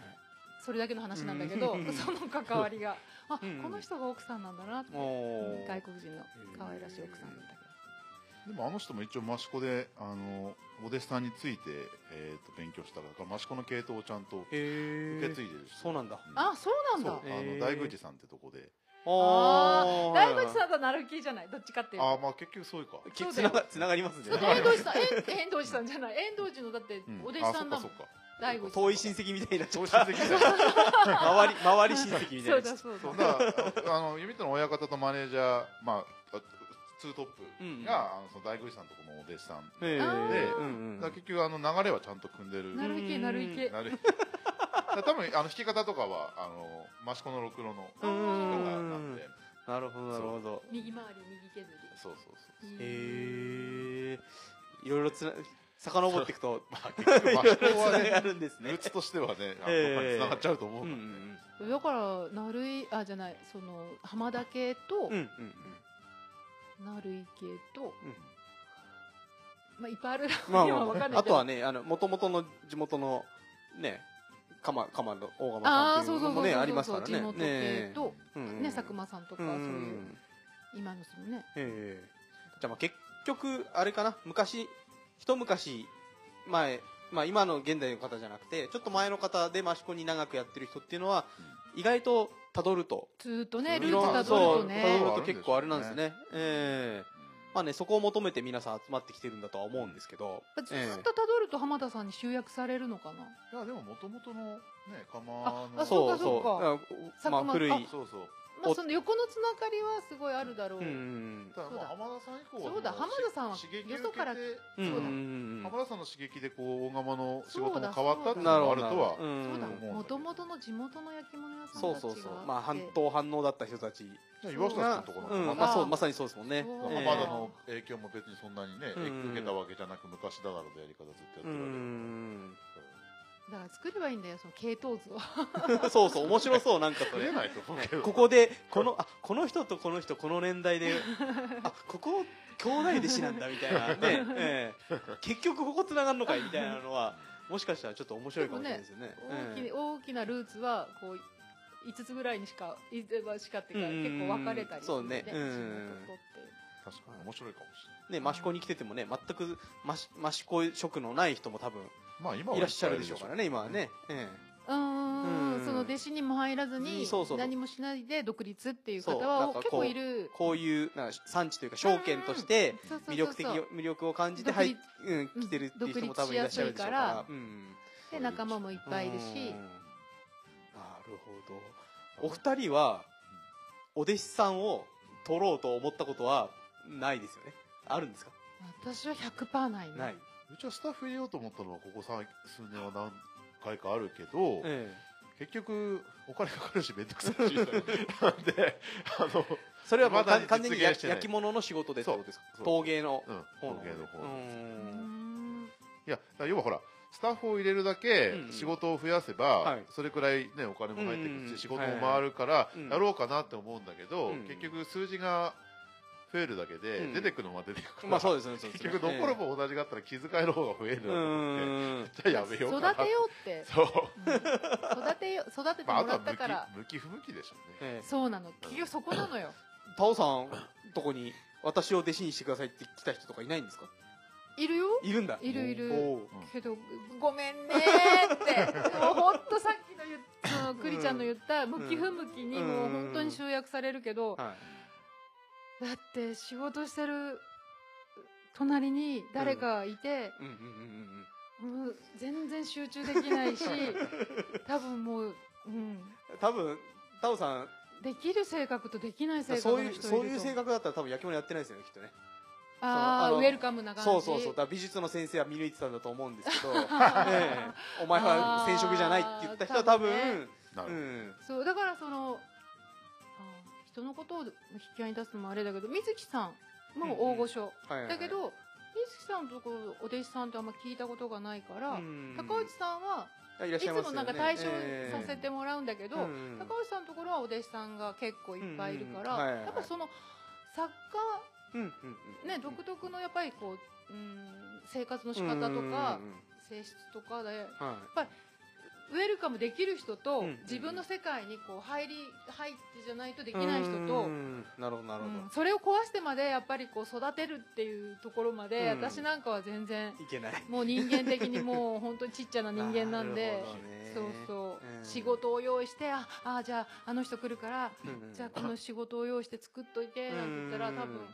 S3: それだけの話なんだけど、
S1: うん
S3: <laughs> その関わりがあ、
S1: うん
S3: この人が奥さんなんだなって、
S1: おー
S3: 外国人の可愛らしい奥さんだったけ
S2: でもあの人も一応益子であのお弟子さんについて、えー、と勉強したから益子の系統をちゃんと
S1: へえ
S2: 受け継いでる人、
S1: そうなんだ
S2: うん
S3: ど、あそうなんだ
S2: そう
S1: へ
S2: あ
S1: ー
S2: の大宮寺さんってとこで
S1: あー
S3: 大口さんとなるきじゃないどっちかっていう
S2: ああ
S3: と
S2: まあ結局そういうか
S1: きつながつながりますね
S3: だって遠藤寺さんえ遠藤寺さんじゃない遠藤寺のだって
S2: うん
S3: お弟子さんだ
S2: あそ
S3: も
S2: っ
S3: ん
S2: かそっか
S3: 大口
S1: 遠い親戚みたいになっちゃ
S2: 超
S1: っ
S2: 親
S1: た
S2: 戚み
S3: <laughs>
S2: たいな
S1: 周り周り親戚みたい
S3: そう
S1: になっ
S3: だ
S1: ちゃっ
S2: そ
S3: そうだ
S2: んなああの弓戸の親方とマネージャーまああツートップが、
S1: うんうん
S2: あのその大宮寺さんとこのお弟子さん、
S1: たへえ
S2: で
S1: うんうん
S2: だから結局あの流れはちゃんと組んでる
S3: なるきなるき
S2: なるだから多分あの弾き方とかはあの益子のろくろの
S1: う
S2: 弾き
S1: ん
S2: 方なんで
S1: なるほどなるほど
S3: 右回り右削
S2: そうそうそう
S3: り
S1: へえいろいろつな遡っていくと
S2: まあ結局
S1: いろいろつ <laughs>
S2: 益子は
S1: なが
S2: ね
S1: るんです
S2: ル
S1: ね
S2: ーツとしてはねあの
S1: ええ
S2: どっかに繋がっちゃうと思
S1: う
S2: うか
S1: んう
S2: ら、
S1: ん
S3: だからなるいあじゃないその浜田系と、
S1: うんうんうん
S3: なるい系と
S1: うん
S3: まあいっぱいあるな、
S1: まあ
S3: 今わかん
S1: まあ
S3: ない
S1: あと
S3: けど
S1: はねあの元々の地元のね鎌鎌の大釜さんっていうのもねありますから
S3: 地
S1: ね
S3: 元系
S1: ね
S3: と、
S1: うんうん
S3: ね、佐久間さんとか、
S1: うん
S3: そう
S1: う
S3: いうん今のそのね
S1: ええじゃあまあ結局あれかな昔一昔前まあ今の現代の方じゃなくてちょっと前の方で益子に長くやってる人っていうのは意外とたどると
S3: ずーっとね
S2: い
S3: ル
S2: ろ
S3: ー
S2: い
S3: ツ
S2: ろ
S3: たどるとね
S1: そう辿ると結構あれなんですねええ
S2: うん
S1: まあね、そこを求めて皆さん集まってきてるんだとは思うんですけど、
S3: やっぱずーっとたどると浜田さんに集約されるのかな、
S2: いやでももともとのね釜
S3: あ
S2: の
S3: そう
S1: そ
S3: か
S1: う
S3: そうか
S1: だからまあ、古い、
S3: 佐久間
S2: そうそう
S3: ま
S1: お
S3: あ、その横のつながりはすごいあるだろう、
S1: うんうん
S2: ただまあ浜田さん以降は
S3: そうだ
S2: も
S3: 浜田さんは
S2: 刺激を受け
S3: よ
S2: て
S3: そから
S1: うん、うん
S3: そうだ
S1: うん
S2: 浜田さんの刺激でこう大釜の仕
S3: そ
S2: 事
S3: うだ
S2: も変わったっていう
S1: なる
S2: の
S1: ほ
S2: も
S1: ど
S2: あるとは
S1: なるほどうん
S3: そうだ
S2: 思うんだけど
S3: もともとの地元の焼き物屋さんたちが
S1: そうそうそうまあ反
S3: って
S1: 応反応だった人たち
S2: じゃあ岩下さんのところ
S1: うん
S2: の
S1: まあ、
S2: 浜
S1: そうまさにそうですもんね
S3: そう
S1: ええ
S2: 田浜田の影響も別にそんなにね
S1: うん
S2: 受けたわけじゃなく昔ながらのやり方ずっ
S1: う
S2: とやってるわけ
S1: ん
S3: だから作ればいいんだよその系統図を
S1: そうそう面白そうなんかそ
S2: だから
S1: れ
S2: 見えないと思うけど
S1: ここでこのあこの人とこの人この年代であここ兄弟弟子なんだみたいなね、ええ結局ここつながるのかいみたいなのはもしかしたらちょっと面白いかもしれないですよね
S3: 大き,、
S1: ええ
S3: 大きなルーツはこう5つぐらいにしかいしかっていうか
S1: うん
S3: 結構分かれたりするんで
S1: そうねうん
S3: 地元とっていう
S2: 確かに面白いかもしれない
S1: ね益子に来ててもね全く益益子色のない人も多分
S2: まあ今はい
S1: らっしゃるでしょうからね今はね、え
S3: うんうん
S1: う
S3: うんんその弟子にも入らずに
S1: そうそう
S3: 何もしないで独立っていう方
S1: そうなん
S3: は
S1: か
S3: 結構いる
S1: えこういうなんか産地というか証券として
S3: そうそうそうそう
S1: 魅力的よ魅力を感じて入っうん来てるっていう人も多分いらっしゃるでしょうから
S3: 独立しやすいから
S1: うん
S3: で仲間もいっぱいいるし
S1: うんなるほどお二人はお弟子さんを取ろうと思ったことはないですよねあるんですか
S3: 私は100%ないね
S1: ない、
S2: うちはスタッフ入れようと思ったのはここ最数年は何回かあるけど
S1: ええ
S2: 結局お金かかるし面倒くさいしなんであ
S1: <laughs>
S2: の
S1: それはもう
S2: まだ
S1: 完完全に
S2: 実
S1: や
S2: 現してない
S1: 焼き物の仕事でってことですか
S2: そう
S1: 陶芸の
S2: うん
S1: 方の
S2: 陶芸の方
S1: う
S3: うんん
S2: いやだから要はほらスタッフを入れるだ
S1: う
S2: け
S1: んうん
S2: 仕事を増やせ
S1: は
S2: ば
S1: い
S2: それくらいねお金も入ってく
S1: うん
S2: る
S1: うん
S2: し仕事も回るから
S1: うん
S2: やろうかなって思うんだけど
S1: うん
S2: 結局数字が増えるだけ
S1: う
S2: で
S1: ん
S2: 出てくるのは出てくる
S1: ま
S2: か
S1: あそう
S2: ら
S1: ですねそうです
S2: 結
S1: ね
S2: 局どころも同じだったら気遣いの方が増え
S1: ええ
S2: るなと思っ
S1: うん
S2: てじゃあやめようかな
S3: 育てようって
S2: そう
S3: うん育てよ育てて
S2: まああ
S3: も
S2: と
S3: ら
S2: は
S3: ったから
S2: 向き向き不向きでしょうね
S1: ええ
S3: そうなの結局そこなのよ
S1: タオさんとこに私を弟子にしてくださいって来た人とかいないんですか
S3: いるよ
S1: いるんだ
S3: いるいる
S1: おう
S3: けどごめんねー
S1: <laughs>
S3: ってもうほんとさっきの言っその栗ちゃんの言った向き不向きにもう本当に集約されるけどだ
S1: はい
S3: って仕事してる隣に誰かいて
S1: うんうんうん
S3: もう全然集中できないし多分もう、うん、
S1: うん多分タオさん
S3: できる性格とできない性格
S1: そう
S3: の
S1: いう
S3: 人いると
S1: そういう性格だったら多分焼き物やってないですよねきっとね
S3: あ
S1: そ
S3: あ
S1: のあの
S3: ウェルカムな感じ
S1: そうそうそうだから美術の先生は見抜いてたんだと思うんですけ
S3: <laughs>
S1: ど、ええお前は染色じゃないって言った人は多分
S3: あー
S1: う
S2: なるほど
S1: ん
S3: そうだからそのあー人のことを引き合いに出すのもあれだけど水木さんも大御所、
S1: はいはいはい
S3: だけど水木さんのとこお弟子さんってあんま聞いたことがないから、
S1: うん
S3: 高内さんはい
S1: らっ
S3: い
S1: し
S3: つ
S1: ゃいますよ
S3: も
S1: ね
S3: なんか対象させてもらうんだけど、
S1: うん
S3: 高内さんのところはお弟子さんが結構いっぱいいるから、
S1: うんはいはいはい
S3: やっぱその作
S1: うんうんう
S3: 家
S1: ん
S3: ね独特のやっぱりこう、うん、生活の仕方とか
S1: うんうんうん
S3: 性質とかで
S1: はい
S3: ウェルカムできる人と、
S1: うんうん
S3: 自分の世界にこう入り入ってじゃないとできない人と、
S1: うんなるほどなるほど、
S3: うんそれを壊してまでやっぱりこう育てるっていうところまで、
S1: うん
S3: 私なんかは全然
S1: いけない
S3: もう人間的にもう本当にちっちゃな人間なん
S1: る
S3: で
S1: ほどね
S3: そうそう、
S1: うん
S3: 仕事を用意してああじゃああの人来るから、
S1: うんうん
S3: じゃあこの仕事を用意して作っといてなんて言ったら、
S1: うん
S3: 多分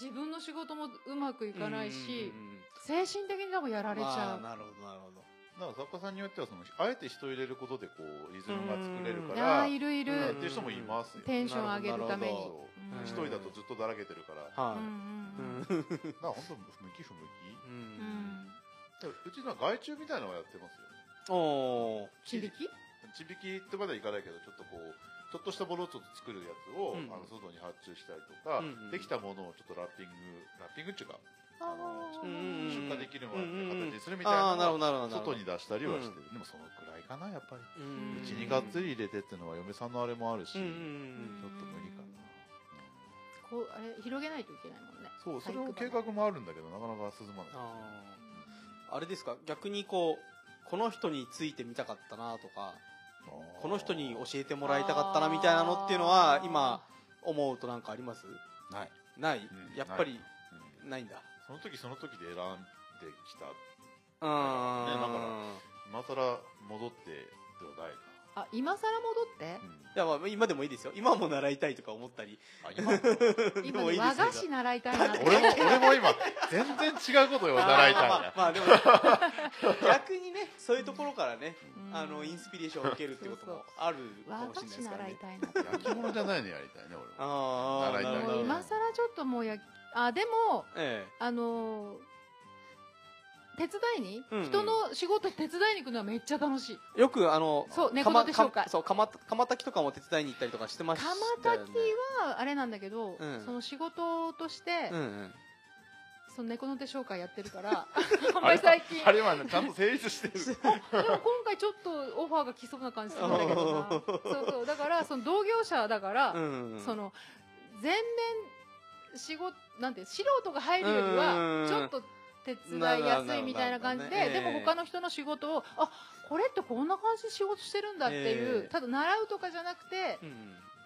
S3: 自分の仕事もうまくいかないし、
S1: うんうんうん
S3: 精神的に多分やられちゃう、
S1: まあなるほどなるほど
S2: だから作家さんによってはそのあえて人を入れることでこうリズムが作れる
S1: あー
S2: か
S3: あ
S2: ら
S3: あいるいる、
S2: うんっていう人もいますよ
S3: テンション上げるために
S1: なるほ
S2: ど
S3: うん
S2: 一人だとずっとだらけてるから、ま
S1: は
S3: うん
S1: い
S3: うん
S1: うん
S2: あ本当向き不向
S1: う
S3: うん
S1: ん
S3: うん
S2: きでもうちのは害虫みたいなのはやってますよ
S1: おー
S3: 地力
S2: ちびきってまではいかないけどちょっとこうちょっとしたものをちょっと作るやつを、
S1: うん
S2: あの外に発注したりとか、
S1: うんうん
S2: できたものをちょっとラッピングラッピングっていうか
S3: あー
S1: うんうん
S2: 出荷できるよう
S1: うんうんう
S2: なん形にするみたい
S1: ああ
S2: な
S1: なるほ
S2: のを
S1: どなるほどなるほど
S2: 外に出したりはしてる、でもそのくらいかなやっぱり
S1: う
S2: うち
S3: ん
S2: にがっつり入れてっていうのは嫁さんのあれもあるし、
S1: うんうん
S2: ちょっと無理かな、
S3: こうあれ広げないといけないもんね
S2: そうそれを
S3: 体
S2: 計
S3: 育館
S2: 画もあるんだけどなかなか進まない
S1: あーあれですか逆にこうこの人についてみたかったなとかこの人に教えてもらいたかったなみたいなのっていうのは今思うとなんかあります
S2: ない、
S1: ない、
S2: うん
S1: やっぱり
S2: うん
S1: ないんだ
S2: その時その時で選んできた
S1: うん、
S2: ねだから今更戻ってではないな
S3: あ今更戻って
S1: いやまあ今でもいいですよ今も習いたいとか思ったり
S2: あ
S1: <laughs>
S2: 今
S1: で
S3: 今
S1: もいい
S3: ね
S1: で
S3: 和
S1: すよ
S3: 菓子習いたいなって
S2: 俺も俺も今全然違うことを習いたいん <laughs>
S1: まあ
S2: だ
S1: まあまあでも逆にねそういうところからね
S3: うん
S1: あのインスピレーションを受けるってこともあるか
S3: 和
S1: も
S3: 菓
S1: しれないですから
S3: 子習い
S1: ね
S3: たいなって
S2: 焼き物じゃないのやりたいね俺は
S1: ああ
S2: 習いたい
S1: なるほ
S3: も
S1: ど
S3: う今更ちょっともうやあでも
S1: え
S3: あのー手伝いに、
S1: うんうん
S3: 人の仕事手伝いに行くのはめっちゃ楽しい
S1: えよくあの
S3: そう
S1: か
S3: 猫
S1: ま
S3: の手紹
S1: か
S3: 介
S1: そうかまかまたきとかも手伝いに行ったりとかしてましたよね
S3: 釜炊きはあれなんだけど、
S1: うん
S3: その仕事として、
S1: うんうん
S3: その猫の手紹介やってるから
S1: <laughs>
S3: あんまり最近
S2: あれはねちゃんと成立してる
S3: でも今回ちょっとオファーが来そうな感じするんだけどなそうそうだからその同業者だから、
S1: うんうん
S3: その全面仕事なんて素人が入るより
S1: う
S3: は
S1: ん
S3: ちょっと手伝いやすいみたいな感
S1: なるほどな
S3: じで、
S1: るほどね
S3: でも他の人の仕事をあこれってこんな感じで仕事してるんだってい
S1: え
S3: う、
S1: え
S3: ただ習うとかじゃなくて
S1: うんうん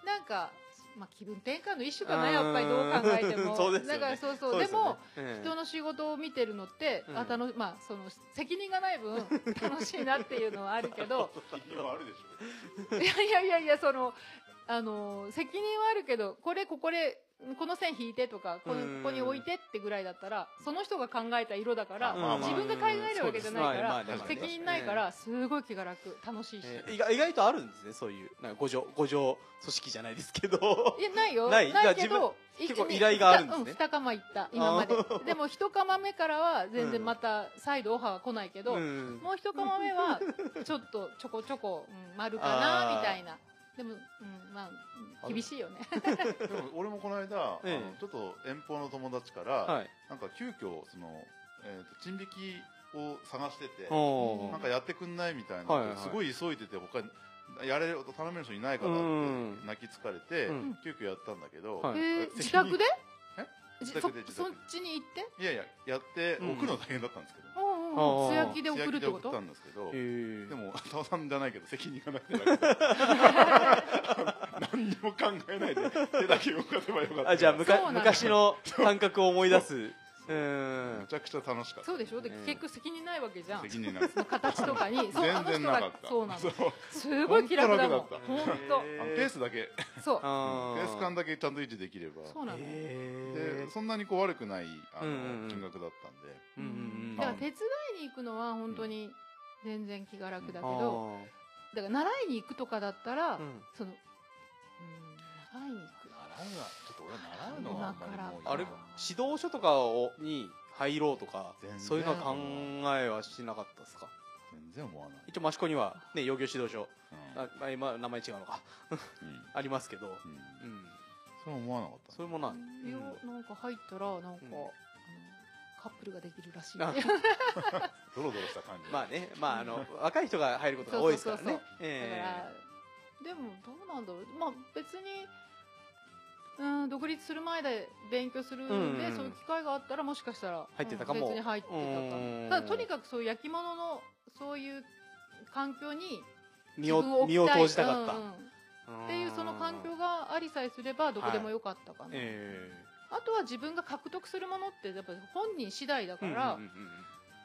S3: なんか、まあ、気分転換の一種かな
S1: うん
S3: やっぱりどう考えて
S1: <laughs>
S3: も
S1: そうですよね
S3: だからそうそう
S1: そう
S3: で
S1: ですよ
S3: も
S1: ね、ええ
S3: 人の仕事を見てるのって、
S1: うん
S3: あたのまあ、その責任がない分
S1: <laughs>
S3: 楽しいなっていうのはあるけど
S2: 今あるでしょ
S3: <laughs> いやいやいやいやそのあの責任はあるけどこれここでこの線引いてとかこの
S1: うん
S3: ここに置いてってぐらいだったらその人が考えた色だから、
S2: あまあまあ
S3: 自分が考えるわけじゃないから、
S1: そうですまあまあ
S2: ね
S3: 責任ないから、すごい気が楽楽しいし、
S1: えー意外意外とあるんですねそういうなんか五条五条組織じゃないですけど
S3: いやないよ
S1: な
S3: ないいけ
S1: じゃあ
S3: ど
S1: 結
S3: 一気
S1: 構
S3: に
S1: 依頼があるんですね
S3: ふたうん、2釜いった今まで
S1: <laughs> あー
S3: でも1釜目からは全
S1: う
S3: 然
S1: ん
S3: また再度オファーは来ないけど、
S1: うん
S3: もう一釜目は、ちょっとちょこちょこ、うん、丸か
S1: あー
S3: な、みたいな。でも、うん、まあ、厳しいよね。
S2: でも俺もこの間、
S1: ええ
S2: あのちょっと遠方の友達から、
S1: はい
S2: なんか急遽その、えー、と賃引きを探してて
S1: おお
S2: なんかやってくんないみたいな、
S1: はいはい
S2: すごい急いでて他にやれる頼める人いないからっ
S1: うん
S2: て泣きつかれて、
S1: うん
S2: 急遽やったんだけど、
S1: はい
S3: え
S2: え
S3: ー、自宅で
S2: え
S3: じ
S2: 自
S3: そ
S2: 宅で自
S3: そっ
S2: 宅で
S3: ちに行って
S2: いやいややって
S1: うん
S2: 送るの大変だったんですけど、
S3: うん
S1: あ
S3: う
S1: ー
S3: ん。素焼きで送るって
S2: 素焼きで送
S3: こ
S2: った
S3: と
S2: んですけど、
S1: え
S2: でも田尾さんじゃないけど責任がなくて楽
S1: <laughs>
S2: だった何にも考えないで手だけ動かせばよかった
S1: あじゃあむ
S2: む
S1: か
S3: そうなんだ
S1: 昔の感覚を思い出すうーん
S2: ちゃくちゃ楽しかった
S3: そうでしょで
S1: ええ
S3: 結局責任ないわけじゃん。
S2: 責任ない
S3: その形と
S2: <laughs>
S3: かに。そう、
S2: 全
S3: あの人
S2: 然なかっ
S3: が
S2: た、
S3: そうなの。
S2: そう
S3: すごい気楽だもん。
S2: 本当楽だった
S3: 本
S1: え
S3: 当。
S2: あのペースだけ
S3: そう。
S1: あ
S2: ペース感
S1: だ
S2: だけちゃんと維持できれば
S3: そうなの。
S1: え
S2: でそんなにこう悪くないあの、
S1: うんうんうん
S2: 金額だったんで
S1: うんうんうん
S3: だから
S1: あ
S3: 手伝いに行くのは本当に全然気が楽だけ
S1: あ
S3: ど、
S1: ー
S3: だから習いに行くとかだったら
S1: う、ん
S3: その、うん、習いに行く。
S2: 習うなちょっと俺は習うのはあんまりもう
S1: あれ指導書とかをに入ろうとか
S2: 全然
S1: そういうのは考えはしなかったですか
S2: 全然思わない、
S1: 一応益子にはね養魚指導書
S2: うん
S1: ああ今名前違うのか
S2: うん
S1: ありますけど
S2: うん
S1: うん
S2: それは思わなかった
S1: それもない
S3: いやなんか入ったらなん
S1: うん
S3: か、あのカップルができるらしい
S1: あ
S3: ね
S2: ドロドロした感じ
S1: まあねまああ
S3: <laughs>
S1: の若い人が入ることが多いですから
S3: そうそ
S1: ね
S3: うそうだか
S1: え
S3: らでもどうなんだろうまあ別にうん独立する前で勉強するん
S1: う
S3: で、
S1: んうん
S3: そういう機会があったらもしかしたら
S1: 入ってたかも
S3: うん別に入ってたか
S1: うん
S3: もただとにかくそういう焼き物のそういう環境に
S1: え身を身を投じたかった
S3: うんうんっていうその環境がありさえすればどこでもよかったかな、
S1: ええ
S3: あとは自分が獲得するものってやっぱ本人次第だから、
S1: うんうんうん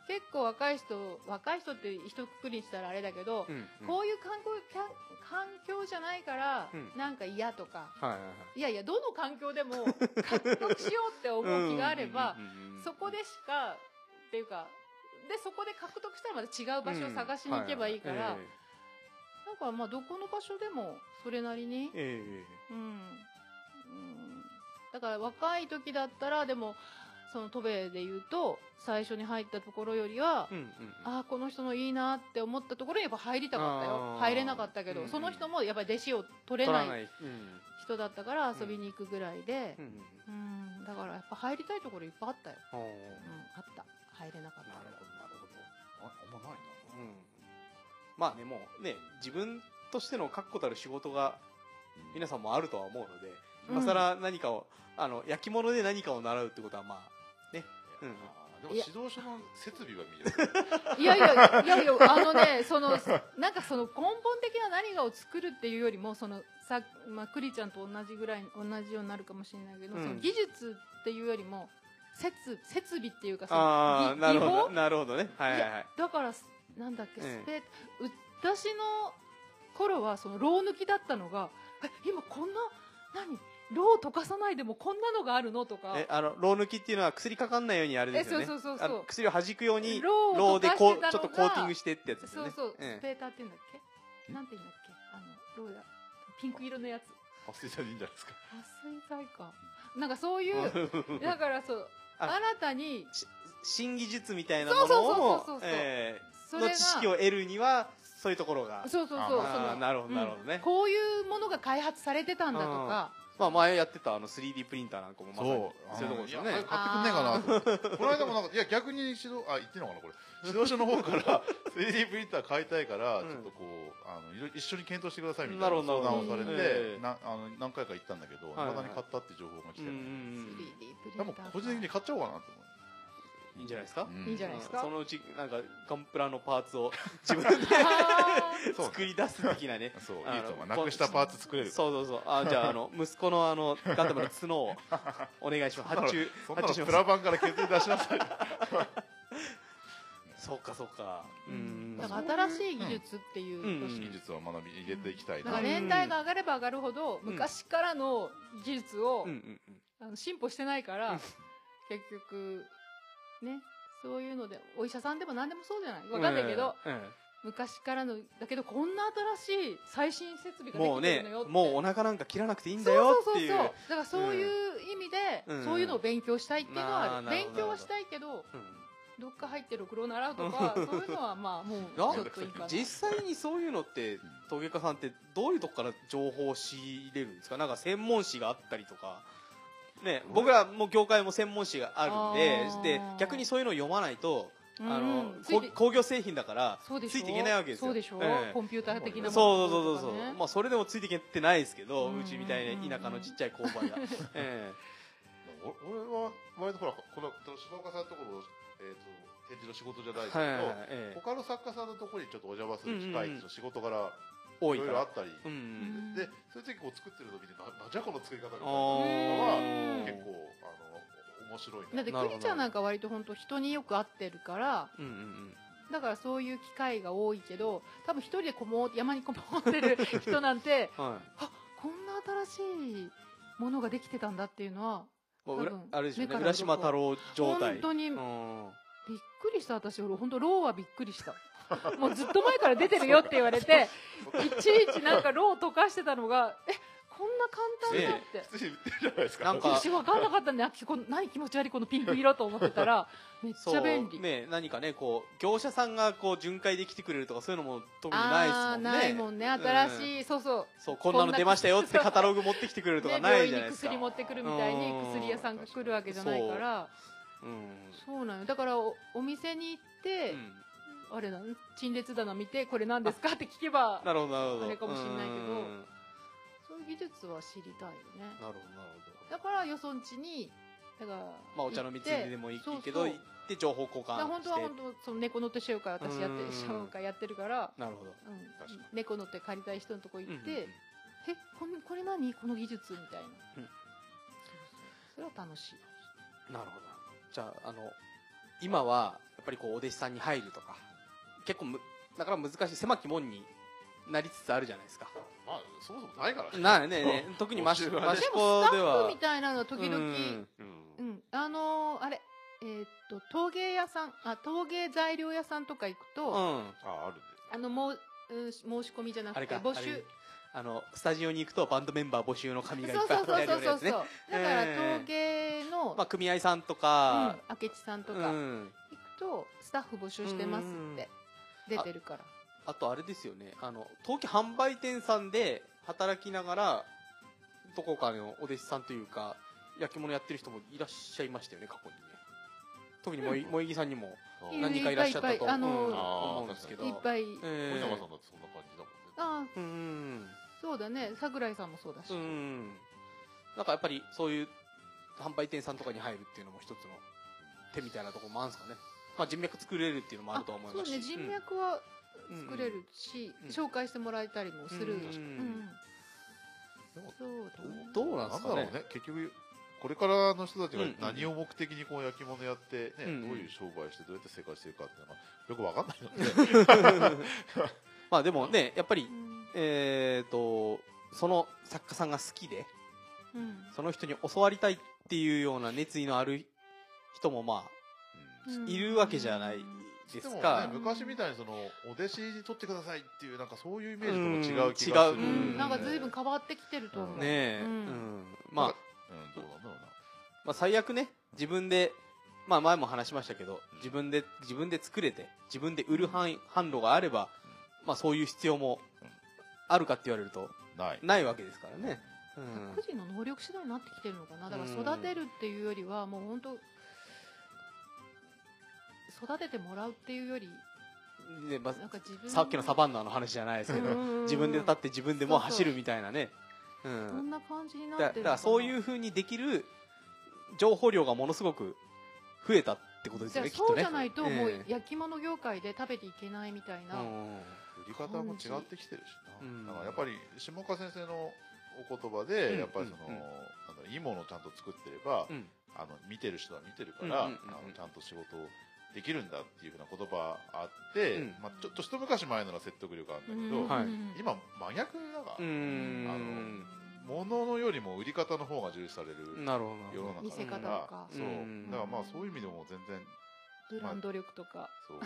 S3: 結構若い人若い人って一括りにしたらあれだけど、
S1: うんうん
S3: こういう環境環環境じゃないから、
S1: うん
S3: なんか嫌とか
S1: はいはいはい
S3: いやいやどの環境で
S1: <laughs>
S3: も獲得しようって思う気があれば、
S1: うんうんうんうん
S3: そこでしかっていうかでそこで獲得したらまた違う場所を探しに行けばいいから、
S1: うんはいはいはい
S3: なんかまあどこの場所でもそれなりに、
S1: えええ
S3: うんうんだから若い時だったらでもその渡米で言うと最初に入ったところよりは
S1: え、うんうんうん
S3: ああこの人のいいなって思ったところにやっぱ入りたかった
S1: あ
S3: よ
S1: ー
S3: 入れなかったけど、
S1: うんうん
S3: その人もやっぱり弟子を取
S1: 取
S3: れ
S1: ら
S3: な
S1: ないいうん
S3: 人だったから遊びに行くぐらいで
S1: う、んうん
S3: うん、だからやっぱ入りたいところいっぱいあったよ、
S1: おー
S3: うん、あった入れなかっ
S1: <laughs> なるほ
S3: た
S1: どなるほど
S2: ああんまないな
S1: うんまあねもうね自分としての確固たる仕事が皆
S2: さ
S1: さんもあるとは思うので
S3: うん
S1: 今更何かを、あの焼き物で何かを習うってことはま
S2: ん
S1: うん
S2: でも指導書の設備は見える
S3: いやいやいやいやあのねそのなんかその根本的な何かを作るっていうよりもそのさ、まあ、クリちゃんと同じぐらい同じようになるかもしれないけど、
S1: うん
S3: その技術っていうよりも設設備っていうかその
S1: ああ
S3: ぎ
S1: なる
S3: 技
S1: ほど
S3: 法
S1: なるほどねはいはいはい
S3: だからすなんだっけス
S1: ええ
S3: ペ、う私の頃はそのろう抜きだったのがえ今こんな何ろう溶かさないでもこんなのがあるのとか
S1: えあのろう抜きっていうのは薬かかんないようにあれですよね
S3: えそうそうそうそう
S1: あの薬を弾くように
S3: ろう
S1: ろう
S3: を溶
S1: で
S3: かしてた
S1: こ
S3: の
S1: う
S3: が
S1: ちょっとコーティングしてってやつです
S3: そ
S1: よね
S3: うそう、
S1: え
S3: スペーターって言うんだっけ
S2: ん
S3: なんて言うんだっけあのローだピンク色のやつ
S2: 発生者でいいんじゃないですか
S3: 撥水剤かなんかそういう
S1: え
S3: だからそう
S1: あ
S3: 新たに
S1: し新技術みたいなもの
S3: そうそうそうそうそ
S1: を
S3: う
S1: え
S3: そ
S1: ー
S3: れ
S1: の
S3: が
S1: 知識を得るにはそういうところが
S3: そうそうそうそ
S2: あー
S3: の
S1: なるほど
S3: うん
S1: なるほどね
S3: こういうものが開発されてたんだとか
S1: まあ前やってたあの 3D プリンターなんかもまさにそういうところですよね
S2: いや買ってくんねえかなと思ってこの間もなんかいや逆に指導あ言ってんのかなこれ指導者の方から 3D プリンター買いたいから、
S1: うん
S2: ちょっとこうあのいろいろ一緒に検討してくださいみたいな
S1: なるほ
S2: 相
S1: ど
S2: 談をされて、
S3: なるほど
S1: ええ
S2: なあの何回か行ったんだけど、
S1: はいはい
S2: 未だに買ったって情報が来
S1: う
S2: て
S1: んう
S2: ない、
S1: ん
S3: 3D プリ
S2: で
S3: ン
S2: も
S3: ター
S2: 個人的に買っちゃおうかなと
S1: うんいいんじゃないですか
S2: 思う、
S3: いいじゃないですか
S1: そのうちなんかガンプラのパーツを <laughs> 自分で
S3: あー
S2: そう
S1: 作り出す的
S2: <laughs>
S1: なね
S2: そう
S1: あの
S2: いいと思うなくしたパーツ作れる
S1: そうそうそうあじゃああの息子のあのガンダムの角をお願いします発注
S2: そんな
S1: 発注し
S2: のプ
S1: ま
S2: ラ版から削り出しなさい
S1: すそうかそうかう
S3: うん
S1: ん
S3: だから新しい技術っていう
S1: うん
S3: とし
S2: 技術を学び入れていきたい
S3: だ
S2: な、
S3: から
S1: ね
S3: 年代が上がれば上がるほど
S1: うん
S3: 昔からの技術を、
S1: うんうんうん
S3: あの進歩してないから、結局ねそういうのでお医者さんでも何でもそうじゃないわかんないけど、
S1: うん
S3: 昔からのだけどこんな新しい最新設備がで
S1: も
S3: き
S1: う
S3: てる
S1: ね
S3: のよって
S1: もうお腹なんか切らなくていいんだよっていう
S3: そうそうそうそうだからそういう意味で、
S1: うん
S3: そういうのを勉強したいっていうのはあ
S1: あー
S3: る
S1: なる
S3: 勉
S1: ほど
S3: 強はしたいけど
S1: うん
S3: どっか入ってる黒習うとかそういうのはまあもうちょっといいかな
S1: 実際にそういうのって陶芸家さんってどういうとこから情報を仕入れるんですかなんか専門誌があったりとか、ね、僕らも業界も専門誌がある
S3: あー
S1: んでで逆にそういうのを読まないとあの、
S3: うんつい
S1: こ
S3: て
S1: 工業製品だから
S3: そうでし
S1: つ
S3: ょ
S1: いていけないわけですよ
S3: そうでしょ、
S1: ええ
S3: コンピューター的なもの
S1: そうそうそうそう、
S3: とかね
S1: まあ、それでもついていけてないですけど、
S3: う
S1: うんちみたいな田舎のちっちゃい工場
S3: <laughs>
S1: が、え
S2: お俺は割とほらこの島岡さんのところ、えー、と展示の仕事じゃないで
S1: え
S2: すけど、
S1: はいはいはいええ
S2: 他の作家さんのところにちょっとお邪魔する機会っていうの仕事から
S1: 多
S2: い
S1: いか
S2: ろいろあ
S1: ら
S2: ったり、
S1: うん、
S3: ん
S2: でそういう時こう作ってる時にななんじゃこの作り方みたいなの
S1: あ
S3: ー
S2: は
S1: ー
S2: 結構あの面白い
S3: だ
S2: な
S3: ってクリちゃんなんか割と本当人によく会ってるから
S1: うんうんうん
S3: だからそういう機会が多いけど多分一人でこも山にこもっ
S1: <laughs>
S3: てる人なんて
S1: はい
S3: あこんな新しいものができてたんだっていうのは
S1: もう
S3: 多
S1: 裏
S3: 分
S1: あれでしょう
S3: 目
S1: ね
S3: から
S1: 浦島太郎状態
S3: 本当に
S1: うん
S3: びっくりした私俺本当ローはびっくりした
S1: <laughs>
S3: もうずっと前から出てるよって言われていちいちなんかロー溶かしてたのがえこんな簡単だって、
S2: 普通に売ってるじゃないですか
S1: なんか
S3: 私分かんなかったんであこの何気持ち悪いこのピンク色と思ってた
S1: <laughs>
S3: らめっち
S1: そ
S3: ゃ
S1: う
S3: 便利、
S1: ね何かねこう業者さんがこう巡回で来てくれるとかそういうのも特にないです
S3: あ
S1: も
S3: あ
S1: ん
S3: ー
S1: ね
S3: ないもんね新
S1: い、
S3: しい、そうそう
S1: そうこんなの出ましたよってカタログ持 <laughs> ってきてくれるとか
S3: ね、
S1: な
S3: 病
S1: い
S3: 院
S1: じゃ
S3: に
S1: ないですか、
S3: 薬持ってくるみたいに
S1: うん
S3: 薬屋さんが来るわけじゃないからそうなのよだからおお店に行って、
S1: うん、
S3: あれだ陳列棚見てこれ何ですかって聞けば
S1: なるほどなるほど
S3: あれかもしんないけど
S1: うん
S3: そういう技術は知りたいよね
S1: なるほどなるほど
S3: だからよそんちにだから
S1: まあお茶の
S3: 行っ
S1: 水
S3: て
S1: でもいい
S3: そうそう
S1: けど行って情報交
S3: だから
S1: 換
S3: 本
S1: し
S3: 当は
S1: て
S3: 本当その猫の手紹介私やって
S1: うん
S3: る紹介やってるから、
S1: なるほど
S3: うん
S2: 確かに、
S3: 猫の手借りたい人のとこ行って、
S1: うんうん
S3: えこんこれ何この技術みた
S1: う
S3: いな、
S1: ん
S3: そうそうそれは楽しい
S1: なるほど。じゃあ、あの、今は、やっぱりこう、お弟子さんに入るとか、結構む、だから難しい、狭き門になりつつあるじゃないです <laughs> か。
S2: まあそもそもないからね
S1: なあねね、特にマシ
S2: 募集はね
S1: マシ
S3: で
S1: コ
S3: もスタ
S1: で
S3: ッフ
S1: は
S3: み。たいなのは時々、
S1: うん
S2: うん
S3: うん、あのーあれ、えーっと、陶芸屋さん、あ、陶芸材料屋さんとか行くと、
S1: うん。
S2: ああるね
S3: あの、もう、うん、申し込みじゃな
S1: あ
S3: く
S1: れ
S3: て、
S1: か、
S3: 募
S1: あ
S3: 集
S1: れ。あの、スタジオに行くとバンドメンバー募集の
S3: そ
S1: 紙
S3: う
S1: がいっぱい
S3: そうそう
S1: 貼ってある
S3: そ
S1: よ
S3: う
S1: うなやつ
S3: そ
S1: ね。
S3: う。だから、
S1: えー
S3: 陶芸の、
S1: まあ、組合さんとか、
S3: うん、明智さんと
S1: う
S3: か、行
S1: ん。
S3: くと、スタッフ募集してますって、出てるから。
S1: あとあれですよね、あの、陶器販売店さんで働きながら、どこかのお弟子さんというか、焼き物やってる人もいらっしゃいましたよね、過去にね。特に萌,、萌木さんにも
S2: あ
S3: い
S2: ー
S3: る
S1: 何かいらっしゃった
S3: いっ
S1: と
S3: ぱいいっぱいあの
S1: うん
S2: あー
S1: 思うんですけど。
S3: いっぱい。
S1: え
S2: 小
S1: え
S2: 山さんだってそんな感じだもんね
S3: あ
S1: う
S3: あ、
S1: んうん
S3: そうだね。桜井さんもそうだし。
S1: うん。うん。なんかやっぱりそういう販売店さんとかに入るっていうのも一つの手みたいなところもあるんですかね。まあ人脈作れるっていうのもあるとは思い
S3: そ
S1: ま
S3: う
S1: すし。
S3: ね、人脈は作れるし、
S1: うん
S3: 紹介してもらえたりもする。
S1: うん
S3: う
S2: でも
S3: んそうだね。
S1: どうなんですかね
S2: だろうね結局これからの人たちが
S1: うん
S2: 何を目的にこう焼き物やって、ね
S1: うん
S2: どういう商売してどうやって生活してるかっていうのがよくわかんないので、
S1: まあでもね、やっぱり
S3: うん
S1: ええっ、と、その作家さんが好きで、
S3: うん
S1: その人に教わりたいっていうような熱意のある人もま
S2: うん
S1: あ、いるわけじゃないです
S2: も
S1: か
S2: ね、。昔みたいにそのお弟子に取ってくださいっていうなんかそういうイメージとも違う気がす
S3: う、
S1: う
S2: る、
S1: ん
S3: なんか
S1: ず
S3: 随
S1: い
S3: 分変わってきてると思う、
S2: うん
S1: ねえ、
S3: う
S1: うんん。まあ、
S2: うんどうなんだろうな
S1: まあ、最悪ね、自分で、まあ前も話しましたけど、自分で、自分で作れて、自分で売る範囲販路があれば、まあそういう必要もあるかって言われると、
S2: ない
S1: ないわけですからね。う
S3: 個
S1: ん。
S3: 人の能力次第になってきてるのかなだから育てるっていうよりはもう本当育ててもらうっていうより
S1: で、まあ
S3: なんか自分
S1: さっきのサバンナの話じゃないですけど、自分で立
S3: た
S1: って自分でもう走るみたいなね。う
S3: そ
S1: ん
S3: ん。な感じになって
S1: だ
S3: る
S1: だからそういううふうにできる情報量がものすごく増えたってことです
S3: じゃ
S1: よね、
S3: あ
S1: きっと
S3: そう
S1: ね。
S3: じゃないと
S1: え
S3: もう
S1: え
S3: 焼き物業界で食べていけないみたいな、
S1: うん
S2: 売り方も違ってきてるしな、
S1: うん
S2: だからやっぱり下岡先生のお言葉で、
S1: うん
S2: やっぱりその、
S1: うんうん
S2: なんだろういいものをちゃんと作ってれば、
S1: うん
S2: あの見てる人は見てるから、
S1: うんうんうんうん
S2: あのちゃんと仕事をできるんだっていうふうな言葉あって、
S1: うん
S2: まあ、ちょっと一昔前なら説得力あるんだけど、
S1: うんはい
S2: 今真逆だから、
S1: うーん
S2: あ物のよりも売り方の方が重視される
S1: なるほどなる
S2: 世
S1: ほ
S2: の
S1: ど
S2: 中
S3: 見せ方とか
S2: そう、
S1: うん
S2: だからまあそういう意味でも全然
S3: ブランド力とか、
S2: そ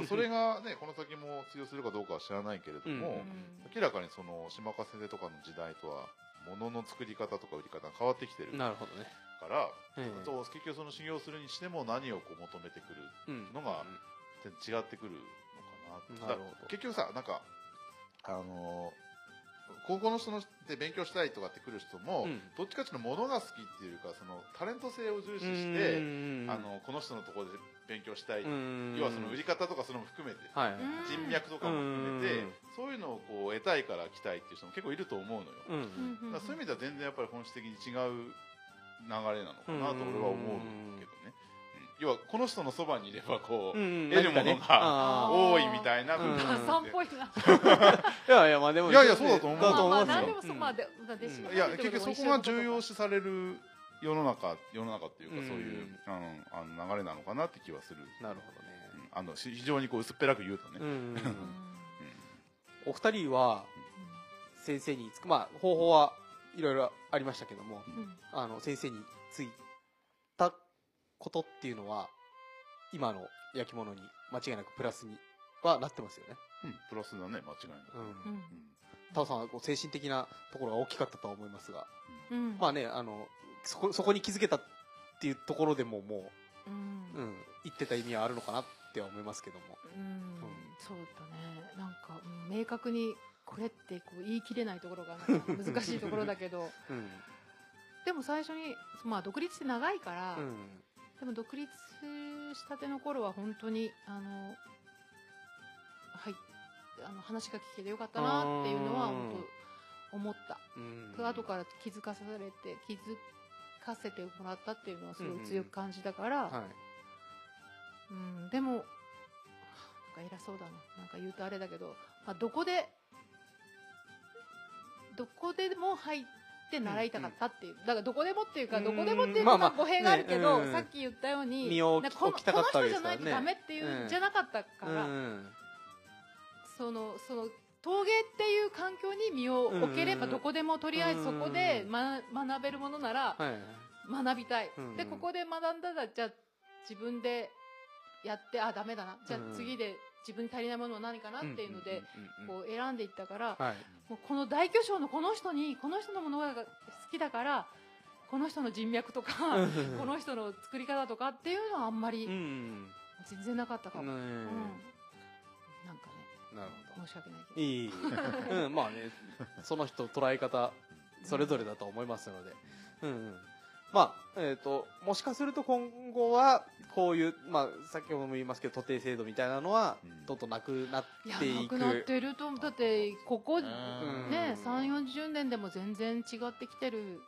S2: うそそれがね <laughs> この先も通用するかどうかは知らないけれども、
S1: うん
S3: うん
S2: 明らかにその島岡先生とかの時代とは物の作り方とか売り方が変わってきてるか
S1: なるほどね、
S2: ら、
S1: ええ
S2: そう結局その修行するにしても何をこう求めてくる
S1: うん
S2: のがって違ってくるのかなって
S1: なるほど
S2: 結局さなんかあのー高校の人ので勉強したいとかって来る人も、
S1: うん
S2: どっちかっていうと物が好きっていうかそのタレント性を重視
S1: う
S2: し
S1: ー
S2: て、
S1: ん
S2: あのこの人のところで勉強したい、
S1: うーん
S2: 要はその売り方とかそれも含めて、
S1: はい、
S3: うん
S2: 人脈とかも含めて、
S1: うん
S2: そういうのをこう得たいから来たいっていう人も結構いると思うのよ、
S1: うん
S3: うんうん
S2: だからそういう意味では全然やっぱり本質的に違う流れなのかなと俺は思うけどね、うん要はこの人のそばにいればこう、
S1: うん
S2: 得るものが
S1: 何かねあ
S2: 多いみたいな部分
S1: うん
S3: お母さんっぽいな。
S1: ーいやいやまあでも
S2: いやいやそうだと思う
S1: だと
S3: ま
S1: 思
S3: あ
S1: いま
S3: まあ
S1: す
S3: 何で
S1: よ
S3: もそうまあで弟子
S1: うん
S2: いや
S3: が
S2: 結
S3: 出てくる
S2: 局
S3: のも
S2: そ
S3: 一
S2: こ
S3: 緒
S2: が
S3: のと
S2: 重要
S3: か
S2: 視される世の中世の中っていうか
S1: うん
S2: そういう、あのあの流れなのかなって気はする、
S1: なるほ
S2: う
S1: ど
S2: んあのし非常にこう薄っぺらく言うとね、
S1: ね、うん
S3: うん
S1: お二人は先生につくまあ方法はいろいろありましたけども
S3: うん
S1: あの先生についたことっていうのは今の焼き物に間違いなくプラスにはなってますよね、
S2: うんプラスだね間違いなく、
S1: う、
S3: うんん
S1: タオさんはこう精神的なところが大きかったとは思いますが
S3: うんうん
S1: まあねあのそこそこに気づけたっていうところでもも
S3: う
S1: う、うんん、言ってた意味はあるのかなっては思いますけども
S3: うんそうだねなんかうん明確にこれってこう言い切れないところがなんか難しいところだけど
S1: うん
S3: でも最初にまあ独立して長いから
S1: うん
S3: でも独立したての頃は本当にあのはいあの話が聞けてよかったなっていうのは本当思った。
S1: うん
S3: 後から気づかされて気づかせてもらったっていうのはすごい強く感じたから、
S1: はい
S3: うんでもはあなんか偉そうだななんか言うとあれだけど、まあ、どこでどこでも入って習いたかったっていう、だからどこでもっていうかどこでもっていう
S1: まあ
S3: の
S1: まあ
S3: が語弊があるけど、
S1: ねうん
S3: さっき言ったように
S1: 身を
S3: なんかこの
S1: 置きたかった
S3: こ
S1: わ
S3: の
S1: け
S3: 人
S1: です
S3: じゃ
S1: から
S3: な
S1: ね
S3: いとダメっていう、
S1: うん
S3: じゃなかったから、
S1: うん
S3: そのその陶芸っていう環境に身を置ければどこでもとりあえずそこで、ま、学べるものなら
S1: はい
S3: 学びたい、
S1: うん
S3: でここで学んだらじゃあ自分でやってあダメだなじゃ
S1: うん
S3: あ次で自分に足りないものは何かなっていうので、
S1: うん
S3: こう選んでいったか
S1: は
S3: ら、
S1: い
S3: もうこの大巨匠のこの人にこの人のものが好きだからこの人の人脈とか、
S1: うん
S3: この人の作り方とかっていうのはあんま
S1: う
S3: り
S1: ん
S3: 全然なかったかも、
S1: ね
S3: うんなんか
S1: えなるほど
S3: ね申し訳ないけど。
S1: いい、う
S2: <laughs>
S1: ん、まあねその人捉え方それぞれだと思いますので、うんうん、まあえっ、ともしかすると今後はこういう、まあ、先ほども言いますけど徒弟制度みたいなのは
S2: うん
S1: どんどんなくなっ
S3: いや
S1: てい
S3: な
S1: く
S3: くなってると思うだってここね
S2: うん
S3: 3 4 0年でも全然違ってきてる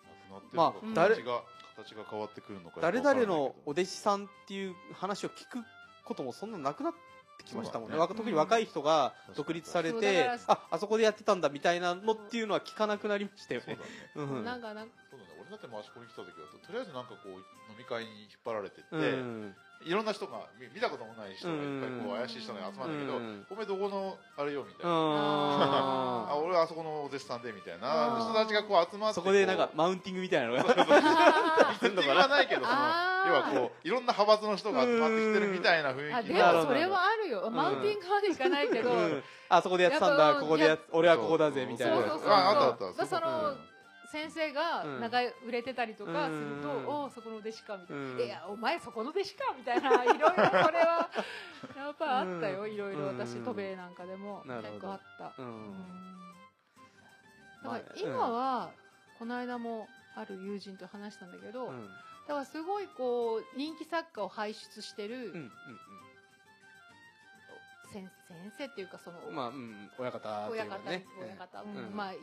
S1: まあ誰
S2: 誰形が形が変わってくるのか
S1: 誰々のお
S2: お
S1: 弟子さんっていう話を聞くこともそんななくなってきましたもんね
S2: そうだね
S1: わ特に若い人が
S2: うん
S1: 独立され
S3: そうだ
S1: て、
S3: から
S1: ああそこでやってたんだみたいなのっていうのは聞かなくなりましたよ
S2: そう
S1: ね
S2: だね。
S1: うんうん <laughs>
S3: なんかなんか
S2: そうだね俺だってマシコに来た時はとりあえずなんかこう飲み会に引っ張られてっ
S1: う
S2: て、
S1: ん
S2: いろんな人が見見たこともない人がいっぱいこう怪しい人が集まるんだけど、
S1: うん
S2: おめえどこのあれよみたいな、
S1: あ
S2: あ俺はあそこのお弟子さんでみたいな
S3: あー
S2: 人たちがこう集まっ
S1: ー
S2: て
S1: そこでなんかマウンティングみたいなのが
S3: あ
S2: 全然はないけどその要
S3: あー
S2: はこういろんな派閥の人が集まってきてるみたいな雰
S3: ーあ
S2: 囲気
S3: でも
S1: なるほど
S3: それはあるよマウンティングまでいかないけど、
S1: うんあそこでやってたん
S3: やっ
S1: だ
S3: ぱ
S1: ここでやっ俺はここだぜ
S2: そう
S1: み
S3: そ
S1: た
S3: う
S1: いな
S3: そうそう
S2: ああったあった
S3: だから
S2: うん
S3: その先生が
S1: うん
S3: 長い売れてたりとかすると、
S1: うん
S3: おうそこの弟子かみたいな、
S1: うん
S3: いやお前そこの弟子かみたいないろいろこれはやっぱあったよ、
S1: うん
S3: いろいろ私
S1: うん
S3: 渡米なんかでも
S1: なるほど
S3: 結構あった、
S1: うん
S3: だから今は、この間もある友人と話したんだけど、
S1: うんう
S3: だ
S1: ん
S3: からすごいこう人気作家を輩出して
S1: うんう
S3: る
S1: ん
S3: 先,、先生っていうかその、
S1: うんまあうん親方とい
S3: 親
S1: うか
S3: 方、
S1: ね
S3: 親方、
S1: ん
S3: うんまあいて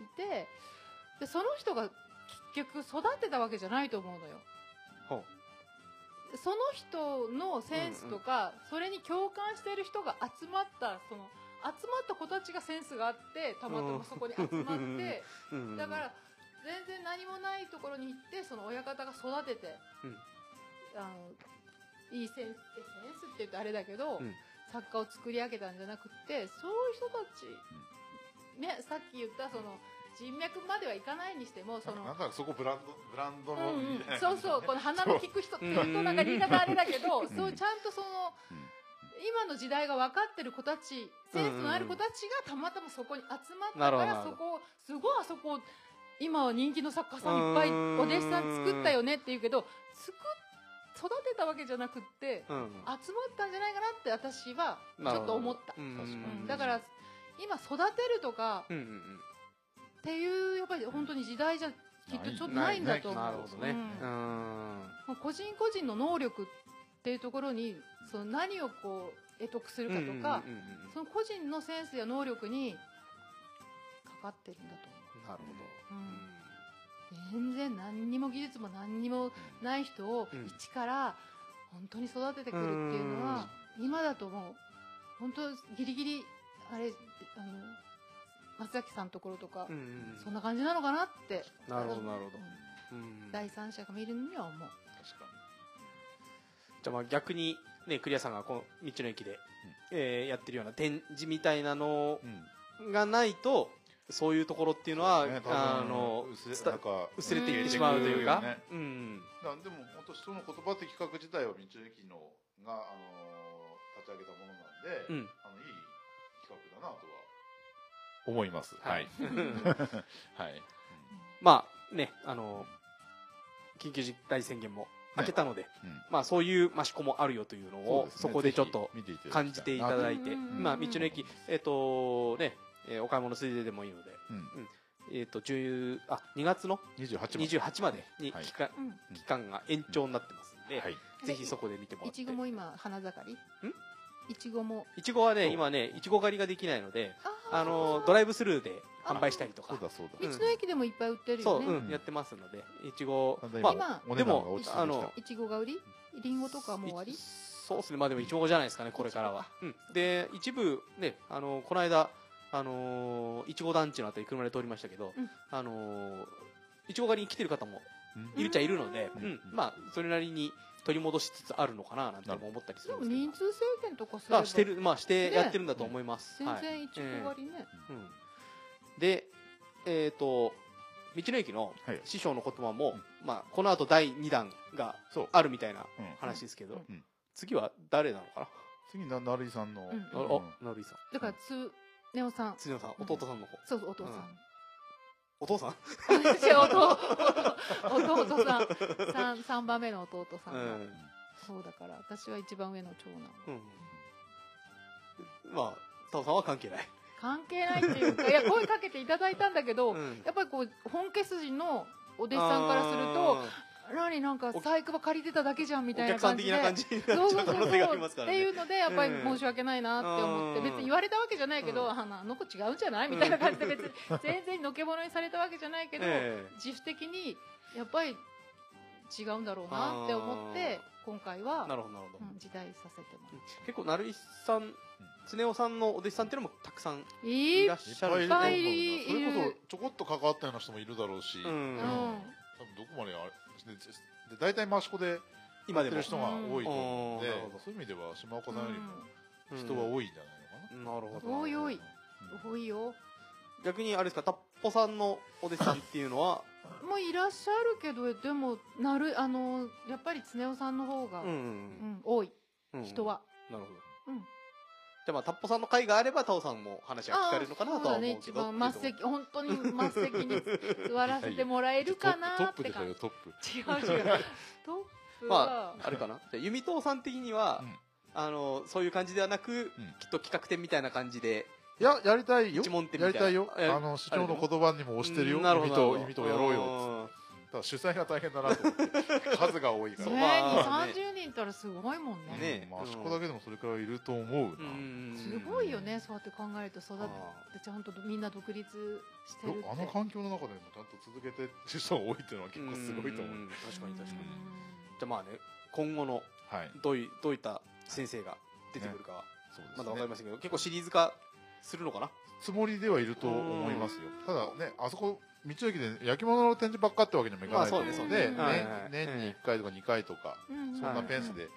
S3: でその人が結局育てたわけじゃないと思うのよ
S1: ほう
S3: その人のセンスとか、それに共感してる人が集まったその集まった子たちがセンスがあってたまたまそこに集まっ
S1: うん <laughs>
S3: て、
S1: うんうん
S3: だから全然何もないところに行ってその親方が育てて、
S1: うん
S3: あのいいセンスえセンスって言うとあれだけど、
S1: うん
S3: 作家を作り上げたんじゃなくってそういう人たち、ね、さっき言ったその人脈まではいかないにしてもそ
S2: なん
S3: の。
S2: かそこブランドブランド
S3: うん
S2: のみ
S3: う
S2: たい
S3: ん、
S2: な、
S3: そうそうこの鼻の利く人って言うとなんか言い方あれだけどそうちゃんとその
S2: うん
S3: 今の時代が分かってる子たちセンスのある子たちがたまたまそこに集まったか
S1: なる
S3: ら
S1: ほど
S3: そこをすごいあそこを今は人気の作家さんいっぱいお弟子さん作ったよねって言うけど作っ育てたわけじゃなくって
S1: うん
S3: 集まったんじゃないかなって私はちょっと思った、
S1: うん
S2: 確か
S3: う
S2: に
S3: んだから今育てるとか
S1: うんうんうん
S3: っていうやっぱり本当に時代じゃきっとちょっとないんだと思う
S1: なるほどね
S3: う
S1: うんん
S3: もう個人個人の能力っていうところにその何をこう得得するかとか、
S1: うんうんうんうん
S3: その個人のセンスや能力にかかってるんだと
S1: なる
S3: 思
S1: ほど
S3: う、全然何にも技術も何にもない人を
S1: うん
S3: 一から本当に育ててくるっていうのは今だと思う本当ギリギリあれあの松崎さんのところとか、
S1: うんうんうん
S3: そんな感じなのかなって
S1: なるほどなるほど
S3: うん
S1: うん
S3: 第三者が見るには思う
S2: 確か
S1: じゃあまあ逆にねクリアさんがこの道の駅で、えーやってるような展示みたいなの
S2: に、
S1: がないとそういうところっていうのは、
S2: そうね多分
S1: あの
S2: 薄
S1: つた
S2: なんか
S1: 薄れていってしまうという
S2: う
S1: か、
S2: んね
S1: うん
S2: だでも本当人の言葉って企画自体は道の駅のが、あのー立ち上げたものなんで、
S1: うん
S2: あのいい企画だなとは思います
S1: はい <laughs>
S2: はい、はい
S1: まあねあの緊急事態宣言も明けたので、
S2: うん
S1: まあ、そういう益子もあるよというのをそ,、こでちょっと感じていただいて、
S3: うんうんうん
S1: まあ、道の駅、えっとねえーお買い物ついででもいいので、えっと10あ2月の
S2: 28番
S1: 28までに期間,、
S3: うん
S1: 期間が延長になってますんで、
S2: はい
S1: ぜひそこで見てもら
S3: い
S1: って
S3: ちごも今花盛りいちごも
S1: いちごは
S2: そ
S1: ね
S2: う
S1: 今ねいちご狩りができないので
S3: ー
S1: あのドライブスルーで販売したりと
S2: そ
S1: か
S2: うだそう
S1: う
S2: だ
S1: ん
S3: 道の駅でもいっぱい売ってる
S1: そ
S3: よ
S1: う、
S3: ね、
S1: うん、やってますのでいちご
S2: 完全に
S1: まあ
S3: 今
S2: お値段が落ちてきた
S1: でもあの
S3: いちごが売りりんごとかもう終わ
S1: い
S3: り
S1: そうですねまあでもいちごじゃないですかねこれからは、うん、で一部ねあのこの間あのーいちご団地のあたり車で通りましたけど、
S3: うん
S1: あのーいちご狩りに来てる方も
S2: うん
S1: いるっちゃいるので、う
S2: うんん
S1: まあそれなりに取り戻しつつあるのかななんても思ったりす
S3: で
S1: るんで
S3: も
S1: すけど
S3: 人数制限とかすれば
S1: あしてるまあして
S3: ね
S1: やってるんだと思います、
S3: 全
S1: はい
S3: 然いちご割りね、
S1: うんでえっ、と道の駅の
S2: はい
S1: 師匠の言葉も、
S2: うん
S1: まあこの後第2弾が
S2: そう
S1: あるみたいな
S2: うん
S1: 話ですけど、
S3: うん
S2: うん
S1: 次は誰なのか
S2: 次な成井さんの、
S3: うん
S1: な、あ
S2: うん
S1: あなるいさん
S3: だからつねおさん
S1: 辻野さん
S3: うん
S1: 弟さんの方、
S3: そうそうお父さ
S1: お父さん、
S3: ん、 <laughs> 私は弟弟弟さん三三番目の弟さん
S1: う
S3: が、
S1: ん
S3: そうだから私は一番上の長男
S1: うん、まあタオさんは関係ない、
S3: 関係ないっていうかいや声かけていただいたんだけど、
S1: うん
S3: やっぱりこう本家筋のお弟子さんからすると何なんか細工場借りてただけじゃんみ
S1: み
S3: た
S1: た
S3: い
S1: い
S3: な
S1: な
S3: 感
S1: 感
S3: じ
S1: じ
S3: で
S1: お客さん的な感じに
S3: そう
S1: なっちゃう可
S3: そうそう
S1: 能性がありますから
S3: って
S1: ね
S3: いうのでやっぱり申し訳ないなって思って、
S1: うん
S3: 別に言われたわけじゃないけど、
S1: うん
S3: あのあの子違うんじゃないみたいな感じで別に全然のけぼのにされたわけじゃないけど、
S1: ええ
S3: 自主的にやっぱり違うんだろうなって思って今回は
S1: な、るほどなるほど、
S3: うん、辞退させてもら
S1: 結構成井さん常雄さんのお弟子さんっていうのもたくさん
S3: う
S1: い
S3: い
S1: らっしゃる
S3: いっぱいいる
S2: それこそちょこっと関わったような人もいるだろうし、
S1: うん
S3: うん
S2: 確多分どこまであれでで大体益子でや
S1: 今
S2: っ
S1: で
S2: て
S1: も
S2: る人が多いと思うので
S1: うんあーなるほど
S2: そういう意味では島岡
S3: う
S2: さんよりも
S3: ん
S2: 人は多いんじゃないのかな、
S1: うんなるほど
S3: 多い多い
S2: うん
S3: 多いよ
S1: 逆にあれですかタッポさんのお弟子さんっていうのは
S3: もういらっしゃるけどでもなるあのやっぱり常雄さんの方が、
S1: うん
S3: うん
S1: うん
S3: 多い
S1: うん、うん
S3: 人は、
S1: なるほど
S3: うん
S1: じゃあまあタッポさんの会があればタオさんも話が聞かれるのかなとは思うけど
S3: ああそうだね一番末席本当に末席に座らせてもらえるかなって感じ
S2: トップで
S3: 違う違うトップは
S1: ま、ああれかなじゃあ弓藤さん的には、
S2: うん
S1: あのそういう感じではなく、きっと企画展みたいな感じで
S2: しょいややりたいよ
S1: 一問ってみた
S2: や
S1: い
S2: りたいよ
S1: え
S2: あの市長の言葉にも押してるよ
S1: うんなるほ
S2: 意味と
S1: ど
S2: 意味とやろうよ
S1: よ
S2: ただ主催が大変だなと思って数が多い
S3: <laughs>
S2: から
S3: ね
S1: そう
S3: え、
S1: まあね
S3: 30人いたらすごいもんね
S1: ね
S2: うんまあ、あそこだけでもそれくらいいると思うな、
S3: すごいよねそうやって考えると育
S1: あ
S3: てちゃんとみんな独立してるっ
S2: よ
S3: て
S2: あの環境の中でもちゃんと続けてる人が多いっていうのは結構すごいと思う、
S1: んん確かに確かにじ
S3: うん
S1: ゃあまあね今後の
S2: はい
S1: どういどういった先生が出てくるかは
S2: そうです
S1: ま
S2: ね
S1: だわかりませんけど、結構シリーズ化するのかな
S2: つもりではいると思いますよただねあそこ道の駅で焼き物の展示ばっかってわけにもいかないと思う
S3: まあそ
S2: の
S3: うです
S2: で
S3: ね
S2: ね
S3: は
S1: は
S3: い
S1: いはい
S2: 年に1回とか2回とか
S3: うう
S2: そんなペースで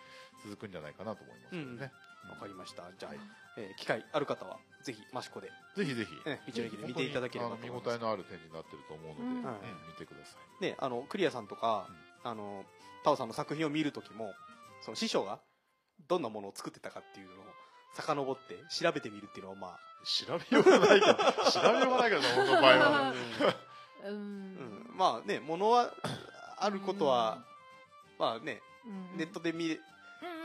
S2: 続くんじゃないかなと思いますけどね、うん
S1: わかりましたじゃあ、
S3: はい
S1: えー機会ある方はぜひ益子で、
S2: ぜひぜひ
S1: えー道の駅で見ていただければ
S2: 本
S1: と
S2: 当にあ
S1: 思い
S2: の見応
S1: ま
S2: え
S1: す
S2: のある展示になってると思うので、
S3: うん
S1: はい
S2: うん見てくださ
S1: ねあのクリアさんとか、あのタオさんの作品を見る時もその師匠がどんなものを作ってたかっていうのを遡って調べてみるっていうのはまあ
S2: い調べようがないから <laughs> 調べようがないからね僕の場合は
S3: あうん
S1: うんまあね物はあることは、まあね
S3: うん
S1: ネットで見れ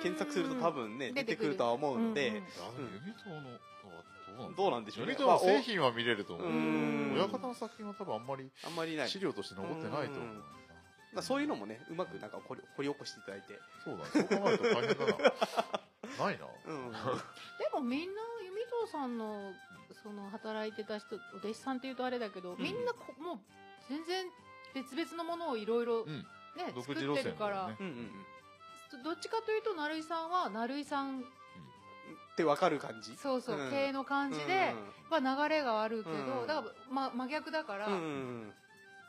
S1: 検索すると多分ね、
S3: うん
S1: 出てくるとは思うので、
S3: うんうん
S2: あでも弓塔のあ
S1: どうなんでしょうね
S2: 弓塔の製品は見れると思う、
S1: う
S3: うん
S1: ん
S2: 親方の作品は多分あんまり
S1: あんまりない
S2: 資料として残ってないと思うな、
S1: うんまあそういうのもねうまくなんか掘り掘り起こしていただいて、
S2: そうだね。そう考えると大変だな。ないな。
S1: うん、
S3: でもみんな弓藤さんのその働いてた人お弟子さんっていうとあれだけど、
S1: ん
S3: みんなこもう全然別々のものをいろいろ
S2: うん
S3: ね、
S2: 独
S3: 作っ
S2: 自
S3: て
S2: 路線
S3: るから、
S2: だよね
S1: うんうんうん
S3: どっちかというと成井さんは成井さん
S1: ってわかる感じ
S3: そうそう、
S1: うん
S3: 系の感じで、まあ、流れがあるけど、
S1: うん
S3: だから、ま、真逆だから、
S1: うんうんうん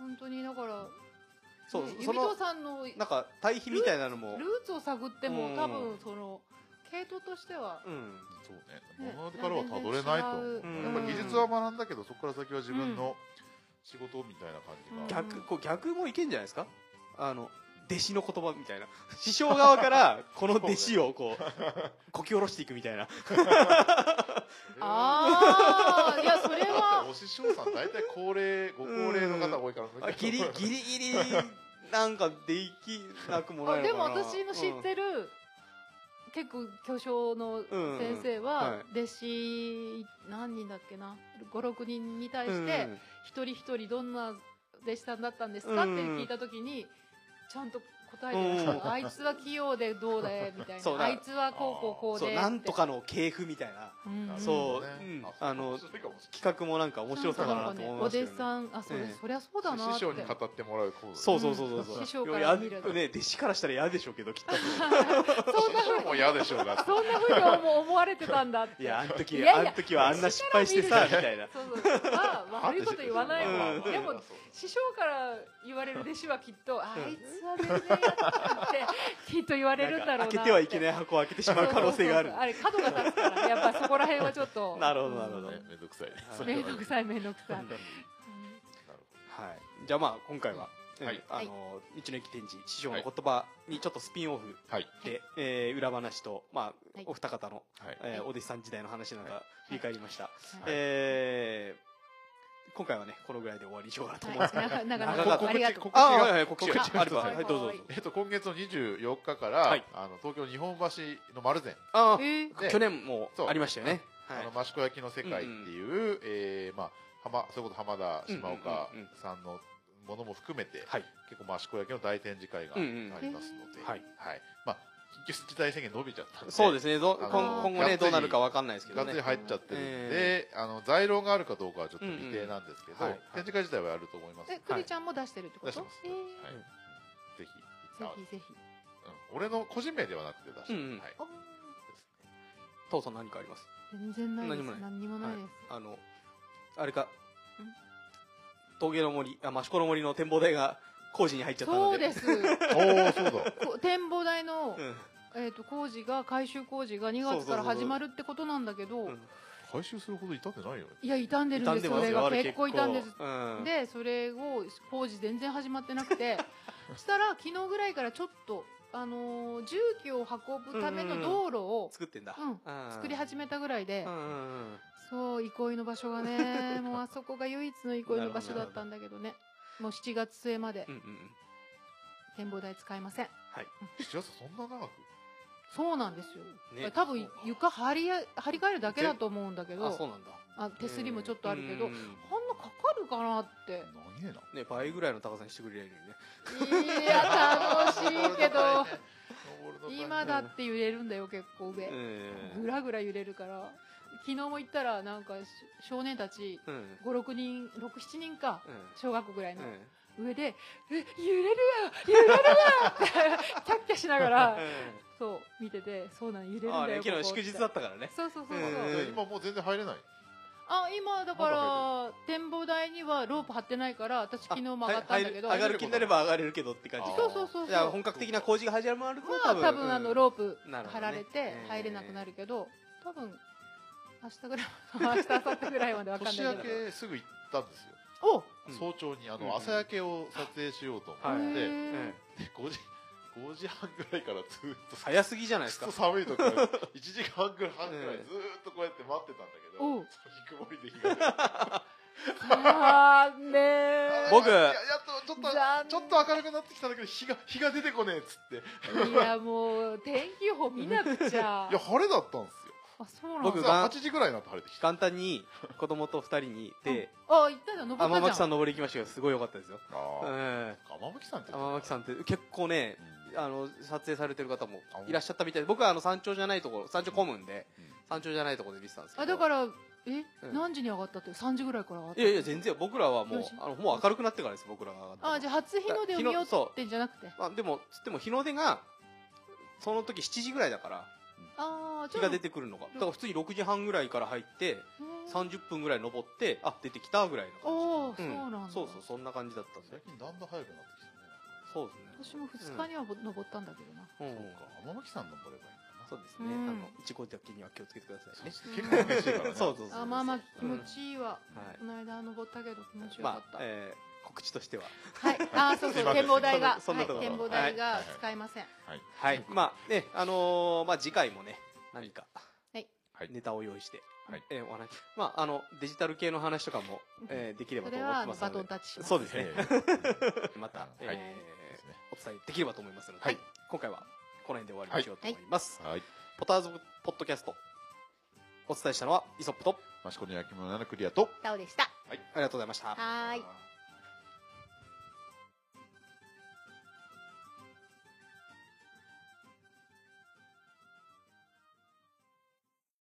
S3: 本当にだから、ね、
S1: そう
S3: 弓
S1: その
S3: 藤さんのル
S1: なんか対比みたいなのも
S3: ーツを探っても、
S1: うん
S3: 多分その系統としては、
S1: うん
S2: そう
S3: ね
S2: ね。物からは辿れないと思う。
S1: 然違う
S2: やっ
S3: 全
S2: ぱり技術は学んだけど、そこから先は自分の仕事みたいな感じが。
S1: 逆こう逆もいけんじゃないですかあの弟子の言葉みたいな <laughs> 師匠側からこの弟子をこう
S3: <laughs>
S1: こき下ろしていくみたいな
S3: ああいやそれ
S2: だ
S3: は
S2: ってお師匠さん大体高齢、ご高齢の方多いから
S1: あギリギリギリなんかできなくもな
S3: あ
S1: いの
S3: で
S1: かな
S3: も私の知ってる、結構巨匠の先生
S1: うんうん
S3: は
S1: は
S3: 弟子何人だっけな56人に対
S1: うん
S3: して一人一人どんな弟子さんだったんですかって聞いた時にちゃんと答えてる
S1: うん
S3: 人あいつは器用でどうでみたい
S1: そうだ
S3: なあいつはこうこうこうで
S1: そう
S3: って
S1: なんとかの系譜みたいな
S3: うん
S2: なる
S1: そ
S2: ほ
S1: う
S2: どね
S1: うん
S2: あ
S1: あの
S2: 面白いかもし
S1: 企画もなんか面白そうだな
S3: ちゃん
S1: と
S3: となんかね
S1: 思い
S3: お
S1: ま
S3: 弟
S1: すよ
S3: 子
S1: ね
S3: さんあそれ、
S1: ええ
S3: そりゃそうだ
S2: れな。
S3: ないっ
S2: 師匠
S3: て
S2: に語ってもらう方
S1: そうそうそうそうそう、
S3: うん師匠から
S1: いや
S3: 見ると
S1: ね弟子からしたら嫌でしょうけどきっと
S3: そんな
S2: 師匠も嫌でしょうだって。
S3: そんなふうに思思われてたんだって
S1: いやあん時
S3: いやいや
S1: あん時はあんな失敗してさ
S3: 弟子
S1: み
S3: か
S1: たいな
S3: そうそうまあ <laughs> 悪いこと言わない
S1: わ
S3: も
S1: うん
S3: んでも師匠から言われる弟子はきっとあいつは全然やったってきっと言われるんだろうな
S1: なんか開けてはいけない箱を開けてしまう可能性がある
S3: そうそうそうあれ角が立つからねやっぱそこら辺はちょっと
S1: なるほどなるほど
S2: ねめんどくさい。
S1: ほど
S3: 面倒くさい面倒くさい、
S2: なるほど
S1: はい、じゃあまあ今回は、えー
S2: はい
S1: あの道の駅展示師匠の言葉にちょっとスピンオフ
S2: はい。
S1: で、えー裏話と、まあ
S3: はい
S1: お二方の、
S2: はい。
S1: えー
S3: はい
S1: お弟子さん時代の話なんか
S3: い
S1: 振り返りました、
S3: はい
S1: えー今回はねこのぐらいで終わりにしようかなと思います、
S3: はい、長々
S1: 長々
S3: とありがとう
S2: 告知
S1: <laughs> あはいはい告知
S2: 告
S1: が
S2: 知が
S1: あればはい
S3: はい
S1: どうぞどうぞ
S2: えっと、今月の24日から、
S1: はい
S2: あの東京日本橋の丸善、
S1: あ
S3: え
S1: ー
S3: ー
S2: で
S1: 去年も
S2: そう
S1: ありましたよねはい
S2: あの益子焼の世界っていう、えーまあ、浜それこそ浜田島岡
S1: うんうんうん
S2: さんのものも含めて、
S1: はい
S2: 結構益子焼の大展示会があ
S1: うん
S2: り
S1: うん
S2: ますので、
S1: はい
S2: まあ、緊急事態宣言伸びちゃったんで
S1: そうですすねど
S2: あの
S1: 今今後
S2: がっつ
S1: ね
S2: り
S1: どうなるかわかんないですけ
S2: が
S1: ど
S2: っ
S1: ね
S2: つり入っちゃってるんで、
S1: え
S2: あの在廊があるかどうかはちょっと未定なんですけど、
S1: うんうんはい
S2: 展示会自体はやると思います
S3: え栗ちゃんも出してるってこ
S2: 出
S3: と、
S2: します、
S3: えー
S2: はい
S1: うん
S2: ぜひ
S3: ぜ
S2: あ
S3: ひぜひ
S2: うん俺の個人名ではなくて出して、
S1: うんうん
S2: はい
S3: あー
S1: 父さん何かあります
S3: 全然ないです
S1: 何もない
S3: 何にもないです、
S1: あのあれか峠の森あ益子の森の展望台が工事に入っちゃった
S3: そ
S1: の
S3: う
S1: で
S3: です
S2: おおそうだ
S3: こ展望台の、
S1: うん
S3: えー、と工事が改修工事が2
S1: そうそう
S3: 月
S1: そう
S3: から始まるってことなんだけど
S1: うん
S2: 回収するほど痛くないよね
S3: いや傷んでるん
S1: 傷ん
S3: です
S1: で
S3: そ
S1: ます
S3: れ
S1: よ
S3: が
S1: あれ
S3: 結構傷んでる
S1: うん
S3: でそれを工事全然始まってなくてしたら昨日ぐらいからちょっと、あのー重機を運ぶための道路を
S1: 作ってんだ
S3: うん作り始めたぐらいで、
S1: めうんうんうん
S3: そう憩いの場所
S1: <laughs>
S3: がねもうあそこが唯一の憩いの場所だったんだけどねもう7月末まで
S1: うんうん
S3: 展望台使いません
S2: 7月そんな長く
S3: そうなんですよ、
S1: ね
S3: 多分床張りや張り替えるだけだと思うんだけど
S1: あそうなんだ
S3: あ手すりもちょっとあるけ
S1: う
S3: ど、あん
S1: ん
S3: なかかるかなって
S2: 長えな
S1: ね倍ぐらいの高さにしてくれるようにね
S3: いや楽しいけ
S1: <laughs>
S3: ど
S2: 登るの大変
S3: 今だって揺れるんだよ結構上、
S1: うん
S3: ぐらぐら揺れるから昨日も行ったらなんかし少年たち
S1: うん
S3: 56人67人か
S1: うん
S3: 小学校ぐらいの、
S1: うん
S3: 上で「え揺れるや揺れるや!」ってキャッキャしながらそう見ててそうなん揺れるん
S1: あ
S3: だ
S1: ね
S3: よ
S1: 昨日
S3: ここ
S1: 祝日だったからね
S3: そうそうそうそう、
S1: うん
S2: いや今もう全然入れない
S3: あ今だから展望台にはロープ張ってないから私昨日も上がったんだけど
S1: はいはい上がる気になれば上がれるけどって感じ
S2: あ
S3: そうそうそう
S1: じゃ
S3: そ
S1: あ
S3: う
S1: 本格的な工事が始まると
S3: ま
S1: 多
S3: あ
S1: 分
S3: 多分あのロープ
S1: なるほ
S3: 張
S1: どね
S3: られて
S1: えー
S3: 入れなくなるけど多分明日ぐらい明日明後日ぐらいまでわかんないけ
S2: 年
S3: ど
S2: 明けすぐ行ったんですよ
S3: お
S1: うん
S2: 早朝にあ
S1: うん
S2: の朝焼けを撮影しようと思
S1: は
S2: っ
S1: い
S2: て、
S3: へ
S2: で
S3: ー
S2: 5時5時半ぐらいからずーっとず
S1: 早すぎじゃないです
S2: っ
S1: か
S2: と寒いとこから1時間半ぐらい半ぐらい
S1: うん
S2: ずーっとこうやって待ってたんだけど、
S3: おう
S2: その日曇りで日が出て
S3: あーねー
S1: 僕
S2: いややっとちょっと
S3: 残念
S2: ちょっと明るくなってきたんだけど日が日が出てこねえっつってい
S3: いやもう天気予報見なくち
S1: <laughs>
S3: ゃ
S2: や晴れだったんですよ
S3: あそうなんだ
S1: 僕
S2: 実
S1: が
S2: は8時ぐらいになって晴れてきた
S1: 簡単に子供と二人に行って
S3: あ行ったじゃん登
S1: 天
S3: った
S1: 巻
S3: じゃ
S1: さ
S3: ん
S1: ん登り行きましたけどすごい良かったですよう
S2: あ
S1: ん
S2: あ天巻さんって
S1: 天巻さんって結構ねあの撮影されてる方も
S2: あほん
S1: いらっしゃったみたいで僕はあの山頂じゃないところ山頂混むんで
S2: うん
S1: 山頂じゃないところで見てたんですけど
S3: あだからえ、
S1: うん
S3: 何時に上がったって3時ぐらいから上がった
S1: いやいや全然僕らはもう
S3: よし
S1: あのもう明るくなってからです僕らが上がったの
S3: あじゃあ初日の出を見ようってんじゃなくて
S1: まあ、でもつっても日の出がその時7時ぐらいだから
S3: ああ
S1: 日が出てくるのがだから普通に6時半ぐらいから入って30分ぐらい登ってあ出てきたぐらいの
S3: おおー、
S1: 感じ、
S3: そうなんだ
S1: そうそうそんな感じだったんで
S2: 最近だんだん早くなってき
S1: そうですね
S3: 私も2日にはぼ登ったんだけどな、
S1: うん
S2: たねそうか天巻さん登ればいいんだな
S1: そうですね、
S3: うん
S1: あの事故だけには気をつけてくださいね
S2: そう結構嬉しいから
S1: <laughs>
S2: ね
S1: そうそうそう
S3: あまあまあ気
S1: うん
S3: 持ちいいわ、
S1: はい
S3: この間登ったけど気持ちよか
S1: ま
S3: った、
S1: あ、えー告知と <laughs> しては
S3: はいあーそう
S2: す
S3: そ
S2: いうません
S3: 展望台が
S1: そんなとこ
S3: はい、
S1: ろ
S3: 展望台
S2: はい
S3: が
S2: はいはい
S3: 使えません、
S2: はい
S1: はいまあねあのーまあ次回もね何か
S3: はい
S2: はい
S1: ネタを用意して、
S2: はい
S1: えーお話まああのデジタル系の話とかも、えーできれば
S3: そ
S1: と
S3: れ
S1: 思っ
S3: はあ
S1: てま
S3: の
S1: すの
S3: バ
S1: で
S3: トンタッチします
S1: そうですね
S2: ええ
S1: また、えー
S2: はい
S1: お伝えできればと思いますので、
S2: はい
S1: 今回はこの辺で終わりにしようと思います、
S2: はい
S1: ポターズポッドキャストお伝えしたのはイソップと
S2: 益子の焼き物ならクリアと
S3: タオでした
S1: ありがとうございました
S3: はーい
S2: い